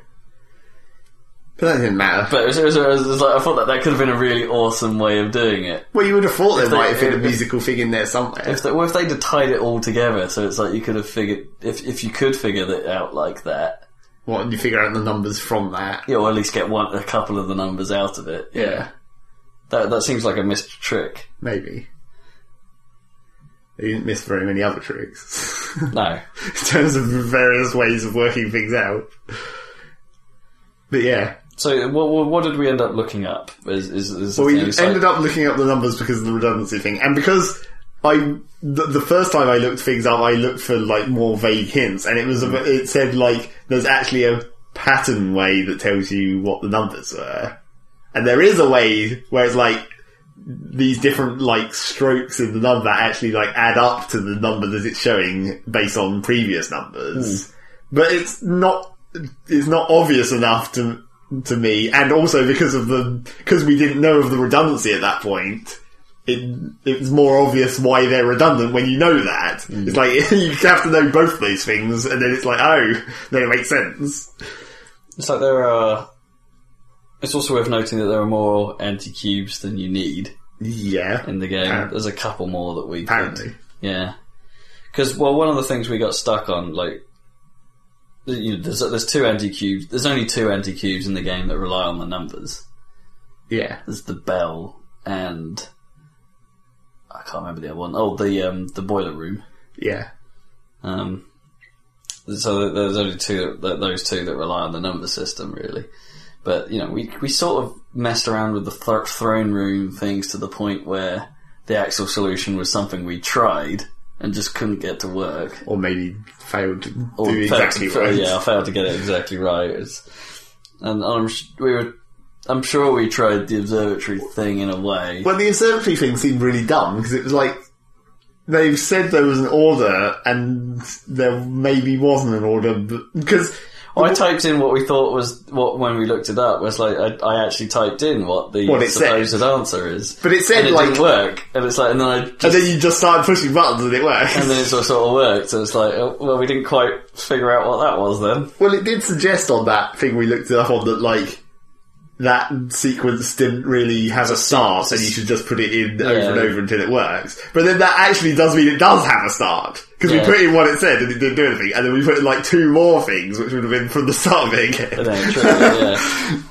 Speaker 2: but that didn't matter.
Speaker 1: But it was, it was- it was- it was like I thought that that could have been a really awesome way of doing it.
Speaker 2: well, you would have thought there
Speaker 1: they-
Speaker 2: might have been a
Speaker 1: if-
Speaker 2: musical thing in there somewhere.
Speaker 1: If they, well, if they'd have tied it all together, so it's like you could have figured if if you could figure it out like that,
Speaker 2: What? And you figure out the numbers from that?
Speaker 1: yeah, or at least get one a couple of the numbers out of it.
Speaker 2: Yeah,
Speaker 1: That that seems like a missed trick.
Speaker 2: maybe. They didn't miss very many other tricks (laughs) in
Speaker 1: No.
Speaker 2: terms of various ways of working things out. But yeah,
Speaker 1: So what, what, what did we end up looking up? Is, is, is the
Speaker 2: Well, we
Speaker 1: thing. It's like-
Speaker 2: ended up looking up the numbers because of the redundancy thing, and because I the, the first time I looked things up, I looked for like more vague hints, and it was a, it said like there's actually a pattern way that tells you what the numbers were, and there is a way where it's like these different like strokes in the number actually like add up to the number that it's showing based on previous numbers, but it's not it's not obvious enough to to me, and also because of the because we didn't know of the redundancy at that point. It, it's more obvious why they're redundant when you know that.
Speaker 1: Mm.
Speaker 2: It's like (laughs) you have to know both those things, and then it's like, oh, then it makes sense.
Speaker 1: it's like there are. It's also worth noting that there are more anti cubes than you need
Speaker 2: Yeah,
Speaker 1: in the game.
Speaker 2: Apparently.
Speaker 1: There's a couple more that we
Speaker 2: apparently.
Speaker 1: Yeah. Because well, one of the things we got stuck on, like, you know, there's there's two anti cubes. There's only two anti cubes in the game that rely on the numbers.
Speaker 2: Yeah,
Speaker 1: There's the bell and I can't remember the other one. Oh, the um the boiler room.
Speaker 2: yeah,
Speaker 1: Um, so th- there's only two th- those two that rely on the number system, really. But you know, we we sort of messed around with the th- throne room things to the point where the actual solution was something we tried and just couldn't get to work.
Speaker 2: or maybe failed to
Speaker 1: Or
Speaker 2: do
Speaker 1: failed
Speaker 2: exactly
Speaker 1: to,
Speaker 2: right.
Speaker 1: Yeah, I failed to get it exactly right. It's, and I'm s- we were, I'm sure we tried the observatory thing in a way.
Speaker 2: Well, the observatory thing seemed really dumb because it was like they've said there was an order, and there maybe wasn't an order because
Speaker 1: I typed in what we thought was what when we looked it up was like I, I actually typed in what the
Speaker 2: What it said.
Speaker 1: supposed answer is,
Speaker 2: But it said,
Speaker 1: and it
Speaker 2: like-
Speaker 1: didn't work, and it's like and then I just,
Speaker 2: (laughs) and then you just started pushing buttons and it worked.
Speaker 1: and then it sort of, sort of worked, so it's like oh, well we didn't quite figure out what that was then.
Speaker 2: Well, it did suggest on that thing we looked it up on that, like, that sequence didn't really have a start, and you should just put it in over and over until it works. But then that actually does mean it does have a start. Because
Speaker 1: Yeah.
Speaker 2: we put in what it said and it didn't do anything, and then we put in, like, two more things, which would have been from the start of it again.
Speaker 1: And then it triggered it, yeah.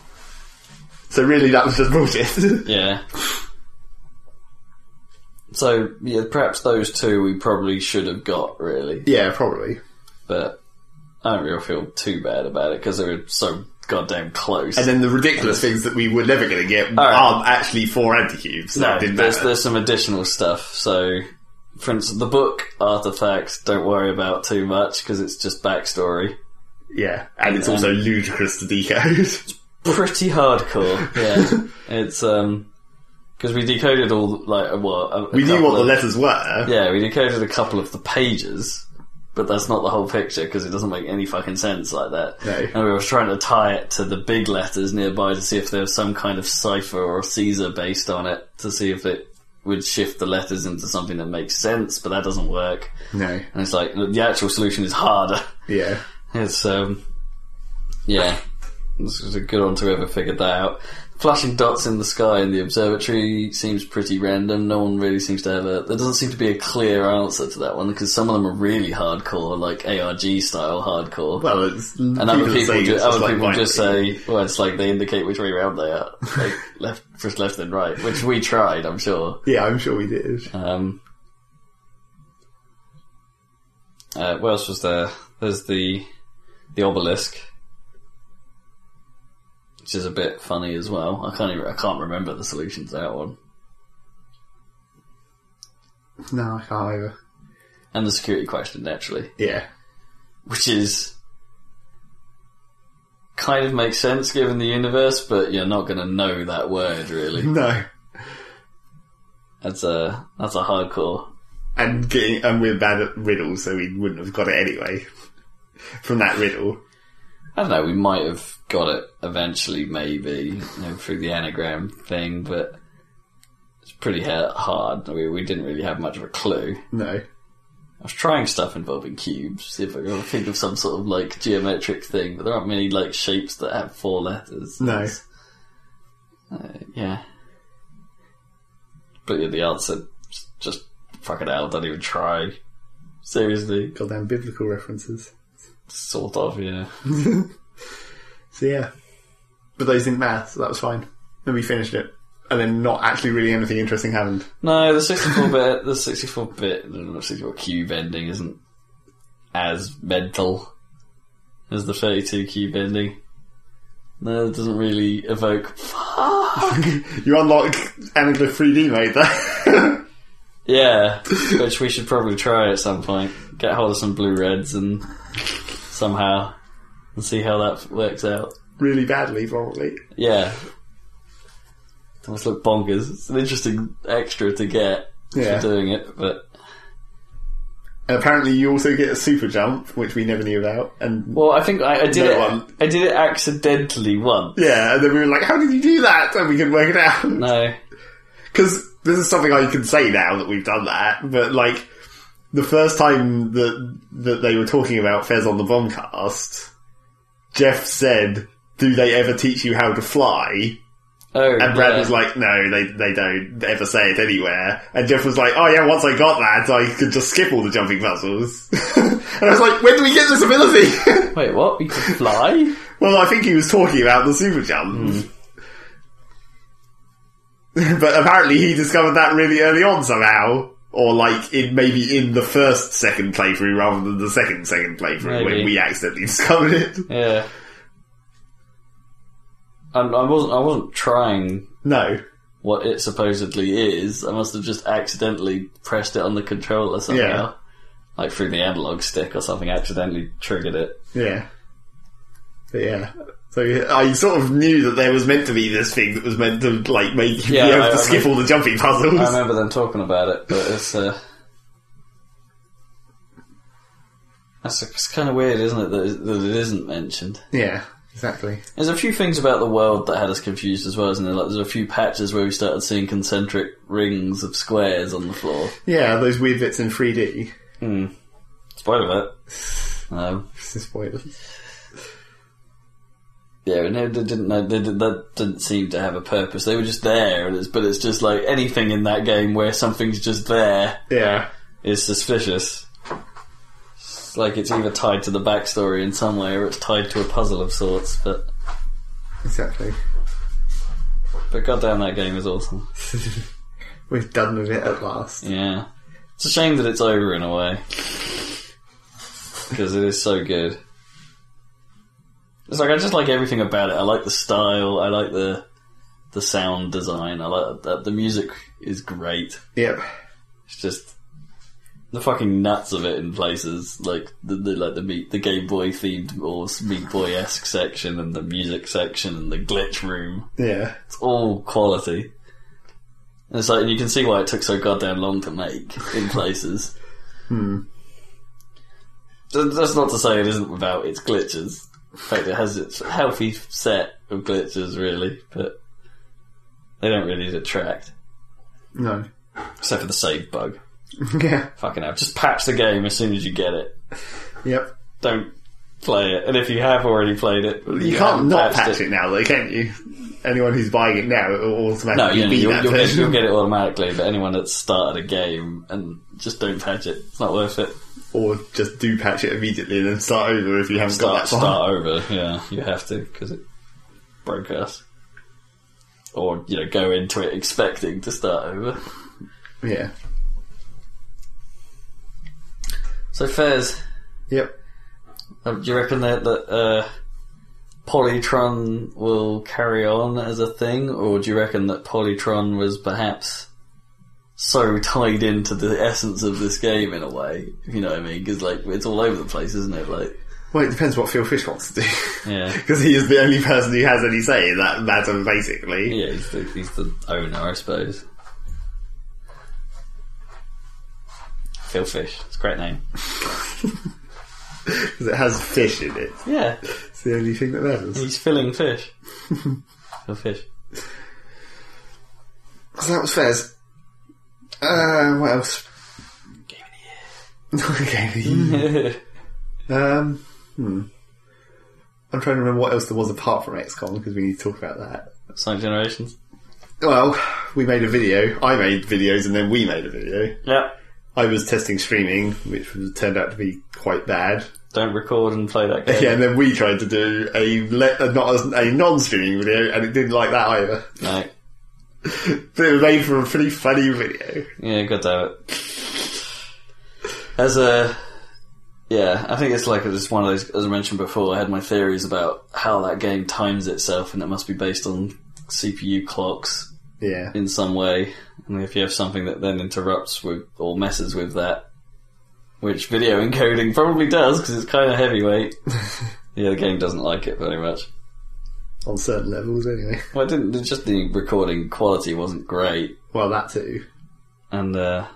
Speaker 2: (laughs) So really, that was just bullshit. (laughs)
Speaker 1: Yeah. So yeah, perhaps those two we probably should have got really,
Speaker 2: yeah, probably.
Speaker 1: but I don't really feel too bad about it because they were so goddamn close.
Speaker 2: And then the ridiculous things that we were never going to get
Speaker 1: right.
Speaker 2: aren't actually four anti-cubes. So
Speaker 1: no,
Speaker 2: it didn't
Speaker 1: there's
Speaker 2: matter.
Speaker 1: there's some additional stuff. So, for instance, the book artifacts don't worry about too much because it's just backstory. (laughs)
Speaker 2: Yeah, and it's
Speaker 1: Um,
Speaker 2: also ludicrous to decode.
Speaker 1: pretty hardcore.
Speaker 2: (laughs)
Speaker 1: Yeah, it's um because we decoded all like what a- a
Speaker 2: We knew
Speaker 1: couple
Speaker 2: what the
Speaker 1: of-
Speaker 2: letters were.
Speaker 1: yeah we decoded a couple of the pages, but that's not the whole picture because it doesn't make any fucking sense like that.
Speaker 2: No.
Speaker 1: And we were trying to tie it to the big letters nearby to see if there was some kind of cipher or Caesar based on it to see if it would shift the letters into something that makes sense, but that doesn't work.
Speaker 2: No.
Speaker 1: And it's like the actual solution is harder.
Speaker 2: Yeah.
Speaker 1: It's um, yeah, this is a good one to whoever figured that out. Flashing dots in the sky in the observatory seems pretty random. No one really seems to have a. There doesn't seem to be a clear answer to that one because some of them are really hardcore, like ARG style hardcore.
Speaker 2: Well, it's
Speaker 1: and other
Speaker 2: people
Speaker 1: people,
Speaker 2: say
Speaker 1: ju-
Speaker 2: it's just
Speaker 1: other
Speaker 2: like
Speaker 1: people just
Speaker 2: binary.
Speaker 1: say, well, it's like they indicate which way round they are, like (laughs) left, first left and right, which we tried, I'm sure.
Speaker 2: Yeah, I'm sure we did.
Speaker 1: Um, uh, what else was there? There's the the obelisk, which is a bit funny as well. I can't even, I can't remember the solution to that one.
Speaker 2: No, I can't either.
Speaker 1: And the security question naturally,
Speaker 2: Yeah.
Speaker 1: which is kind of makes sense given the universe, but you're not going to know that word
Speaker 2: (laughs)
Speaker 1: really.
Speaker 2: No.
Speaker 1: That's a that's a hardcore.
Speaker 2: And getting and we're bad at riddles, so we wouldn't have got it anyway. (laughs) From that riddle.
Speaker 1: I don't know. We might have got it eventually, maybe you know, through the anagram thing, but it's pretty ha- hard. We, we didn't really have much of a clue.
Speaker 2: No.
Speaker 1: I was trying stuff involving cubes, see if I could think of some sort of like geometric thing, but there aren't many like shapes that have four letters.
Speaker 2: No.
Speaker 1: It's- uh, yeah, but yeah, the answer is just fucking hell. Don't even try. Seriously,
Speaker 2: Goddamn biblical references.
Speaker 1: sort of. Yeah.
Speaker 2: So yeah. But those didn't matter, so that was fine. Then we finished it. And then not actually really anything interesting happened. (laughs)
Speaker 1: No, the 64 bit, the 64 bit, I don't know, 64 cube ending isn't as mental as the 32 cube ending. No, it doesn't really evoke.
Speaker 2: you unlock Anaglyph 3D mode there.
Speaker 1: Yeah, which we should probably try at some point. Get hold of some blue reds and somehow and see how that works out.
Speaker 2: (laughs) really badly, probably.
Speaker 1: Yeah. It must look bonkers. It's an interesting extra to get
Speaker 2: Yeah.
Speaker 1: for doing it, but
Speaker 2: And apparently you also get a super jump, which we never knew about. And
Speaker 1: well, I think I, I did
Speaker 2: No
Speaker 1: it.
Speaker 2: one.
Speaker 1: I did it accidentally once.
Speaker 2: yeah, and then we were like, how did you do that? And we could work it out. (laughs)
Speaker 1: No.
Speaker 2: Because this is something I can say now that we've done that, but like, the first time that, that they were talking about Fez on the bombcast, Jeff said, do they ever teach you how to fly?
Speaker 1: Oh,
Speaker 2: And Brad
Speaker 1: yeah.
Speaker 2: was like, no, they, they don't ever say it anywhere. And Jeff was like, oh yeah, once I got that, I could just skip all the jumping puzzles. (laughs) and I was like, when do we get this ability? (laughs)
Speaker 1: "Wait, what? We can fly?"
Speaker 2: well, I think he was talking about the super
Speaker 1: Hmm.
Speaker 2: jump. (laughs) but apparently he discovered that really early on somehow. Or like, in, maybe in the first second playthrough rather than the second second
Speaker 1: Maybe.
Speaker 2: playthrough when we accidentally (laughs) discovered it.
Speaker 1: yeah. And I wasn't. I wasn't trying
Speaker 2: No.
Speaker 1: what it supposedly is. I must have just accidentally pressed it on the controller somehow,
Speaker 2: Yeah.
Speaker 1: like through the analog stick or something. Accidentally triggered
Speaker 2: (laughs)
Speaker 1: it.
Speaker 2: Yeah. But yeah. So yeah, I sort of knew that there was meant to be this thing that was meant to like make you
Speaker 1: Yeah,
Speaker 2: be able
Speaker 1: I-
Speaker 2: to
Speaker 1: I
Speaker 2: skip all the jumping puzzles.
Speaker 1: I remember them talking about it, but it's. Uh, that's it's kind of weird, isn't it? That it, that it isn't mentioned.
Speaker 2: (laughs) yeah, exactly.
Speaker 1: There's a few things about the world that had us confused as well, isn't there? Like there's a few patches where we started seeing concentric rings of squares on the floor.
Speaker 2: Yeah, those weird bits in 3D.
Speaker 1: Spoiler alert. Um,
Speaker 2: This is spoilers.
Speaker 1: yeah, no, they didn't. know they did, that didn't seem to have a purpose. They were just there, and it's, but it's just like anything in that game where something's just there
Speaker 2: Yeah.
Speaker 1: is suspicious. It's like it's either tied to the backstory in some way, or it's tied to a puzzle of sorts. But
Speaker 2: Exactly.
Speaker 1: But goddamn, that game is awesome.
Speaker 2: We've done with it at last.
Speaker 1: Yeah. It's a shame that it's over in a way. Because it is so good. It's like I just like everything about it. I like the style. I like the the sound design. I like that the music is great.
Speaker 2: Yep.
Speaker 1: It's just the fucking nuts of it in places, like the, the like the meat, the Game Boy themed or Meat Boy esque section, and the music section, and the glitch room.
Speaker 2: Yeah.
Speaker 1: It's all quality. And it's like you can see why it took so goddamn long to make in
Speaker 2: (laughs)
Speaker 1: places. hmm. That's not to say it isn't without its glitches. In fact, it has its healthy set of glitches, really, but they don't really detract,
Speaker 2: No. (laughs)
Speaker 1: except for the save bug.
Speaker 2: yeah.
Speaker 1: Fucking hell! Just patch the game as soon as you get it.
Speaker 2: Yep.
Speaker 1: Don't play it, and if you have already played it,
Speaker 2: You, can't
Speaker 1: haven't
Speaker 2: not
Speaker 1: patched
Speaker 2: patch it. now, though, can you? Anyone who's buying it now, it will automatically
Speaker 1: No, you
Speaker 2: be
Speaker 1: will
Speaker 2: that
Speaker 1: you'll, get,
Speaker 2: version.
Speaker 1: you'll get it automatically, but anyone that's started a game and just don't patch it, it's not worth it.
Speaker 2: Or just do patch it immediately and then start over if you haven't got
Speaker 1: Start,
Speaker 2: that far.
Speaker 1: start over, yeah, you have to, because it broke us. Or, you know, go into it expecting to start over.
Speaker 2: Yeah.
Speaker 1: So, Fairs,
Speaker 2: Yep.
Speaker 1: uh, do you reckon that, that uh, Polytron will carry on as a thing, or do you reckon that Polytron was perhaps so tied into the (laughs) essence of this game in a way, if you know what I mean? Because, like, it's all over the place, isn't it? Like,
Speaker 2: Well, it depends what Phil Fish wants to do.
Speaker 1: Yeah.
Speaker 2: (laughs) Because he is the only person who has any say in that matter, basically.
Speaker 1: Yeah, he's the, he's the owner, I suppose. Phil Fish. It's a great name.
Speaker 2: Because it has fish in it.
Speaker 1: Yeah,
Speaker 2: It's the only thing that matters.
Speaker 1: he's filling fish. (laughs) Phil Fish. (laughs)
Speaker 2: So that was Fez. Uh, what else? (laughs) okay. um, hmm. I'm trying to remember what else there was apart from XCOM because we need to talk about that.
Speaker 1: Sonic Generations.
Speaker 2: Well, we made a video. I made videos and then we made a video.
Speaker 1: Yeah.
Speaker 2: I was testing streaming, which was, turned out to be quite bad. (laughs)
Speaker 1: Don't record and play that game.
Speaker 2: Yeah, and then we tried to do a, le- a not a non-streaming video, and it didn't like that either.
Speaker 1: No.
Speaker 2: But it was made for a pretty funny video.
Speaker 1: Yeah, God damn it. As a. Yeah, I think it's like it's one of those. As I mentioned before, I had my theories about how that game times itself, and it must be based on CPU clocks
Speaker 2: Yeah,
Speaker 1: in some way, and if you have something that then interrupts with or messes with that, which video encoding probably does because it's kind of heavyweight. yeah, the game doesn't like it very much.
Speaker 2: on certain levels, anyway.
Speaker 1: Well, it didn't. It's just the recording quality wasn't great,
Speaker 2: Well, that too. (laughs)
Speaker 1: and uh,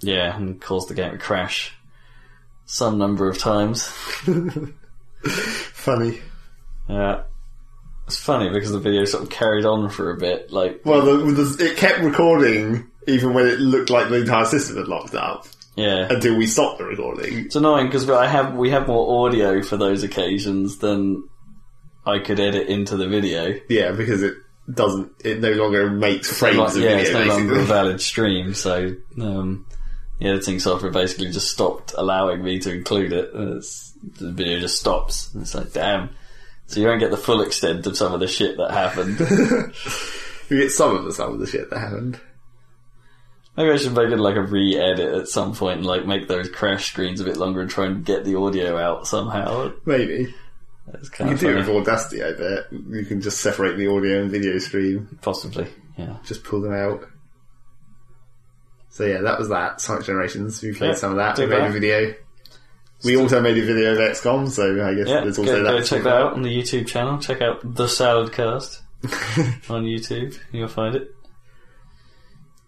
Speaker 1: yeah, and caused the game to crash some number of times.
Speaker 2: Funny.
Speaker 1: Yeah. It's funny because the video sort of carried on for a bit, like
Speaker 2: Well, the, the, it kept recording even when it looked like the entire system had locked up
Speaker 1: yeah.
Speaker 2: until we stopped the recording.
Speaker 1: It's annoying because I have we have more audio for those occasions than I could edit into the video.
Speaker 2: Yeah, because it doesn't. It no longer makes frames
Speaker 1: Like,
Speaker 2: of
Speaker 1: yeah, it's
Speaker 2: video.
Speaker 1: no longer a
Speaker 2: basically.
Speaker 1: valid stream, so um, the editing software basically just stopped allowing me to include it. And it's, the video just stops. And it's like, damn. So you don't get the full extent of some of the shit that
Speaker 2: (laughs)
Speaker 1: happened.
Speaker 2: we get some of the some of the shit that happened.
Speaker 1: Maybe I should make it like a re-edit at some point, and like make those crash screens a bit longer and try and get the audio out somehow.
Speaker 2: Maybe
Speaker 1: It's kind
Speaker 2: you can
Speaker 1: of
Speaker 2: do it
Speaker 1: funny.
Speaker 2: with Audacity. I bet you can just separate the audio and video stream.
Speaker 1: possibly, yeah.
Speaker 2: Just pull them out. So yeah, that was that. Sonic Generations. We played
Speaker 1: Yeah,
Speaker 2: some of that.
Speaker 1: do
Speaker 2: We made
Speaker 1: that.
Speaker 2: a video. We also made a video of XCOM, so I guess
Speaker 1: Yeah,
Speaker 2: there's
Speaker 1: go,
Speaker 2: also that.
Speaker 1: go
Speaker 2: to
Speaker 1: check
Speaker 2: talk
Speaker 1: that
Speaker 2: about.
Speaker 1: out on the YouTube channel. Check out the Saladcast on YouTube. You'll find it.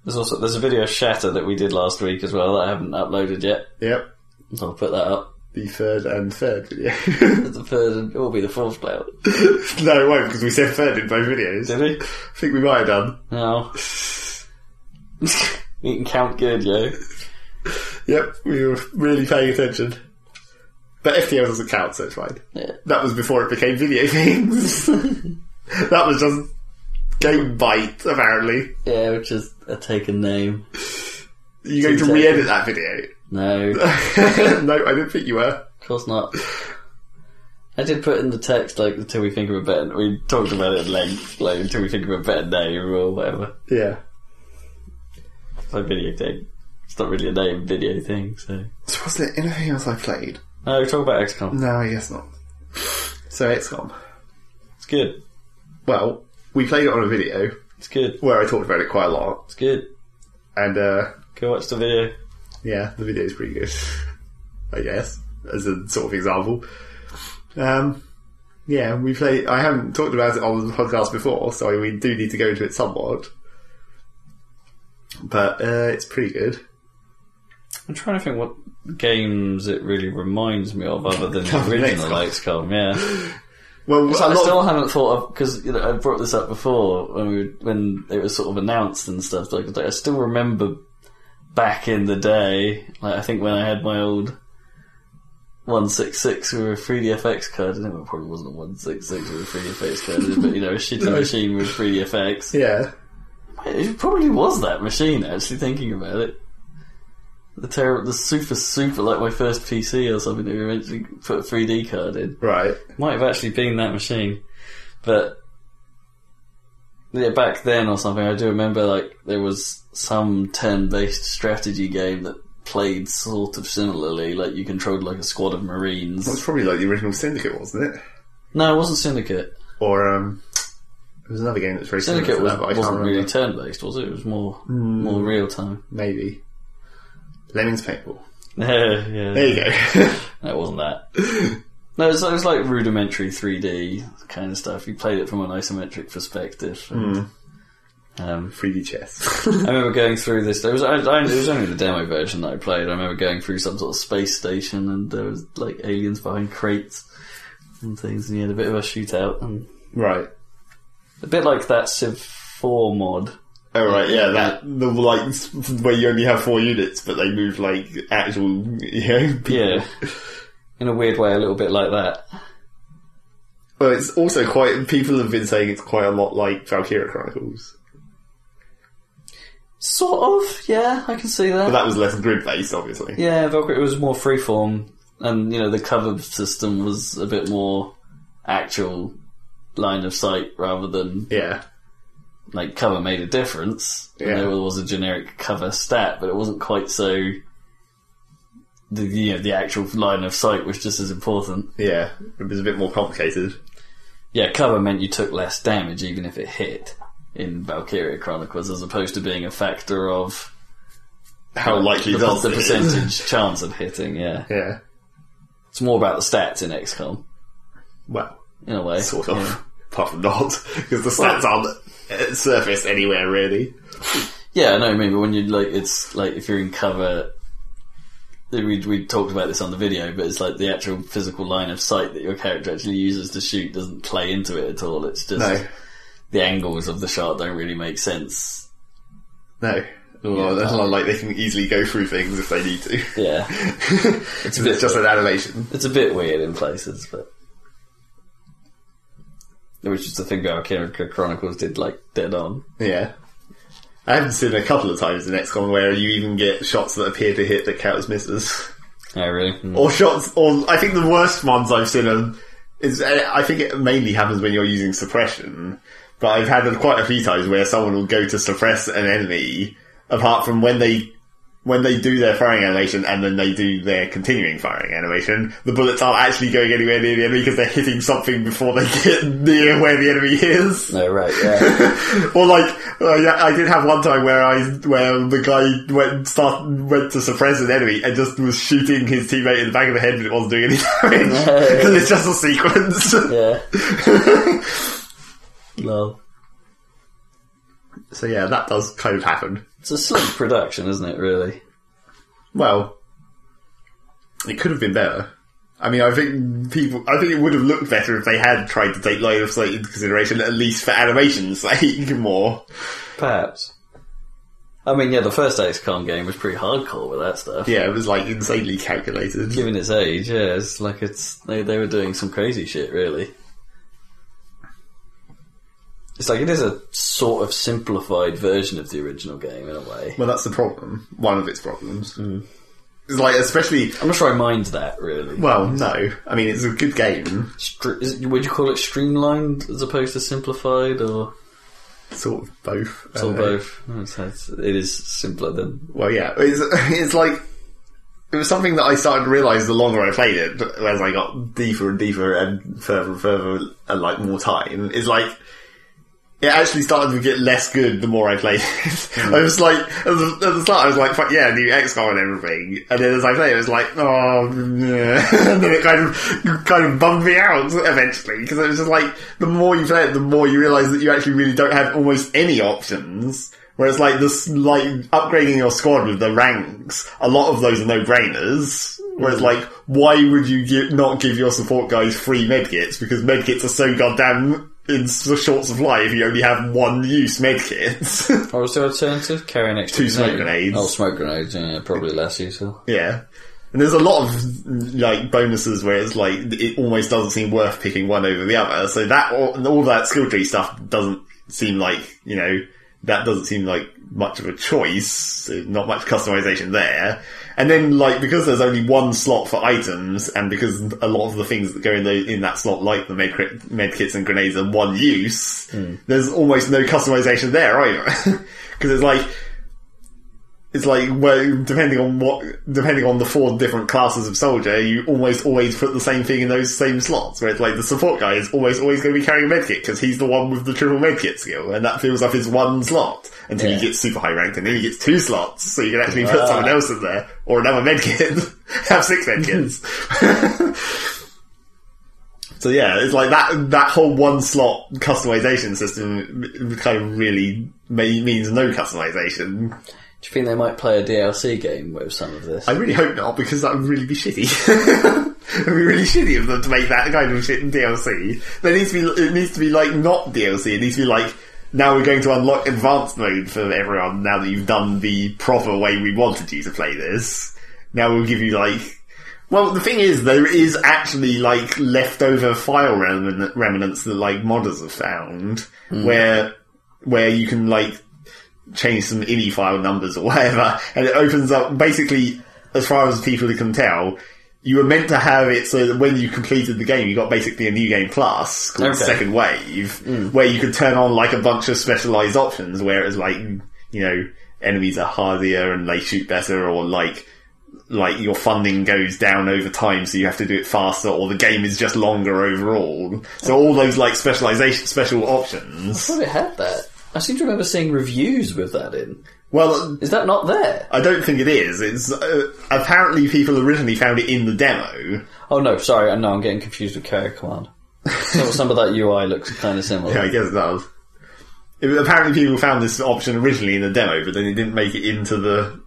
Speaker 1: There's also there's a video of Shatter that we did last week as well that I haven't uploaded yet.
Speaker 2: (laughs) Yep.
Speaker 1: So I'll put that up.
Speaker 2: the third and third video. (laughs)
Speaker 1: The third and it will be the fourth player.
Speaker 2: no, it won't because we said third in both videos.
Speaker 1: Did we?
Speaker 2: I think we might have done.
Speaker 1: (laughs) No. we can count good, yo.
Speaker 2: Yep, we were really paying attention. But FTL doesn't count, so it's fine.
Speaker 1: Yeah.
Speaker 2: That was before it became video (laughs) games. that was just game bite, apparently.
Speaker 1: Yeah, which is a taken name.
Speaker 2: You going to
Speaker 1: Two
Speaker 2: re-edit that video?
Speaker 1: No, of
Speaker 2: (laughs) no, I didn't think you were.
Speaker 1: course not. I did put in the text like until we think of a better. We talked about it at length, like until we think of a better name or whatever.
Speaker 2: Yeah.
Speaker 1: It's like video thing. It's not really a name, video thing. So
Speaker 2: So was there anything else I played?
Speaker 1: no, talk about XCOM.
Speaker 2: No, I guess not. So XCOM.
Speaker 1: It's good.
Speaker 2: Well, we played it on a video
Speaker 1: It's good.
Speaker 2: where I talked about it quite a lot,
Speaker 1: It's good.
Speaker 2: and uh,
Speaker 1: Go watch the video.
Speaker 2: yeah, the video is pretty good. I guess as a sort of example. Um, yeah, we play. I haven't talked about it on the podcast before, so we do need to go into it somewhat. But uh, it's pretty good.
Speaker 1: I'm trying to think what games it really reminds me of other than the
Speaker 2: Other than
Speaker 1: original XCOM. Yeah.
Speaker 2: Well, a
Speaker 1: I
Speaker 2: lot
Speaker 1: still haven't thought of because you know I brought this up before when we when it was sort of announced and stuff. Like I still remember back in the day, like I think when I had my old one six six with a three DFX card. I think it probably wasn't a one six six with a three DFX card, but you know a shitty
Speaker 2: (laughs)
Speaker 1: machine with three DFX.
Speaker 2: yeah,
Speaker 1: It probably was that machine. Actually, thinking about it. The terror, the super, super, like my first PC or something that we eventually put a 3D card in
Speaker 2: right.
Speaker 1: might have actually been that machine, but yeah, back then or something, I do remember like there was some turn-based strategy game that played sort of similarly. Like you controlled like a squad of
Speaker 2: That's
Speaker 1: marines.
Speaker 2: probably like the original Syndicate, wasn't it?
Speaker 1: No, it wasn't Syndicate.
Speaker 2: Or um, there was another game that's very similar
Speaker 1: Syndicate
Speaker 2: to
Speaker 1: was,
Speaker 2: that, but I can't
Speaker 1: wasn't
Speaker 2: remember. Hmm.
Speaker 1: really turn-based, was it? It was more more real time. (laughs)
Speaker 2: Maybe Lemmings Paintball.
Speaker 1: yeah,
Speaker 2: There you go. (laughs)
Speaker 1: No, it wasn't that. No, it was, it was like rudimentary 3D kind of stuff. You played it from an isometric perspective. and,
Speaker 2: Hmm.
Speaker 1: Um,
Speaker 2: 3D chess. (laughs)
Speaker 1: I remember going through this. There was I, I, it was only the demo version that I played. I remember going through some sort of space station, and there was like aliens behind crates and things, and you had a bit of a shootout, and
Speaker 2: right.
Speaker 1: a bit like that Civ Four mod.
Speaker 2: Oh right, yeah, that the like s- where you only have four units, but they move like actual, (laughs) you know. People.
Speaker 1: Yeah, in a weird way, a little bit like that.
Speaker 2: Well, it's also quite. People have been saying it's quite a lot like Valkyria Chronicles,
Speaker 1: Sort of. Yeah, I can see
Speaker 2: but
Speaker 1: that.
Speaker 2: that was less grid based, obviously.
Speaker 1: Yeah, Valkyrie it was more freeform, and you know the cover system was a bit more actual line of sight rather than
Speaker 2: Yeah.
Speaker 1: like cover made a difference. and
Speaker 2: Yeah.
Speaker 1: There was a generic cover stat, but it wasn't quite so. The you know, the actual line of sight was just as important.
Speaker 2: yeah, It was a bit more complicated.
Speaker 1: Yeah, cover meant you took less damage even if it hit in Valkyria Chronicles, as opposed to being a factor of
Speaker 2: How likely
Speaker 1: the,
Speaker 2: does
Speaker 1: the
Speaker 2: it?
Speaker 1: percentage chance of hitting. Yeah,
Speaker 2: Yeah.
Speaker 1: it's more about the stats in XCOM
Speaker 2: Well,
Speaker 1: in a way.
Speaker 2: sort of.
Speaker 1: Yeah.
Speaker 2: (laughs) Apart from not, because the stats aren't uh, surface anywhere really.
Speaker 1: Yeah, I know. Maybe when you like, it's like if you're in cover. We we talked about this on the video, but it's like the actual physical line of sight that your character actually uses to shoot doesn't play into it at all. It's just
Speaker 2: No.
Speaker 1: the angles of the shot don't really make sense.
Speaker 2: No. Well, that's not like they can easily go through things if they need to.
Speaker 1: Yeah,
Speaker 2: (laughs) it's,
Speaker 1: a bit-
Speaker 2: just an animation.
Speaker 1: it's a bit weird in places, but which is the thing Valkyria Chronicles did like dead on.
Speaker 2: Yeah. I have seen a couple of times in XCOM where you even get shots that appear to hit that count as misses.
Speaker 1: Oh really? Mm.
Speaker 2: Or shots, or I think the worst ones I've seen are, is, eh, I think it mainly happens when you're using suppression, but I've had it quite a few times where someone will go to suppress an enemy, apart from when they, when they do their firing animation and then they do their continuing firing animation, the bullets aren't actually going anywhere near the enemy because they're hitting something before they (laughs) get near where the enemy is
Speaker 1: No Oh, right? Yeah,
Speaker 2: or like uh, I, I did have one time where I where the guy went start went to suppress an enemy and just was shooting his teammate in the back of the head, but it wasn't doing any damage (laughs) because it's just a sequence.
Speaker 1: yeah. (laughs) Love.
Speaker 2: (laughs) So yeah, that does kind of happen.
Speaker 1: It's a slick production, isn't it? Really.
Speaker 2: Well, it could have been better. I mean, I think people. I think it would have looked better if they had tried to take line of sight into consideration, at least for animation's sake, (laughs) more.
Speaker 1: Perhaps. I mean, yeah, the first XCOM game was pretty hardcore with that stuff.
Speaker 2: Yeah, it was like insanely calculated.
Speaker 1: Given its age, yeah, it's like it's they, they were doing some crazy shit, really. It's like it is a sort of simplified version of the original game in a way. Mm.
Speaker 2: Well, that's the problem. One of its problems. It's like, especially.
Speaker 1: I'm not sure I mind that really.
Speaker 2: Well, no. I mean, it's a good game,
Speaker 1: Stri- is, would you call it streamlined as opposed to simplified, or
Speaker 2: sort of both. I
Speaker 1: it's all
Speaker 2: don't know.
Speaker 1: both? Oh, it's- it's- It is simpler than
Speaker 2: Well, yeah, it's it's like it was something that I started to realise the longer I played it, but as I got deeper and deeper and further and further and like more time, is like it actually started to get less good the more I played it. (laughs) I was like at the, at the start, I was like, "Fuck yeah, new XCOM and everything," and then as I played, it, it was like, "Oh," yeah. (laughs) and then it kind of kind of bummed me out eventually because it was just like the more you play it, the more you realise that you actually really don't have almost any options. Whereas like this, like upgrading your squad with the ranks, a lot of those are no brainers. Whereas like, why would you gi- not give your support guys free medkits? Because medkits are so goddamn in s- short supply if you only have one use (laughs) medkits.
Speaker 1: What was the alternative? Carry an extra
Speaker 2: Two
Speaker 1: grenade.
Speaker 2: smoke grenades.
Speaker 1: Oh, smoke grenades. Yeah, probably less useful.
Speaker 2: yeah. And there's a lot of like bonuses where it's like it almost doesn't seem worth picking one over the other. So that all, all that skill tree stuff doesn't seem like you know that doesn't seem like much of a choice. So not much customization there. And then like because there's only one slot for items, and because a lot of the things that go in the, in that slot, like the med medkits and grenades, are one use. There's almost no customization there either, (laughs) because it's like it's like well, depending on what, depending on the four different classes of soldier, you almost always put the same thing in those same slots. Where it's like the support guy is always always going to be carrying a medkit because he's the one with the triple medkit skill, and that fills up his one slot until
Speaker 1: Yeah.
Speaker 2: he gets super high ranked, and then he gets two slots, so you can actually put someone else in there or another medkit, (laughs) have six medkits. (laughs) So yeah, it's like that that whole one slot customization system kind of really ma- means no customization
Speaker 1: Do you think they might play a DLC game with some of this?
Speaker 2: I really hope not, because that would really be shitty. (laughs) it would be really shitty of them to make that kind of shit in DLC. There needs to be, it needs to be like not DLC. It needs to be like, now we're going to unlock advanced mode for everyone now that you've done the proper way we wanted you to play this. Now we'll give you like, well, the thing is, there is actually like leftover file remin- remnants that like modders have found where, where you can like change some INI file numbers or whatever, and it opens up basically, as far as people can tell, you were meant to have it so that when you completed the game, you got basically a new game plus called
Speaker 1: Okay.
Speaker 2: Second Wave, where you could turn on like a bunch of specialized options, where it's like, you know, enemies are hardier and they shoot better, or like, like your funding goes down over time, so you have to do it faster, or the game is just longer overall. So all those like specialization, special options.
Speaker 1: thought it had that. I seem to remember seeing reviews with that in.
Speaker 2: Well,
Speaker 1: Is that not there?
Speaker 2: I don't think it is. It's uh, apparently people originally found it in the demo.
Speaker 1: Oh no, sorry, I know I'm getting confused with Carrier Command.
Speaker 2: (laughs)
Speaker 1: So some of that UI looks kind of similar.
Speaker 2: Yeah, I guess it does. It was, apparently people found this option originally in the demo, but then it didn't make it into the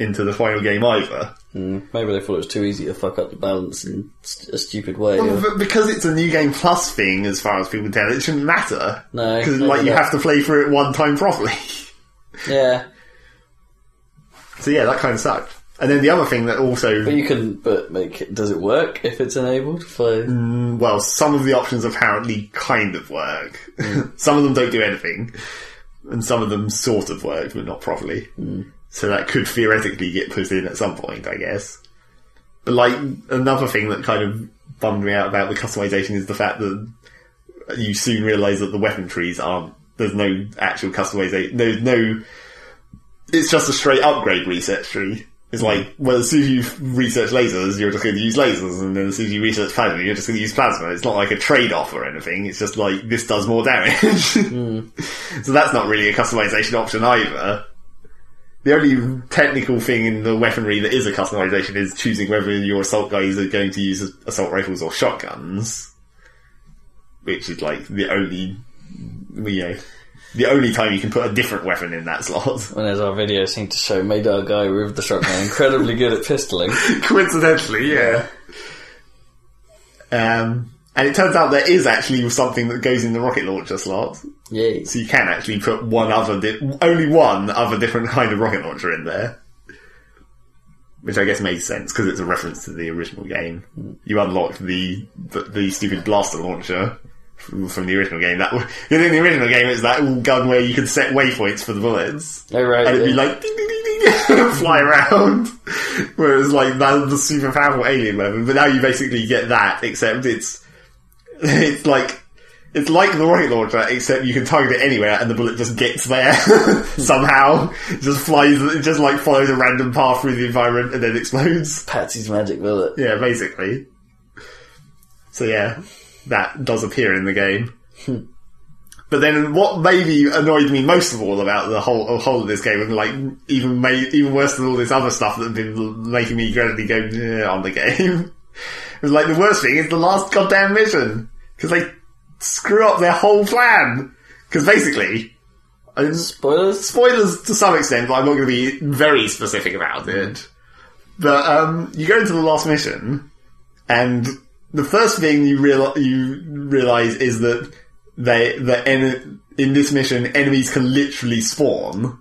Speaker 2: into the final game either.
Speaker 1: Mm, Maybe they thought it was too easy to fuck up the balance in st- a stupid way. or-
Speaker 2: But because it's a new game plus thing, as far as people tell, it shouldn't matter.
Speaker 1: No,
Speaker 2: because
Speaker 1: maybe
Speaker 2: like you
Speaker 1: not.
Speaker 2: have to play through it one time properly. (laughs)
Speaker 1: Yeah,
Speaker 2: so yeah, that kind of sucked. And then the other thing that also
Speaker 1: but you can. But make it, does it work if it's enabled? For
Speaker 2: Mm. well, some of the options apparently kind of work. (laughs) some of them don't do anything, and some of them sort of work, but not properly. So that could theoretically get put in at some point, I guess. But like another thing that kind of bummed me out about the customization is the fact that you soon realise that the weapon trees aren't. There's no actual customization. There's no. It's just a straight upgrade research tree. It's like, well, as soon as you research lasers, you're just going to use lasers, and then as soon as you research plasma, you're just going to use plasma. It's not like a trade off or anything. It's just like this does more damage. (laughs) So that's not really a customization option either. The only technical thing in the weaponry that is a customization is choosing whether your assault guys are going to use assault rifles or shotguns, which is like the only, you know, the only time you can put a different weapon in that (laughs) slot.
Speaker 1: and as our video seemed to show, made our guy with the shotgun incredibly good at
Speaker 2: (laughs)
Speaker 1: pistoling.
Speaker 2: Coincidentally, yeah. Um, and it turns out there is actually something that goes in the rocket launcher slot.
Speaker 1: Yay!
Speaker 2: So you can actually put one other, di- only one other different kind of rocket launcher in there. Which I guess makes sense because it's a reference to the original game. You unlocked the the, the stupid blaster launcher from, from the original game. That (laughs) because in the original game it's that gun where you could set waypoints for the bullets,
Speaker 1: Oh, right,
Speaker 2: and it'd be
Speaker 1: yeah.
Speaker 2: like ding, (laughs) ding, ding, ding, fly around. Whereas like that's the super powerful alien weapon, but now you basically get that, except it's (laughs) it's like it's like the rocket launcher, except you can target it anywhere and the bullet just gets there (laughs) somehow. It just flies it just like follows a random path through the environment and then explodes.
Speaker 1: Patsy's magic bullet.
Speaker 2: Yeah, basically. So yeah, that does appear in the game. but then, what maybe annoyed me most of all about the whole the whole of this game, and like even made, even worse than all this other stuff that's been making me gradually go "Nah," on the (laughs) game, was like the worst thing is the last goddamn mission because they screw up their whole plan. Because basically, I-
Speaker 1: Spoilers?
Speaker 2: spoilers to some extent, but I'm not going to be very specific about it. But um, you go into the last mission, and the first thing you real you realize is that they the en- in this mission enemies can literally spawn,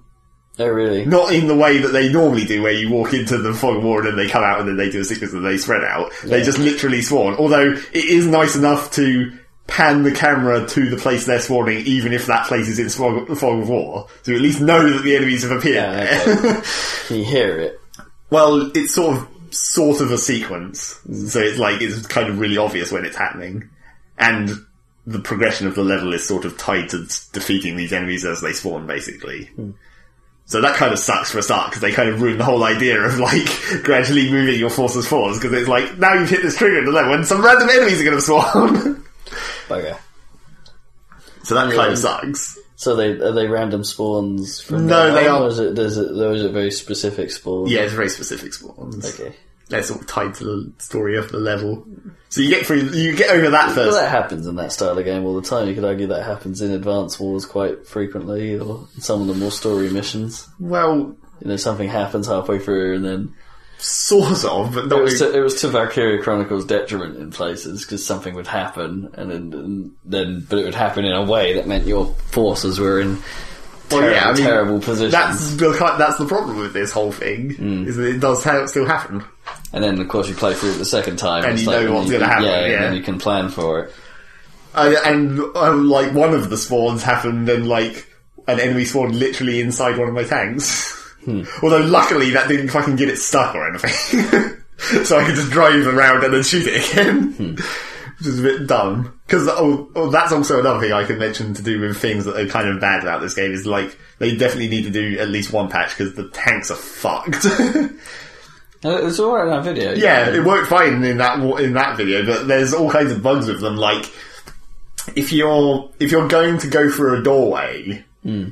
Speaker 1: Oh, really?
Speaker 2: not in the way that they normally do, where you walk into the fog wall and then they come out and then they do a sequence and they spread out. They just literally spawn. Although it is nice enough to pan the camera to the place they're spawning, even if that place is in fog, fog of war, so you at least know that the enemies have appeared.
Speaker 1: Yeah,
Speaker 2: there.
Speaker 1: Can you hear it?
Speaker 2: Well, it's sort of sort of a sequence, so it's like it's kind of really obvious when it's happening, and the progression of the level is sort of tied to defeating these enemies as they spawn, basically. So that kind of sucks for a start because they kind of ruin the whole idea of like (laughs) gradually moving your forces forwards because it's like now you've hit this trigger in the level and some random enemies are going to spawn. (laughs)
Speaker 1: Bugger.
Speaker 2: so that kind of sucks.
Speaker 1: So they are they random spawns from
Speaker 2: No,
Speaker 1: the
Speaker 2: they
Speaker 1: line,
Speaker 2: are-
Speaker 1: Or is it, there's a, there is a very specific spawn.
Speaker 2: Yeah, it's very specific spawns.
Speaker 1: Okay.
Speaker 2: They're sort of tied to the story of the level. So you get through, you get over that
Speaker 1: Well,
Speaker 2: first.
Speaker 1: that happens in that style of game all the time. You could argue that happens in Advance Wars quite frequently, or some of the more story missions.
Speaker 2: Well,
Speaker 1: You know, something happens halfway through, and then
Speaker 2: sort of, but not.
Speaker 1: it was to, it was to Valkyria Chronicles' detriment in places because something would happen, and then, and then but it would happen in a way that meant your forces were in
Speaker 2: Well,
Speaker 1: terrible,
Speaker 2: Oh, yeah, I mean,
Speaker 1: terrible positions.
Speaker 2: that's the ki- that's the problem with this whole thing
Speaker 1: Hmm.
Speaker 2: is that it does ha- still happen.
Speaker 1: And then, of course, you play through it the second time,
Speaker 2: And
Speaker 1: it's
Speaker 2: you know
Speaker 1: and
Speaker 2: what's
Speaker 1: you
Speaker 2: gonna
Speaker 1: can-
Speaker 2: happen,
Speaker 1: and
Speaker 2: yeah.
Speaker 1: then you can plan for it.
Speaker 2: Uh, and uh, like one of the spawns happened, and like an enemy spawned literally inside one of my tanks.
Speaker 1: Hmm.
Speaker 2: (laughs) Although luckily that didn't fucking get it stuck or anything, (laughs) so I could just drive around and then shoot it again.
Speaker 1: Hmm.
Speaker 2: (laughs) Which is a bit dumb. Because oh, oh, that's also another thing I can mention to do with things that are kind of bad about this game is like they definitely need to do at least one patch because the tanks are fucked. (laughs)
Speaker 1: And it was all right in that video.
Speaker 2: Yeah, it worked fine in that in that video, but there's all kinds of bugs with them. Like if you're if you're going to go through a doorway,
Speaker 1: Hmm.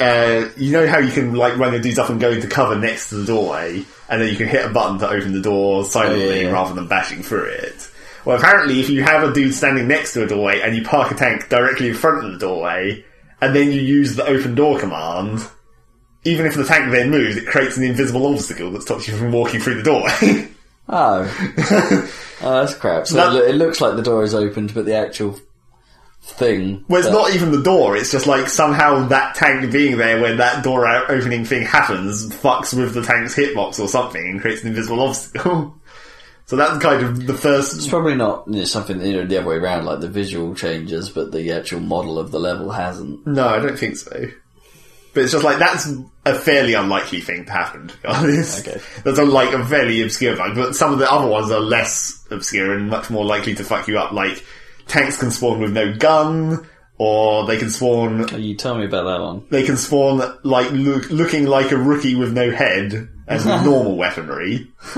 Speaker 2: uh, you know how you can like run your dudes up and go into cover next to the doorway, and then you can hit a button to open the door silently
Speaker 1: Oh, yeah, yeah.
Speaker 2: rather than bashing through it. Well, apparently, if you have a dude standing next to a doorway and you park a tank directly in front of the doorway, and then you use the open door command. Even if the tank then moves, it creates an invisible obstacle that stops you from walking through the doorway. (laughs)
Speaker 1: Oh. oh, that's crap. So
Speaker 2: That-
Speaker 1: it, loo- it looks like the door is opened, but the actual thing.
Speaker 2: Well, it's not even the door. It's just like somehow that tank being there when that door o- opening thing happens fucks with the tank's hitbox or something and creates an invisible obstacle. (laughs) so that's kind of the first.
Speaker 1: It's probably not you know, something you know the other way around, like the visual changes, but the actual model of the level hasn't.
Speaker 2: No, I don't think so. But it's just like that's a fairly unlikely thing to happen. To be honest,
Speaker 1: Okay.
Speaker 2: that's a, like a fairly obscure bug. But some of the other ones are less obscure and much more likely to fuck you up. Like tanks can spawn with no gun, or they can spawn
Speaker 1: You tell me about that one.
Speaker 2: they can spawn like look, looking like a rookie with no head as normal weaponry. (laughs)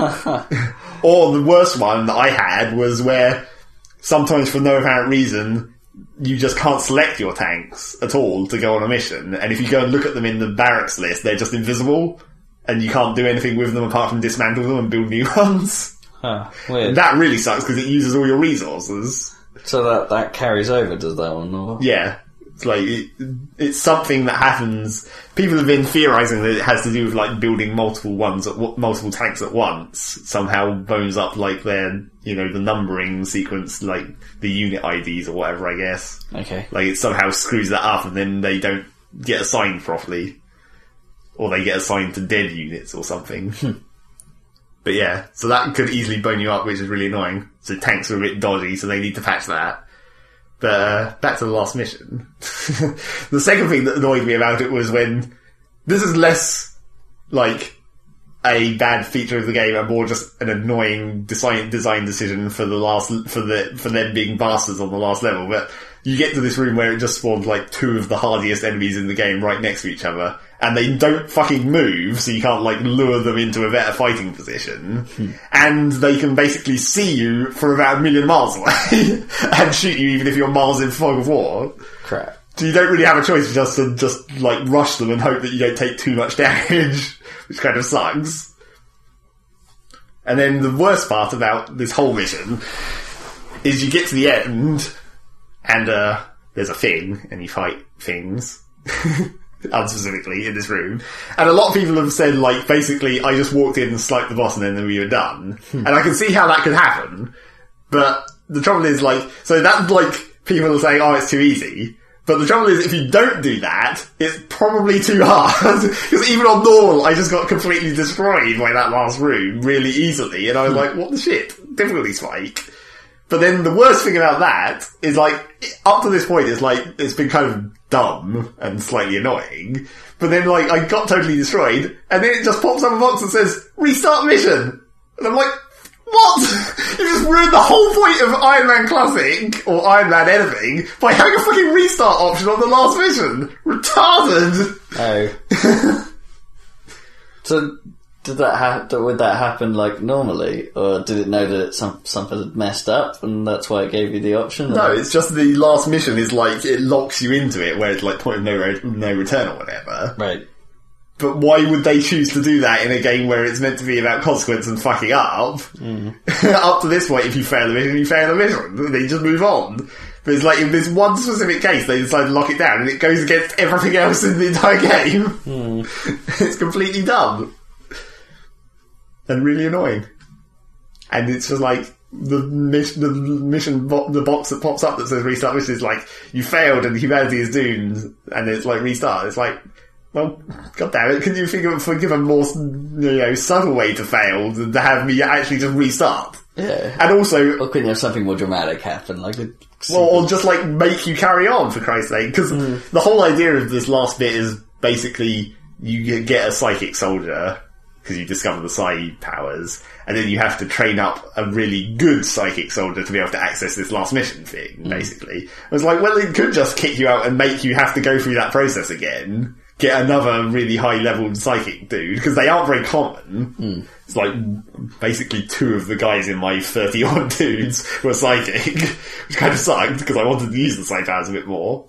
Speaker 2: or the worst one that I had was where sometimes for no apparent reason you just can't select your tanks at all to go on a mission, and if you go and look at them in the barracks list, they're just invisible, and you can't do anything with them apart from dismantle them and build new (laughs) ones.
Speaker 1: Huh, weird.
Speaker 2: That really sucks because it uses all your resources.
Speaker 1: so that that carries over, does that one? Or?
Speaker 2: Yeah. It's like, it, it's something that happens. People have been theorizing that it has to do with like building multiple ones at w- multiple tanks at once. Somehow bones up like their, you know, the numbering sequence, like the unit IDs or whatever, I guess.
Speaker 1: Okay.
Speaker 2: Like it somehow screws that up and then they don't get assigned properly. Or they get assigned to dead units or something. but yeah, so that could easily bone you up, which is really annoying. So tanks are a bit dodgy, so they need to patch that. But uh, back to the last (laughs) mission. the second thing that annoyed me about it was when this is less like a bad feature of the game and more just an annoying design design decision for the last for the for them being bastards on the last level. But you get to this room where it just spawns like two of the hardiest enemies in the game right next to each other, and they don't fucking move, so you can't like lure them into a better fighting position. And they can basically see you from about a million miles away (laughs) and shoot you even if you're miles in fog of war.
Speaker 1: Crap.
Speaker 2: So you don't really have a choice just to just like rush them and hope that you don't take too much (laughs) damage, which kind of sucks. And then the worst part about this whole mission is you get to the end and uh, there's a thing and you fight things. (laughs) Unspecifically in this room, and a lot of people have said like basically I just walked in and sniped the boss and then we were done, and I can see how that could happen. But the trouble is, like, so that's like people are saying, oh, it's too easy. But the trouble is, if you don't do that, it's probably too hard. (laughs) Because even on normal, I just got completely destroyed by that last room really easily, and I was like, what the shit? Difficulty spike. But then the worst thing about that is like, up to this point, it's like, it's been kind of dumb and slightly annoying. But then like, I got totally destroyed, and then it just pops up a box and says, restart mission! And I'm like, what? (laughs) You just ruined the whole point of Iron Man Classic, or Iron Man anything, by having a fucking restart option on the last mission! Retarded!
Speaker 1: Oh.
Speaker 2: (laughs)
Speaker 1: so did that ha- would that happen like normally, or did it know that some something had messed up and that's why it gave you the option?
Speaker 2: No,
Speaker 1: Or-
Speaker 2: it's just the last mission is like, it locks you into it, where it's like point of no, re- no return or whatever.
Speaker 1: right.
Speaker 2: but why would they choose to do that in a game where it's meant to be about consequence and fucking up? (laughs) up to this point, if you fail a mission, you fail a mission. They just move on. But it's like in this one specific case, they decide to lock it down, and it goes against everything else in the entire game. (laughs) it's completely dumb and really annoying. And it's just like the mission, the mission, bo- the box that pops up that says restart, which is like you failed and humanity is doomed, and it's like restart. It's like, well, god damn it, can you think of think of a more you know subtle way to fail than to have me actually just restart?
Speaker 1: Yeah.
Speaker 2: And also,
Speaker 1: Or couldn't you have something more dramatic happen, like a
Speaker 2: well, or just like make you carry on for Christ's sake. Because the whole idea of this last bit is basically you get a psychic soldier because you discover the psi powers, and then you have to train up a really good psychic soldier to be able to access this last mission thing. Basically, I was like, well, it could just kick you out and make you have to go through that process again. Get another really high leveled psychic dude because they aren't very common. It's like basically two of the guys in my 30 odd (laughs) dudes were psychic, which kind of sucked because I wanted to use the psych powers a bit more.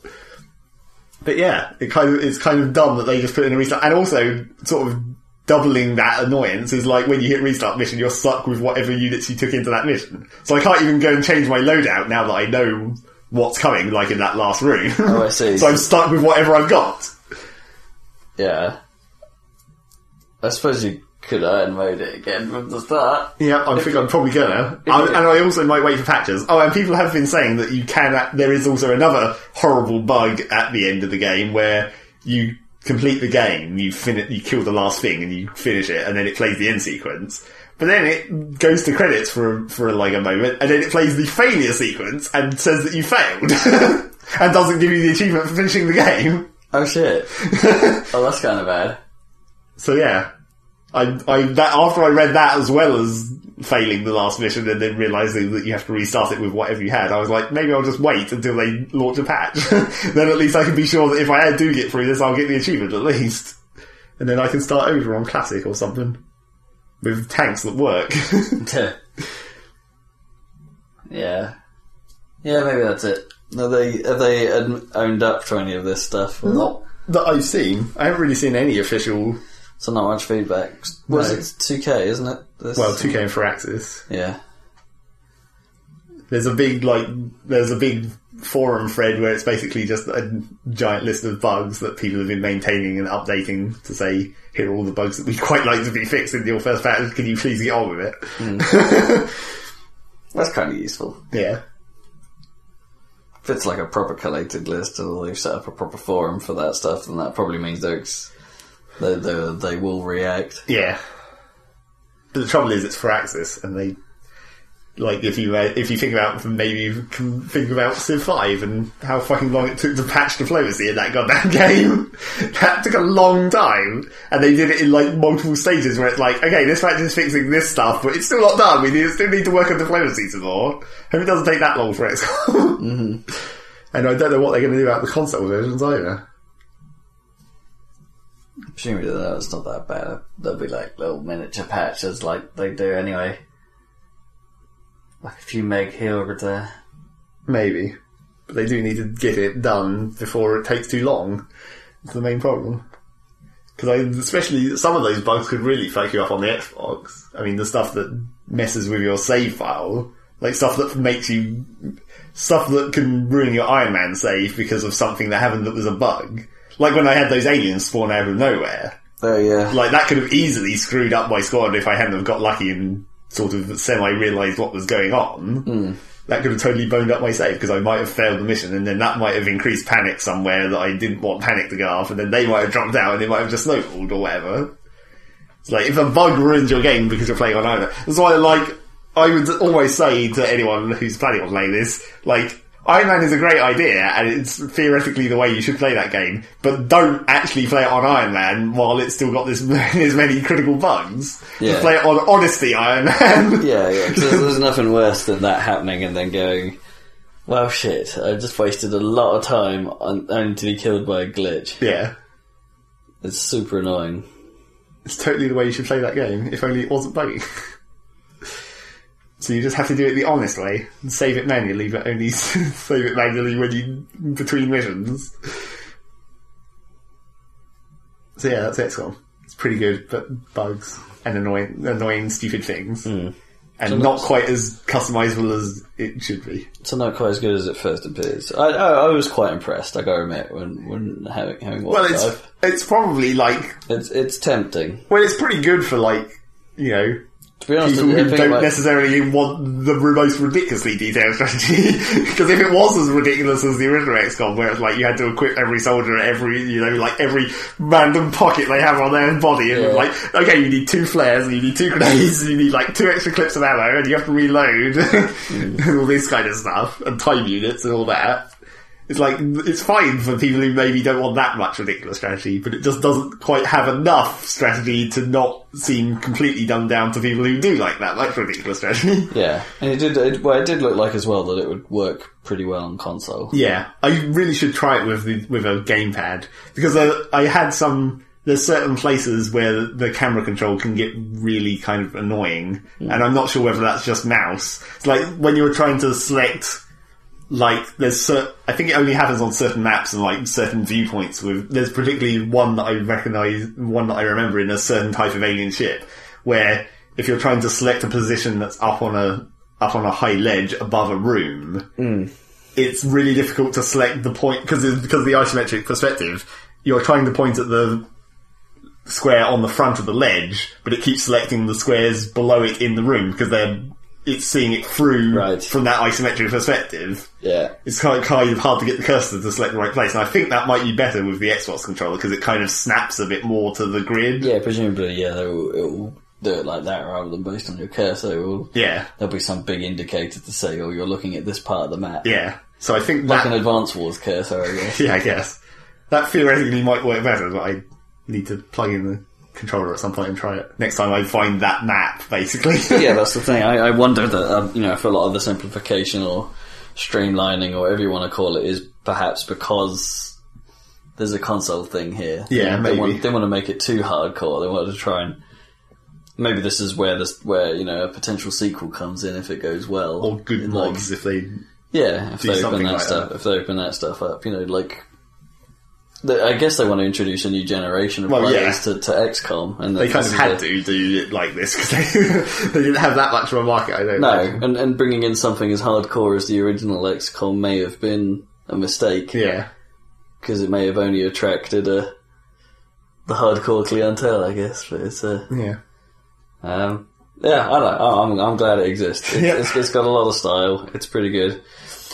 Speaker 2: But yeah, it kind of it's kind of dumb that they just put in a restart, and also sort of doubling that annoyance is like when you hit restart mission, you're stuck with whatever units you took into that mission. So I can't even go and change my loadout now that I know what's coming, like in that last room.
Speaker 1: Oh, I see.
Speaker 2: (laughs) so I'm stuck with whatever I've got.
Speaker 1: yeah. I suppose you could iron mode it again from the start.
Speaker 2: Yeah, I think I'm probably gonna. I, and I also might wait for patches. Oh, and people have been saying that you can. There is also another horrible bug at the end of the game where you complete the game, you fin- you kill the last thing, and you finish it, and then it plays the end sequence. But then it goes to credits for a, for like a moment, and then it plays the failure sequence and says that you failed, (laughs) and doesn't give you the achievement for finishing the game.
Speaker 1: Oh (laughs) shit. oh, that's kind of bad.
Speaker 2: So yeah, I, I that after I read that as well as failing the last mission and then realizing that you have to restart it with whatever you had, I was like, maybe I'll just wait until they launch a patch. (laughs) then at least I can be sure that if I do get through this, I'll get the achievement at least, and then I can start over on classic or something with tanks that work.
Speaker 1: (laughs)
Speaker 2: (laughs)
Speaker 1: yeah. Yeah, maybe that's it. Have they have they ad- owned up to any of this stuff? or
Speaker 2: Not that I've seen. I haven't really seen any official.
Speaker 1: So not much feedback. Was
Speaker 2: No.
Speaker 1: it 2K, isn't it? This-
Speaker 2: Well, 2K and Firaxis.
Speaker 1: Yeah.
Speaker 2: there's a big like there's a big forum thread where it's basically just a giant list of bugs that people have been maintaining and updating to say here are all the bugs that we would quite like to be fixed in your first patch can you please get on with it
Speaker 1: That's kind of useful.
Speaker 2: yeah
Speaker 1: If it's like a proper collated list, or they've set up a proper forum for that stuff, then that probably means they're ex- they, they, they will react.
Speaker 2: yeah but the trouble is it's for axis and they like if you uh, if you think about maybe you can think about Civ Five and how fucking long it took to patch diplomacy in that goddamn (laughs) game. that took a long time, and they did it in like multiple stages where it's like, okay, this patch is fixing this stuff, but it's still not done. We need, still need to work on diplomacy some more. Hope it doesn't take that long for it. (laughs) mm And I don't know what they're going to do about the console versions either.
Speaker 1: Presumably that was not that bad. There'll be like little miniature patches like they do anyway. Like a few meg here or there.
Speaker 2: Maybe, but they do need to get it done before it takes too long. It's the main problem. Because I, especially some of those bugs could really fuck you up on the Xbox. I mean, the stuff that messes with your save file, like stuff that makes you, stuff that can ruin your Iron Man save because of something that happened that was a bug. Like when I had those aliens spawn out of nowhere.
Speaker 1: Oh yeah.
Speaker 2: Like that could have easily screwed up my squad if I hadn't have got lucky and sort of semi-realised what was going on. That could have totally boned up my save because I might have failed the mission, and then that might have increased panic somewhere that I didn't want panic to go off, and then they might have dropped out and it might have just snowballed or whatever. It's like if a bug ruins your game because you're playing on owner. That's why, like, I would always say to anyone who's planning on playing this, like. Iron Man is a great idea, and it's theoretically the way you should play that game. But don't actually play it on Iron Man while it's still got this (laughs) as many critical bugs.
Speaker 1: Yeah.
Speaker 2: Just play it on Honesty Iron
Speaker 1: (laughs)
Speaker 2: Man.
Speaker 1: Yeah, yeah. 'cause there's, there's nothing worse than that happening and then going, well, shit, I just wasted a lot of time on, only to be killed by a glitch.
Speaker 2: yeah.
Speaker 1: It's super annoying.
Speaker 2: It's totally the way you should play that game, if only it wasn't buggy. (laughs) so you just have to do it the honest way and save it manually, but only (laughs) save it manually when you between missions. So yeah, that's XCOM. It's pretty good, but bugs and annoying, annoying, stupid things, and not quite as customizable as it should be.
Speaker 1: So not quite as good as it first appears. I, I, I was quite impressed. I gotta admit when when having having watched
Speaker 2: Well,
Speaker 1: it,
Speaker 2: it's
Speaker 1: I've-
Speaker 2: it's probably like
Speaker 1: it's it's tempting.
Speaker 2: well, it's pretty good for like you know
Speaker 1: To be honest,
Speaker 2: people
Speaker 1: I
Speaker 2: who
Speaker 1: think
Speaker 2: don't
Speaker 1: like-
Speaker 2: necessarily want the most ridiculously detailed strategy. (laughs) Because if it was as ridiculous as the original XCOM, where it's like you had to equip every soldier at every, you know, like every random pocket they have on their body, and
Speaker 1: Yeah.
Speaker 2: like, okay, you need two flares, and you need two grenades, (laughs) and you need like two extra clips of ammo, and you have to reload, (laughs)
Speaker 1: Mm.
Speaker 2: and all this kind of stuff, and time units and all that. It's like it's fine for people who maybe don't want that much ridiculous strategy, but it just doesn't quite have enough strategy to not seem completely dumbed down to people who do like that much ridiculous strategy. (laughs)
Speaker 1: Yeah, and it did. It, well, it did look like as well that it would work pretty well on console.
Speaker 2: yeah, I really should try it with the, with a gamepad because I, I had some. There's certain places where the camera control can get really kind of annoying, and I'm not sure whether that's just mouse. It's like when you're trying to select like there's cer- I think it only happens on certain maps and like certain viewpoints with there's particularly one that I recognize one that I remember in a certain type of alien ship where if you're trying to select a position that's up on a up on a high ledge above a room it's really difficult to select the point because because of the isometric perspective you're trying to point at the square on the front of the ledge but it keeps selecting the squares below it in the room because they're it's seeing it through
Speaker 1: Right.
Speaker 2: from that isometric perspective
Speaker 1: Yeah,
Speaker 2: it's kind of, kind of hard to get the cursor to select the right place, and I think that might be better with the Xbox controller because it kind of snaps a bit more to the grid.
Speaker 1: yeah. Presumably, yeah, they'll it'll do it like that rather than based on your cursor. It will,
Speaker 2: yeah,
Speaker 1: There'll be some big indicator to say, "Oh, you're looking at this part of the map."
Speaker 2: yeah. So I think
Speaker 1: like an
Speaker 2: that,
Speaker 1: Advance Wars cursor, I guess.
Speaker 2: (laughs) yeah, I guess that theoretically might work better, but I need to plug in the controller at some point and try it next time I find that map. Basically,
Speaker 1: yeah, that's the thing. I, I wonder that um, you know if a lot of the simplification or streamlining or whatever you want to call it is perhaps because there's a console thing here.
Speaker 2: Yeah,
Speaker 1: they,
Speaker 2: maybe.
Speaker 1: want, they want to make it too hardcore. They want to try and maybe this is where this where you know a potential sequel comes in if it goes well
Speaker 2: (laughs) or good
Speaker 1: In, like,
Speaker 2: mods if they.
Speaker 1: yeah, if
Speaker 2: Do
Speaker 1: they open
Speaker 2: something
Speaker 1: that
Speaker 2: like
Speaker 1: stuff, if they open that stuff up, you know, like. the- I guess they want to introduce a new generation of
Speaker 2: Well,
Speaker 1: players
Speaker 2: yeah.
Speaker 1: to, to XCOM, and
Speaker 2: They kind
Speaker 1: this
Speaker 2: of
Speaker 1: is
Speaker 2: had
Speaker 1: a-
Speaker 2: to do it like this because they, (laughs) they didn't have that much of a market. I don't
Speaker 1: No,
Speaker 2: imagine.
Speaker 1: and, and bringing in something as hardcore as the original XCOM may have been a mistake
Speaker 2: Yeah,
Speaker 1: because it may have only attracted a the hardcore clientele, I guess. But it's a
Speaker 2: yeah.
Speaker 1: um, yeah, I don't. know. I'm I'm glad it exists. It's,
Speaker 2: Yeah.
Speaker 1: it's, it's got a lot of style. It's pretty good.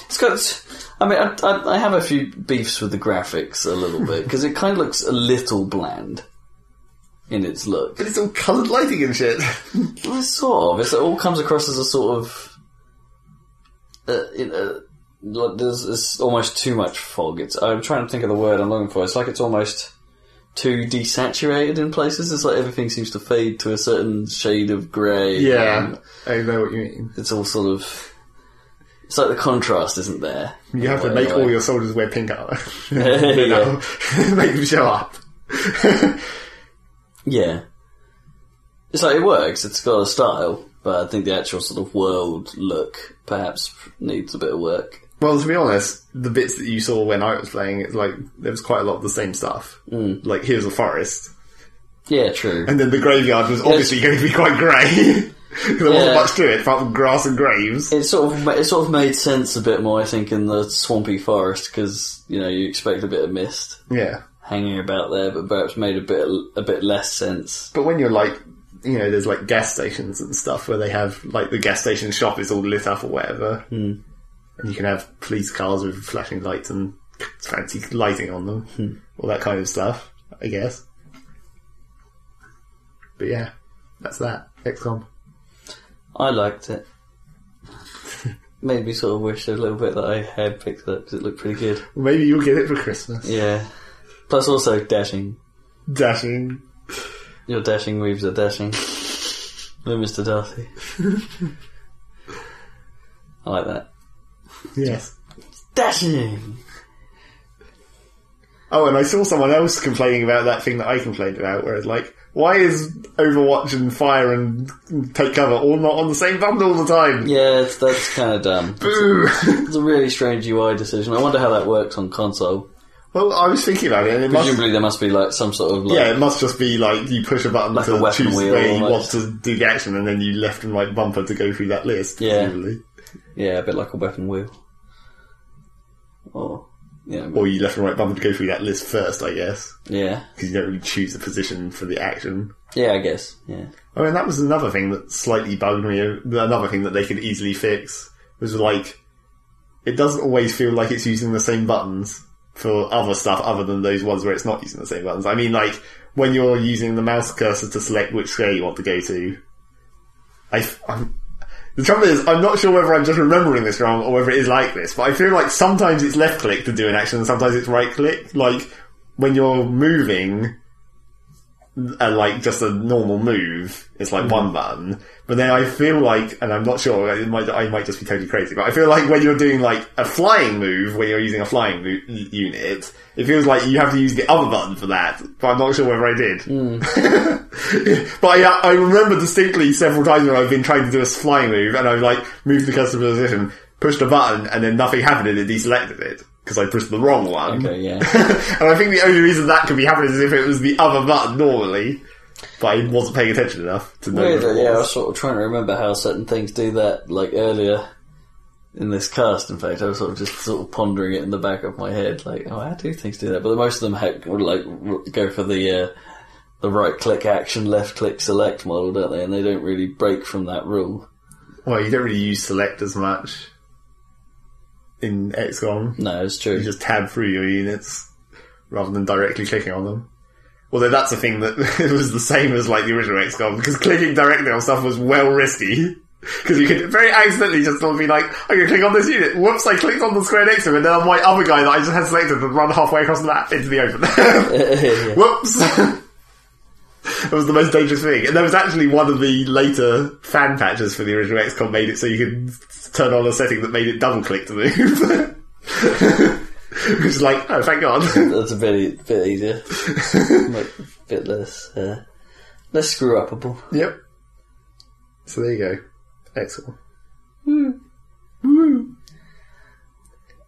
Speaker 1: It's got. I mean, I, I, I have a few beefs with the graphics a little bit because it kind of looks a little bland in its look.
Speaker 2: But it's all coloured lighting and shit.
Speaker 1: Well, it's sort of. It's, it all comes across as a sort of uh, you know, like there's it's almost too much fog. It's I'm trying to think of the word I'm looking for. It's like it's almost too desaturated in places. It's like everything seems to fade to a certain shade of grey.
Speaker 2: (laughs) Yeah,
Speaker 1: and
Speaker 2: Um, I know what you mean.
Speaker 1: it's all sort of. It's like the contrast isn't there.
Speaker 2: You have to
Speaker 1: Anyway,
Speaker 2: make all your soldiers wear pink (laughs) armor.
Speaker 1: (laughs) Yeah.
Speaker 2: you know, (laughs) make them show up.
Speaker 1: Yeah. It's like it works. It's got a style, but I think the actual sort of world look perhaps needs a bit of work.
Speaker 2: well, to be honest, the bits that you saw when I was playing, it's like there was quite a lot of the same stuff. Like here's a forest,
Speaker 1: Yeah, true.
Speaker 2: and then the graveyard was obviously going to be quite grey. (laughs) 'Cause there wasn't
Speaker 1: Yeah.
Speaker 2: much to it apart from grass and graves.
Speaker 1: It sort of ma- it sort of made sense a bit more, I think, in the swampy forest because you know you expect a bit of mist
Speaker 2: Yeah.
Speaker 1: hanging about there, but perhaps made a bit a bit less sense.
Speaker 2: But when you're like, you know, there's like gas stations and stuff where they have like the gas station shop is all lit up or whatever, mm. and you can have police cars with flashing lights and fancy lighting on them, all that kind of stuff. I guess. But yeah, that's that. XCOM.
Speaker 1: I liked it. Made me sort of wish a little bit that I had picked it up because it looked pretty good.
Speaker 2: Maybe you'll get it for Christmas.
Speaker 1: (laughs) Yeah. Plus, also dashing.
Speaker 2: Dashing.
Speaker 1: Your dashing moves are dashing. No, Mr. Darcy. I like that.
Speaker 2: Yes.
Speaker 1: Dashing.
Speaker 2: Oh, and I saw someone else complaining about that thing that I complained about, where it's like, why is Overwatch and Fire and Take Cover all not on the same bundle all the time?
Speaker 1: Yeah, it's, that's kind of dumb.
Speaker 2: Boo!
Speaker 1: It's a really strange UI decision. I wonder how that works on console.
Speaker 2: (laughs) Well, I was thinking about it, and it must,
Speaker 1: Presumably, there must be like some sort of like.
Speaker 2: yeah, it must just be like you push a button
Speaker 1: Like a
Speaker 2: to
Speaker 1: weapon
Speaker 2: choose
Speaker 1: wheel
Speaker 2: where you want
Speaker 1: almost.
Speaker 2: to do the action, and then you left and right bumper to go through that list.
Speaker 1: Yeah.
Speaker 2: presumably.
Speaker 1: yeah, a bit like a weapon wheel. Or yeah,
Speaker 2: or you left and right bumper to go through that list first, I guess,
Speaker 1: yeah,
Speaker 2: because you don't really choose the position for the action.
Speaker 1: yeah. I guess yeah.
Speaker 2: I mean, that was another thing that slightly bugged me. Another thing that they could easily fix was like it doesn't always feel like it's using the same buttons for other stuff other than those ones where it's not using the same buttons. I mean, like when you're using the mouse cursor to select which square you want to go to. I, am the trouble is, I'm not sure whether I'm just remembering this wrong or whether it is like this, but I feel like sometimes it's left click to do an action and sometimes it's right click. Like when you're moving, uh, like just a normal move, it's like one button. But then I feel like, and I'm not sure, it might, I might just be totally crazy, but I feel like when you're doing like a flying move, when you're using a flying mo- unit, it feels like you have to use the other button for that. But I'm not sure whether I did. (laughs) but I, I remember distinctly several times when I've been trying to do a flying move, and I've like moved the cursor position, pushed a button, and then nothing happened, and it deselected it. Because I pushed the wrong one
Speaker 1: Okay, yeah.
Speaker 2: (laughs) and I think the only reason that could be happening is if it was the other button normally. But I wasn't paying attention enough to know.
Speaker 1: Weird,
Speaker 2: what it
Speaker 1: yeah, I
Speaker 2: was.
Speaker 1: was sort of trying to remember how certain things do that, like earlier in this cast, in fact. I was sort of just sort of pondering it in the back of my head, like, oh, how do things do that? But most of them ha- would, like, r- go for the, uh, the right click action, left click select model, don't they? And they don't really break from that rule.
Speaker 2: Well, you don't really use select as much in XCOM.
Speaker 1: No, it's
Speaker 2: You
Speaker 1: true.
Speaker 2: just tab through your units rather than directly clicking on them. Although that's a thing that (laughs) was the same as like the original XCOM because clicking directly on stuff was well risky. (laughs) Because you could very accidentally just sort of be like, I'm going to click on this unit. Whoops, I clicked on the square next to him and now my other guy that I just had selected had run halfway across the map into the
Speaker 1: Yeah.
Speaker 2: open. (laughs) Whoops! (laughs) that was the most dangerous thing. And there was actually one of the later fan patches for the original XCOM made it so you could turn on a setting that made it double click to move. (laughs) Which is like, oh, thank God. (laughs)
Speaker 1: That's a bit, bit (laughs) easier. like, a bit less, uh, less screw upable.
Speaker 2: yep. So there you go. Excellent.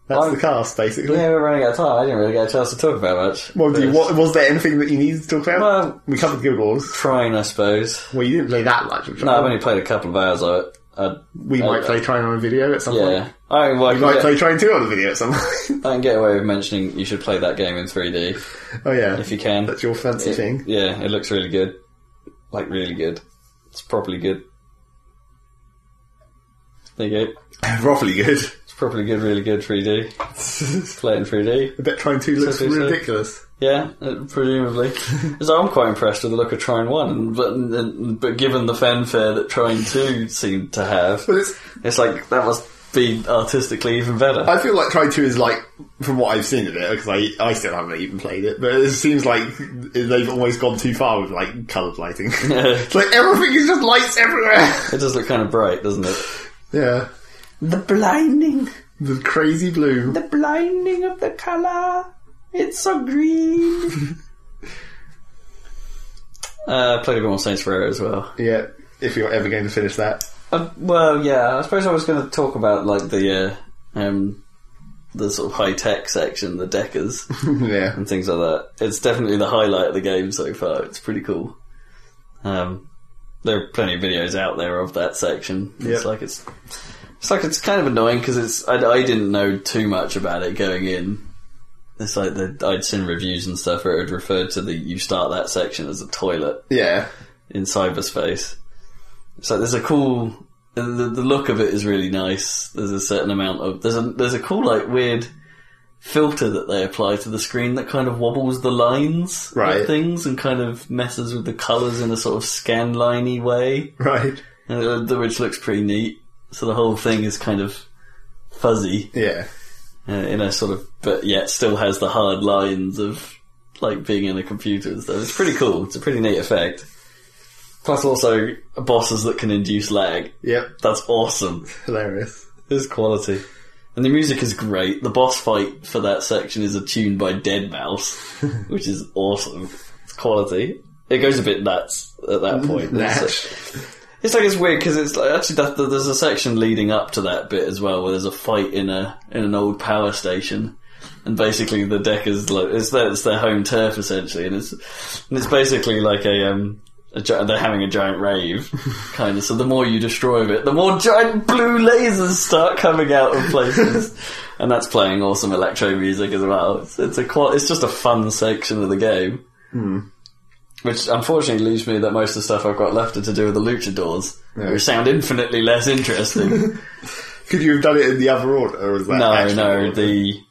Speaker 2: That's
Speaker 1: I'm-
Speaker 2: the cast, basically.
Speaker 1: Yeah, we're running out of time. I didn't really get a chance to talk about much.
Speaker 2: Well, do you, what, was there anything that you needed to talk about?
Speaker 1: Well-
Speaker 2: we covered Guild Wars.
Speaker 1: Trying, I suppose.
Speaker 2: Well, you didn't play that much. I'm sure.
Speaker 1: No, I've only played a couple of hours of it. I,
Speaker 2: we might
Speaker 1: I-
Speaker 2: play Trying on a video at some point.
Speaker 1: Yeah. I, mean, well, I,
Speaker 2: We
Speaker 1: can
Speaker 2: might
Speaker 1: get,
Speaker 2: play Train 2 on the video at some point.
Speaker 1: I can get away with mentioning you should play that game in 3D
Speaker 2: (laughs) oh, yeah.
Speaker 1: if you can.
Speaker 2: That's your fancy
Speaker 1: It-
Speaker 2: thing. (laughs)
Speaker 1: Yeah, it looks really good. Like, really good. It's properly good. There you go.
Speaker 2: Roughly good. (laughs)
Speaker 1: It's properly good, really good 3D. Play it in 3D.
Speaker 2: I bet Train 2 looks
Speaker 1: So, so, so.
Speaker 2: ridiculous.
Speaker 1: Yeah, uh, presumably. so I'm quite impressed with the look of Trine 1, and- but, and- but given the fanfare that Trine 2 seemed to have,
Speaker 2: But it's,
Speaker 1: It's like that was be artistically even better.
Speaker 2: I feel like Cry 2 is like, from what I've seen of it, because I, I still haven't even played it, but it seems like they've almost gone too far with like
Speaker 1: (laughs)
Speaker 2: coloured lighting. (laughs) it's like everything is just lights everywhere. (laughs)
Speaker 1: It does look kind of bright, doesn't it?
Speaker 2: yeah.
Speaker 1: The blinding,
Speaker 2: The crazy blue.
Speaker 1: the blinding of the color. It's so green. (laughs) uh, I played a bit more Saints Row as well.
Speaker 2: Yeah. If you're ever going to finish that. (laughs)
Speaker 1: Uh, well, yeah, I suppose I was going to talk about like the uh, um, the sort of high tech section, the deckers (laughs)
Speaker 2: yeah.
Speaker 1: and things like that. It's definitely the highlight of the game so far. It's pretty cool. Um, there are plenty of videos out there of that section. It's
Speaker 2: Yep.
Speaker 1: like it's it's like it's kind of annoying because it's I, I didn't know too much about it going in. It's like the, I'd seen reviews and stuff where it referred to the you start that section as a toilet
Speaker 2: Yeah.
Speaker 1: in cyberspace. So there's a cool. The, the look of it is really nice. There's a certain amount of there's a there's a cool like weird filter that they apply to the screen that kind of wobbles the lines of
Speaker 2: Right.
Speaker 1: things and kind of messes with the colours in a sort of scan liney way,
Speaker 2: Right.
Speaker 1: and, uh, which looks pretty neat. So the whole thing is kind of fuzzy
Speaker 2: Yeah.
Speaker 1: uh, in a sort of but yet still has the hard lines of like being in a computer and stuff. It's pretty cool. It's a pretty neat effect. Plus, also bosses that can induce lag.
Speaker 2: Yep.
Speaker 1: That's awesome.
Speaker 2: Hilarious.
Speaker 1: There's quality, and the music is great. The boss fight for that section is a tune by Dead Mouse, which is awesome. It's quality. It goes a bit nuts at that point. It's like- it's like it's weird because it's like actually that, that there's a section leading up to that bit as well where there's a fight in a in an old power station, and basically the deck is like it's their it's their home turf essentially, and it's and it's basically like a um a, gi- they're having a giant rave (laughs) kind of. So the more you destroy of it, the more giant blue lasers start coming out of places, (laughs) and that's playing awesome electro music as well. It's, it's a qual- it's just a fun section of the game. Which unfortunately leaves me that most of the stuff I've got left are to do with the luchadors,
Speaker 2: Yeah.
Speaker 1: which sound infinitely less
Speaker 2: (laughs)
Speaker 1: interesting.
Speaker 2: Could you have done it in the other order? Or is that
Speaker 1: no,
Speaker 2: actually
Speaker 1: no,
Speaker 2: order?
Speaker 1: the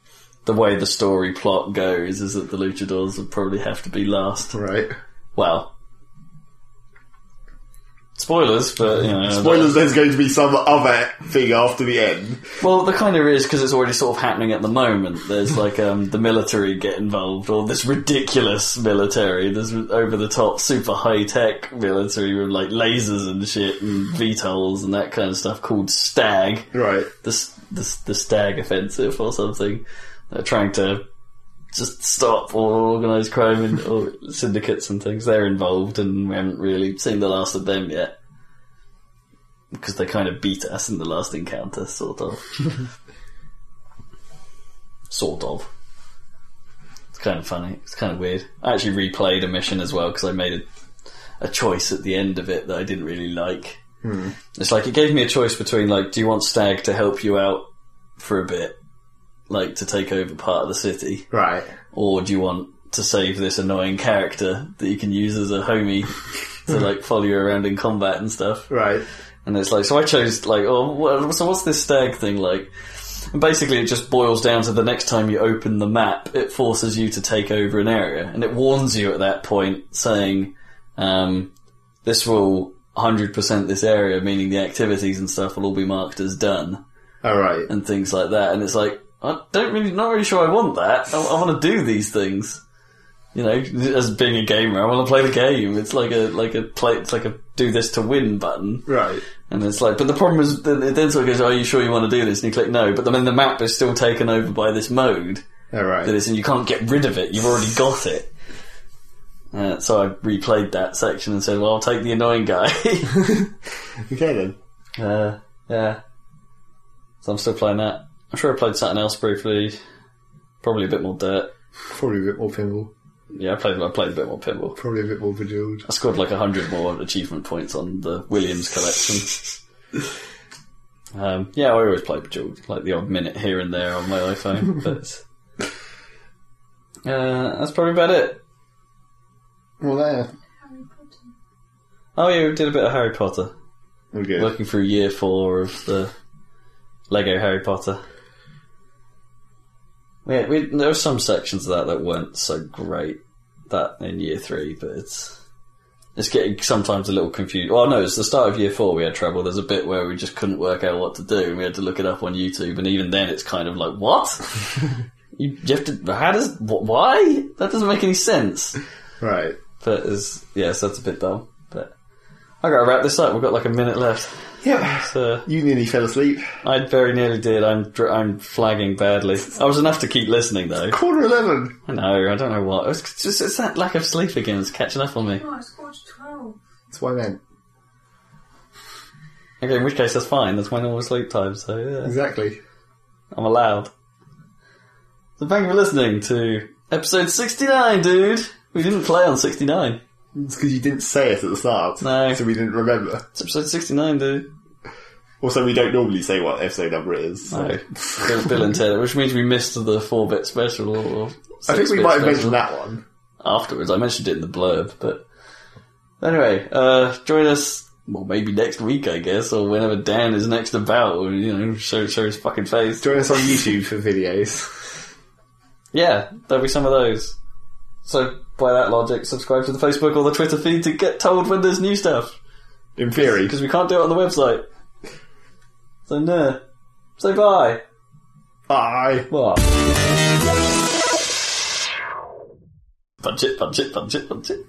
Speaker 1: the way the story plot goes is that the luchadors would probably have to be last. (laughs)
Speaker 2: Right.
Speaker 1: Well, spoilers, but you know,
Speaker 2: Spoilers, there's going to be some other thing after the end.
Speaker 1: Well, the kind of is because it's already sort of happening at the moment. There's like um, the military get involved, or this ridiculous military, this over the top, super high tech military with like lasers and shit and VTOLs and that kind of stuff called Stag,
Speaker 2: Right.
Speaker 1: the s- the, s- the Stag Offensive or something. They're trying to just stop all organised crime and or syndicates and things. They're involved, and we haven't really seen the last of them yet. Because they kind of beat us in the last encounter, sort of. (laughs) sort of. It's kind of funny. It's kind of weird. I actually replayed a mission as well because I made a, a choice at the end of it that I didn't really like. It's like it gave me a choice between like, do you want Stag to help you out for a bit, like to take over part of the city,
Speaker 2: Right.
Speaker 1: or do you want to save this annoying character that you can use as a homie to like follow you around in combat and stuff?
Speaker 2: Right.
Speaker 1: And it's like, so I chose like, oh, wha- so what's this stag thing like? And basically, it just boils down to the next time you open the map, it forces you to take over an area, and it warns you at that point, saying, um, "This will 100% this area," meaning the activities and stuff will all be marked as done
Speaker 2: All right.
Speaker 1: and things like that. And it's like, I don't really, not really sure I want that. I, I want to do these things. You know, as being a gamer, I want to play the game. It's like a like a play. It's like a do this to win button.
Speaker 2: Right.
Speaker 1: And it's like, but the problem is, then it then sort of goes, "Are you sure you want to do this?" And you click no, but then the map is still taken over by this mode
Speaker 2: All right.
Speaker 1: that is, and you can't get rid of it. You've already got it. Uh, so I replayed that section and said, "Well, I'll take the annoying guy." (laughs)
Speaker 2: Okay then.
Speaker 1: Uh, yeah. So I'm still playing that. I'm sure I played something else briefly. Probably a bit more dirt.
Speaker 2: Probably a bit more pinball.
Speaker 1: Yeah, I played. I played a bit more pinball.
Speaker 2: Probably a bit more bejeweled.
Speaker 1: I scored like hundred more achievement points on the Williams collection. um, yeah, I always play Bejeweled, like the odd minute here and there on my iPhone. but uh, that's probably about it.
Speaker 2: Well, there.
Speaker 3: Harry Potter.
Speaker 1: Oh yeah, we did a bit of Harry Potter.
Speaker 2: We're good.
Speaker 1: Working through year four of the Lego Harry Potter. We, had, we there were some sections of that that weren't so great that in year three, but it's It's getting sometimes a little confused. Well, no, it's the start of year four we had trouble. There's a bit where we just couldn't work out what to do, and we had to look it up on YouTube. And even then, it's kind of like, what? you, you have to. How does? Wh- why? That doesn't make any sense.
Speaker 2: Right.
Speaker 1: But it's, yeah, so that's a bit dumb. But I gotta wrap this up. We've got like a minute left.
Speaker 2: Yeah.
Speaker 1: So
Speaker 2: You nearly fell asleep.
Speaker 1: I very nearly did. I'm dr- I'm flagging badly. I was enough to keep listening though.
Speaker 2: Quarter eleven.
Speaker 1: I know. I don't know what. It's just it's that lack of sleep again. It's catching up on me.
Speaker 3: No, it's quarter to twelve.
Speaker 2: That's what I meant.
Speaker 1: Okay, in which case that's fine. That's my normal sleep time. So yeah.
Speaker 2: Exactly.
Speaker 1: I'm allowed. So thank you for listening to episode 69, dude. We didn't play on 69.
Speaker 2: It's because you didn't say it at the start.
Speaker 1: No.
Speaker 2: So we didn't remember.
Speaker 1: It's episode 69, dude.
Speaker 2: Also, we don't normally say what episode number it is. so-
Speaker 1: No.
Speaker 2: (laughs)
Speaker 1: It was Bill and Ted, which means we missed the 4-bit special or- or
Speaker 2: I think we
Speaker 1: 6-bit
Speaker 2: might have
Speaker 1: special
Speaker 2: mentioned that one.
Speaker 1: afterwards. I mentioned it in the blurb, but anyway, uh, join us. Well, maybe next week, I guess, or whenever Dan is next about, or, you know, show, show his fucking face.
Speaker 2: Join us on YouTube for videos.
Speaker 1: Yeah, there'll be some of those. So, by that logic, subscribe to the Facebook or the Twitter feed to get told when there's new stuff.
Speaker 2: In theory.
Speaker 1: Because we can't do it on the website. So, no. Say bye.
Speaker 2: Bye.
Speaker 1: What? Punch it, punch it, punch it, punch it.